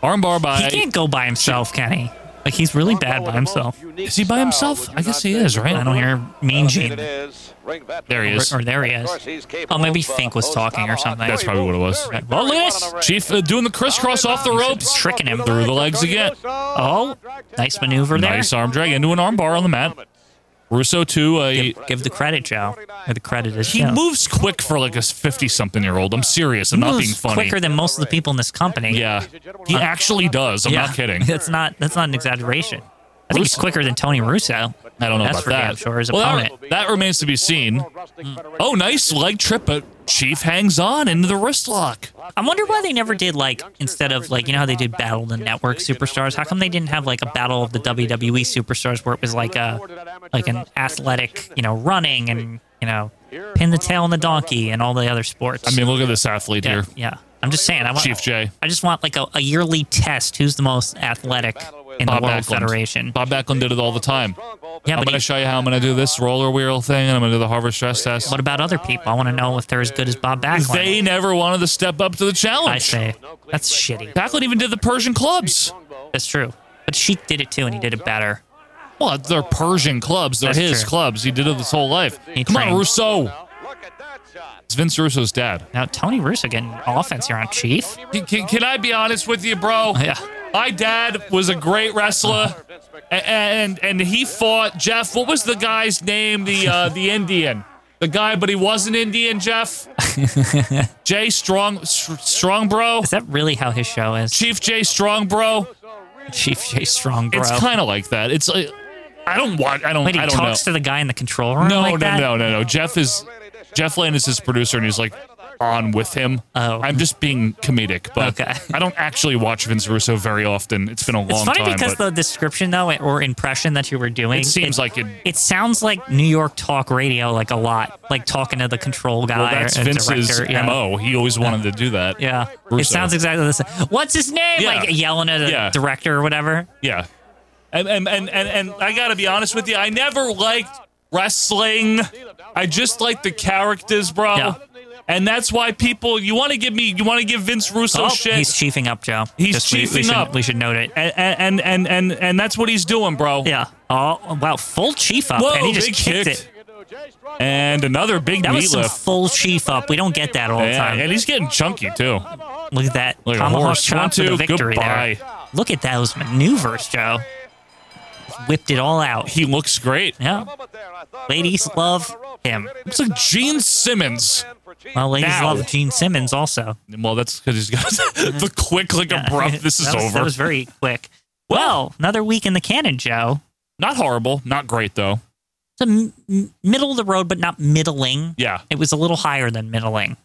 Speaker 2: armbar by.
Speaker 1: He can't go by himself, can he? Like, he's really bad by himself.
Speaker 2: Is he by himself? I guess he is, right?
Speaker 1: I don't hear Mean Gene.
Speaker 2: There he is.
Speaker 1: Or, or there he Uh, is. Oh, maybe
Speaker 18: uh,
Speaker 1: Fink was talking or something.
Speaker 2: That's probably what it was. Well, yes. Chief uh, doing the crisscross off the ropes.
Speaker 1: Tricking him.
Speaker 2: Through the legs again.
Speaker 1: Oh, nice maneuver there.
Speaker 2: Nice arm drag into an arm bar on the mat. Russo to a.
Speaker 1: Give the credit, Joe. Give the credit is
Speaker 2: He
Speaker 1: Joe.
Speaker 2: moves quick for like a 50 something year old. I'm serious. I'm
Speaker 1: He
Speaker 2: not
Speaker 1: moves
Speaker 2: being funny.
Speaker 1: Quicker than most of the people in this company. Uh,
Speaker 2: Yeah. He actually does. I'm not kidding.
Speaker 1: That's not that's not an exaggeration. I think he's quicker than Tony Russo.
Speaker 2: I don't know
Speaker 1: That's
Speaker 2: about
Speaker 1: for
Speaker 2: that.
Speaker 1: damn sure his
Speaker 2: Well, that-
Speaker 1: opponent.
Speaker 2: That, remains to be seen. Oh, Hmm. nice leg trip, but Chief hangs on into the wrist lock.
Speaker 1: I wonder why they never did like instead of like you know how they did Battle of the Network superstars. How come they didn't have like a Battle of the WWE superstars where it was like a like an athletic you know running and you know pin the tail on the donkey and all the other sports.
Speaker 2: I mean, look at this athlete
Speaker 1: yeah,
Speaker 2: here.
Speaker 1: yeah. I'm just saying. I want
Speaker 2: Chief J.
Speaker 1: I just want like a, a yearly test. Who's the most athletic in the
Speaker 2: Bob
Speaker 1: World
Speaker 2: Backlund.
Speaker 1: Federation?
Speaker 2: Bob Backlund did it all the time.
Speaker 1: Yeah,
Speaker 2: I'm
Speaker 1: but
Speaker 2: going to
Speaker 1: he-
Speaker 2: show you how I'm going to do this roller wheel thing, and I'm going to do the Harvard stress test.
Speaker 1: What about other people? I want to know if they're as good as Bob Backlund.
Speaker 2: They never wanted to step up to the challenge.
Speaker 1: I say that's shitty.
Speaker 2: Backlund even did the Persian clubs.
Speaker 1: That's true. But she did it too, and he did it better.
Speaker 2: Well, they're Persian clubs. They're
Speaker 1: That's
Speaker 2: his
Speaker 1: true.
Speaker 2: clubs. He did it his whole life.
Speaker 1: He
Speaker 2: Come
Speaker 1: trained.
Speaker 2: on, Russo. It's Vince Russo's dad.
Speaker 1: Now Tony Russo getting offense here on Chief.
Speaker 2: Can, can, can I be honest with you, bro?
Speaker 1: Yeah.
Speaker 2: My dad was a great wrestler, a- and and he fought Jeff. What was the guy's name? The uh,
Speaker 1: *laughs*
Speaker 2: the Indian, the guy, but he wasn't Indian. Jeff Jay Strong S- Strong Bro,
Speaker 1: Is that really how his show is?
Speaker 2: Chief Jay Strong Bro.
Speaker 1: Chief J. Strong, bro.
Speaker 2: It's kind of like that. It's like, I don't want. I don't.
Speaker 1: Wait, he
Speaker 2: I don't
Speaker 1: talks
Speaker 2: know.
Speaker 1: to the guy in the control room.
Speaker 2: no,
Speaker 1: like
Speaker 2: no,
Speaker 1: that?
Speaker 2: no, no, no. Jeff is Jeff Lane is his producer, and he's like on with him.
Speaker 1: Oh.
Speaker 2: I'm just being comedic, but
Speaker 1: Okay.
Speaker 2: I don't actually watch Vince Russo very often. It's been a long
Speaker 1: It's funny
Speaker 2: time.
Speaker 1: because
Speaker 2: but
Speaker 1: the description though, or impression that you were doing,
Speaker 2: it seems like it.
Speaker 1: it sounds like New York talk radio, like a lot, like talking to the control guy.
Speaker 2: Well, that's
Speaker 1: or
Speaker 2: Vince's
Speaker 1: director, yeah.
Speaker 2: mo. He always wanted to do that.
Speaker 1: Yeah,
Speaker 2: Russo.
Speaker 1: it sounds exactly the same. What's his name?
Speaker 2: Yeah.
Speaker 1: Like yelling at a
Speaker 2: Yeah.
Speaker 1: director or whatever.
Speaker 2: Yeah. And and, and and and I gotta be honest with you, I never liked wrestling. I just liked the characters, bro.
Speaker 1: Yeah.
Speaker 2: And that's why people you wanna give me you wanna give Vince Russo
Speaker 1: oh,
Speaker 2: shit.
Speaker 1: he's chiefing up, Joe.
Speaker 2: He's
Speaker 1: we- we
Speaker 2: chiefing
Speaker 1: should-
Speaker 2: up.
Speaker 1: We should note it.
Speaker 2: and, and and and and that's what he's doing, bro.
Speaker 1: Yeah. Oh wow, full chief up,
Speaker 2: Whoa,
Speaker 1: and he just
Speaker 2: big
Speaker 1: kicked
Speaker 2: kick.
Speaker 1: it.
Speaker 2: And another big
Speaker 1: That
Speaker 2: knee
Speaker 1: was some
Speaker 2: lift.
Speaker 1: full chief up. We don't get that all the
Speaker 2: Yeah,
Speaker 1: time.
Speaker 2: and he's getting chunky too.
Speaker 1: Look at that.
Speaker 2: Like a
Speaker 1: Tomahawk
Speaker 2: horse.
Speaker 1: chop
Speaker 2: One,
Speaker 1: for the
Speaker 2: two,
Speaker 1: victory
Speaker 2: goodbye.
Speaker 1: there. Look at those maneuvers, Joe. Whipped it all out.
Speaker 2: He looks great.
Speaker 1: Yeah. Ladies love him.
Speaker 2: Looks like Gene Simmons.
Speaker 1: Well, ladies
Speaker 2: Now.
Speaker 1: love Gene Simmons also.
Speaker 2: Well, that's because he's got *laughs* the quick, like
Speaker 1: *laughs*
Speaker 2: abrupt. This is
Speaker 1: that was,
Speaker 2: over.
Speaker 1: That was very quick. Well, another week in the canon, Joe.
Speaker 2: not horrible, not great though.
Speaker 1: It's a m- m- middle of the road, but not middling.
Speaker 2: Yeah,
Speaker 1: It was a little higher than middling.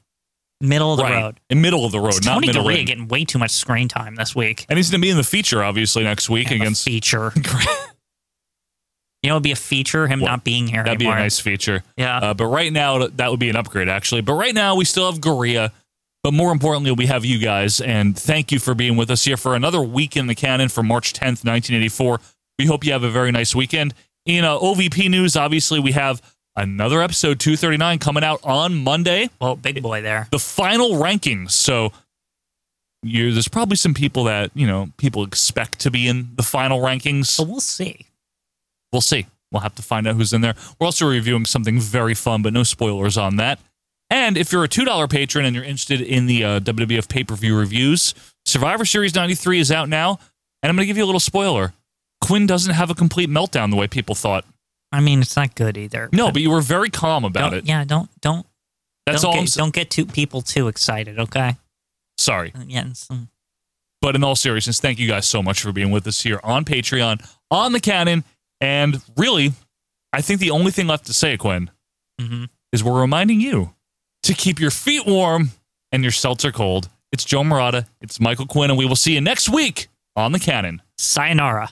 Speaker 1: Middle of the
Speaker 2: right.
Speaker 1: road.
Speaker 2: In middle of the road,
Speaker 1: It's
Speaker 2: not
Speaker 1: Tony
Speaker 2: middle.
Speaker 1: Garea
Speaker 2: in.
Speaker 1: getting way too much screen time this week.
Speaker 2: and he's going to be in the feature obviously next week
Speaker 1: And a
Speaker 2: against.
Speaker 1: feature. You know, it'd be a feature him
Speaker 2: Well,
Speaker 1: not being
Speaker 2: *laughs*
Speaker 1: here
Speaker 2: That'd be a
Speaker 1: anymore.
Speaker 2: nice feature.
Speaker 1: Yeah.
Speaker 2: Uh, but right now, that would be an upgrade actually. But right now, we still have Gorilla. But more importantly, we have you guys, and thank you for being with us here for another week in the canon for March 10th, 1984. We hope you have a very nice weekend. In uh, OVP news, obviously, we have another episode 239 coming out on Monday.
Speaker 1: well, big boy there.
Speaker 2: the final rankings. So you there's probably some people that you know people expect to be in the final
Speaker 1: So
Speaker 2: rankings.
Speaker 1: we'll see.
Speaker 2: We'll see. We'll have to find out who's in there. We're also reviewing something very fun, but no spoilers on that. And if you're a two dollar patron and you're interested in the uh, WWF pay per view reviews, Survivor Series '93 is out now, and I'm going to give you a little spoiler. Quinn doesn't have a complete meltdown the way people thought.
Speaker 1: I mean, it's not good either.
Speaker 2: No, but you were very calm about
Speaker 1: Don't-
Speaker 2: it.
Speaker 1: Yeah, don't don't.
Speaker 2: That's
Speaker 1: don't
Speaker 2: all.
Speaker 1: Get,
Speaker 2: I'm s-
Speaker 1: Don't get too people too excited. Okay.
Speaker 2: sorry.
Speaker 1: Yeah. it's, um,
Speaker 2: But in all seriousness, thank you guys so much for being with us here on Patreon, on the canon, and really, I think the only thing left to say, Quinn,
Speaker 1: mhm.
Speaker 2: is we're reminding you to keep your feet warm and your seltzer cold. It's Joe Murata, it's Michael Quinn, and we will see you next week on the canon.
Speaker 1: Sayonara.